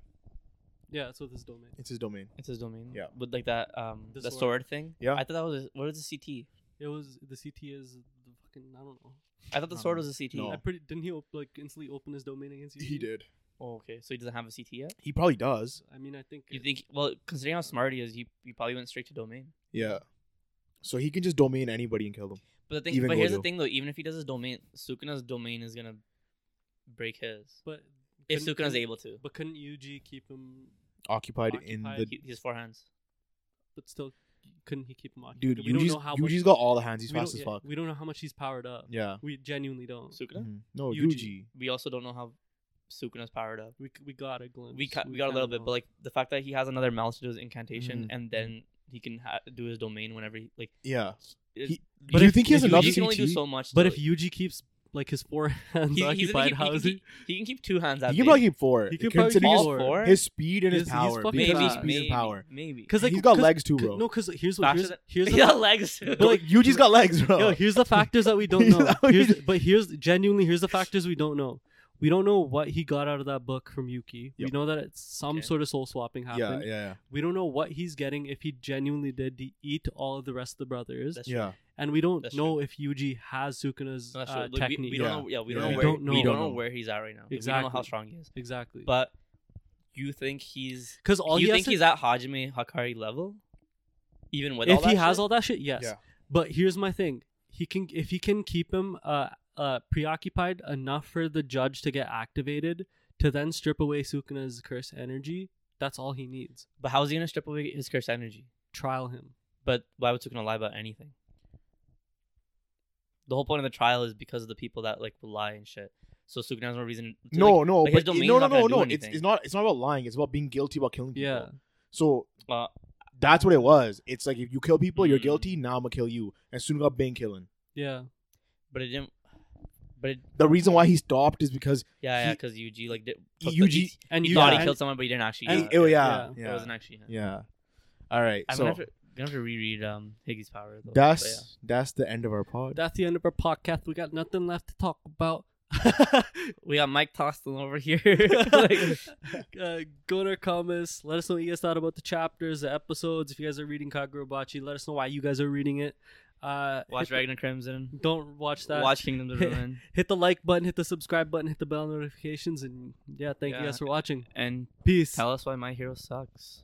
Speaker 2: Yeah, that's what this domain.
Speaker 1: It's his domain.
Speaker 3: It's his domain.
Speaker 1: Yeah.
Speaker 3: With like that um
Speaker 2: The
Speaker 3: the
Speaker 2: sword.
Speaker 3: sword, thing.
Speaker 1: Yeah.
Speaker 3: I thought that was a, what is the CT?
Speaker 2: It was the CT is the fucking I don't know.
Speaker 3: I thought the
Speaker 1: Um,
Speaker 3: sword was a CT.
Speaker 1: no.
Speaker 2: I pretty didn't he op- like instantly open his domain against you?
Speaker 1: He did.
Speaker 3: Oh, okay. So he doesn't have a CT yet.
Speaker 1: He probably does.
Speaker 2: I mean, I think
Speaker 3: You
Speaker 2: it-
Speaker 3: think? Well, considering how smart he is, he, he probably went straight to domain.
Speaker 1: Yeah. So he can just domain anybody and kill them.
Speaker 3: But the thing,
Speaker 1: Even
Speaker 3: but here's the
Speaker 1: Gojo.
Speaker 3: thing though. Even if he does his domain, Sukuna's domain is gonna break his.
Speaker 2: but
Speaker 3: If
Speaker 2: couldn't-
Speaker 3: Sukuna's
Speaker 2: couldn't-
Speaker 3: able to,
Speaker 2: but couldn't UG keep him?
Speaker 1: Occupied, in
Speaker 2: Occupied.
Speaker 1: the
Speaker 3: he, he's four hands.
Speaker 2: But still, couldn't he keep him occupied?
Speaker 1: dude.
Speaker 2: we don't
Speaker 1: Yuji's,
Speaker 2: know how much.
Speaker 1: Yuji's got all the hands. He's
Speaker 2: we
Speaker 1: fast
Speaker 2: don't-
Speaker 1: as
Speaker 2: yeah,
Speaker 1: fuck.
Speaker 2: We don't know how much he's powered up.
Speaker 1: Yeah.
Speaker 2: We genuinely don't.
Speaker 3: Sukuna.
Speaker 1: Mhm. No,
Speaker 2: Yuji.
Speaker 1: Yuji.
Speaker 3: We also don't know how Sukuna's powered up.
Speaker 2: We c- we got a glimpse.
Speaker 3: We ca- we got a little
Speaker 2: kinda
Speaker 3: bit,
Speaker 2: know.
Speaker 3: but like the fact that he has another malice to do his incantation,
Speaker 1: Mhm.
Speaker 3: and then he can ha- do his domain whenever he like.
Speaker 1: Yeah.
Speaker 3: it-
Speaker 1: He-
Speaker 3: but
Speaker 1: do you
Speaker 3: if-
Speaker 1: think he has
Speaker 3: if
Speaker 1: enough
Speaker 3: Yuji can only do
Speaker 1: CT?
Speaker 3: so much.
Speaker 2: But
Speaker 3: though.
Speaker 2: if Yuji keeps like his four hands
Speaker 3: He's- he's gonna
Speaker 2: occupied,
Speaker 3: keep-
Speaker 2: how
Speaker 3: he
Speaker 2: is
Speaker 3: can
Speaker 2: he?
Speaker 3: keep- he can keep two hands.
Speaker 1: He
Speaker 3: Out
Speaker 1: can probably keep four.
Speaker 2: He could probably
Speaker 1: considering
Speaker 2: keep
Speaker 1: his,
Speaker 3: all
Speaker 2: four.
Speaker 3: four.
Speaker 1: his speed and his
Speaker 2: He's- he's
Speaker 1: power.
Speaker 2: fucking
Speaker 1: because of his
Speaker 2: fast.
Speaker 1: speed and power.
Speaker 3: Maybe.
Speaker 2: Because like
Speaker 1: he's got
Speaker 2: cause-
Speaker 1: legs too,
Speaker 2: c-
Speaker 1: bro.
Speaker 2: No, because here's what
Speaker 3: Faster
Speaker 2: here's
Speaker 3: than-
Speaker 2: here's
Speaker 3: he
Speaker 2: the-
Speaker 3: got legs.
Speaker 1: but like Yuji's got legs, bro.
Speaker 2: Yo, here's the factors that we don't
Speaker 1: He's
Speaker 2: know.
Speaker 1: out
Speaker 2: Here's
Speaker 1: here-
Speaker 2: but here's genuinely here's the factors we don't know. We don't know what he got out of that book from Yuki. We
Speaker 1: Yep.
Speaker 2: know that it's some
Speaker 3: Okay.
Speaker 2: sort of soul swapping
Speaker 1: yeah,
Speaker 2: happened.
Speaker 1: yeah, yeah,
Speaker 2: We don't know what he's getting if he genuinely did de- eat all of the rest of the brothers,
Speaker 3: That's-
Speaker 1: yeah.
Speaker 2: and we don't
Speaker 3: That's
Speaker 2: know if Yuji has Sukuna's
Speaker 3: That's
Speaker 2: uh,
Speaker 3: true. Like, we,
Speaker 2: technique.
Speaker 3: we don't
Speaker 1: Yeah.
Speaker 3: know. Yeah, we
Speaker 1: Yeah.
Speaker 3: don't
Speaker 1: We
Speaker 3: know where
Speaker 2: don't know.
Speaker 3: we
Speaker 1: We
Speaker 3: don't
Speaker 1: don't
Speaker 3: know
Speaker 1: know.
Speaker 3: where he's at right now. Like, We don't know how
Speaker 2: Exactly.
Speaker 3: strong he is.
Speaker 2: Exactly.
Speaker 3: But you think he's?
Speaker 2: because all
Speaker 3: you
Speaker 2: he
Speaker 3: think
Speaker 2: has to-
Speaker 3: he's at Hajime Hakari level? Even with
Speaker 2: if
Speaker 3: all that
Speaker 2: he has
Speaker 3: shit?
Speaker 2: all that shit, yes.
Speaker 1: Yeah.
Speaker 2: But here's my thing: he can if he can keep him uh, uh, preoccupied enough for the judge to get activated to then strip away Sukuna's curse energy. That's all he needs.
Speaker 3: But how's he gonna strip away his cursed energy?
Speaker 2: Trial him.
Speaker 3: But why would Sukuna lie about anything? The whole point of the trial is because of the people that like will lie and shit. So Sukuna has no reason. To,
Speaker 1: No,
Speaker 3: like,
Speaker 1: no,
Speaker 3: like, his
Speaker 1: but
Speaker 3: domain's
Speaker 1: no, no,
Speaker 3: not gonna
Speaker 1: no,
Speaker 3: do
Speaker 1: no. It's,
Speaker 3: anything.
Speaker 1: it's not. It's not about lying. It's about being guilty about killing people.
Speaker 2: Yeah.
Speaker 1: So
Speaker 3: uh,
Speaker 1: that's what it was. It's like if you kill people, you're
Speaker 3: Mm.
Speaker 1: guilty. Now I'm gonna kill you. And soon got Bane killing.
Speaker 2: Yeah.
Speaker 3: but it didn't. But it,
Speaker 1: The reason why he stopped is because
Speaker 3: yeah, yeah,
Speaker 1: He-
Speaker 3: because Yuji like did,
Speaker 1: he-
Speaker 3: took the-
Speaker 1: Yuji.
Speaker 3: he-
Speaker 2: And
Speaker 3: he
Speaker 1: Yeah.
Speaker 3: thought
Speaker 1: and-
Speaker 3: he killed someone, but he didn't actually.
Speaker 1: he-
Speaker 2: and-
Speaker 3: yeah,
Speaker 1: oh
Speaker 3: okay.
Speaker 1: yeah, yeah,
Speaker 3: it
Speaker 1: yeah.
Speaker 3: wasn't actually him.
Speaker 1: All right,
Speaker 3: I'm
Speaker 1: so
Speaker 3: gonna, have to, gonna have to reread um Higgy's power. Though, but
Speaker 1: that's
Speaker 3: yeah.
Speaker 1: that's the end of our pod.
Speaker 2: That's the end of our podcast. We got nothing left to talk about.
Speaker 3: we got Mike Tostin over here. Like,
Speaker 2: uh, go to our comments. Let us know what you guys thought about the chapters, the episodes. If you guys are reading Kagurobachi, let us know why you guys are reading it. Uh,
Speaker 3: watch
Speaker 2: hit-
Speaker 3: Dragon of Crimson.
Speaker 2: Don't watch that.
Speaker 3: Watch Kingdoms of Ruin.
Speaker 2: hit the like button, hit the subscribe button, hit the bell notifications, and yeah, thank you
Speaker 3: Yeah.
Speaker 2: guys for watching.
Speaker 3: and
Speaker 2: Peace.
Speaker 3: tell us why My Hero sucks.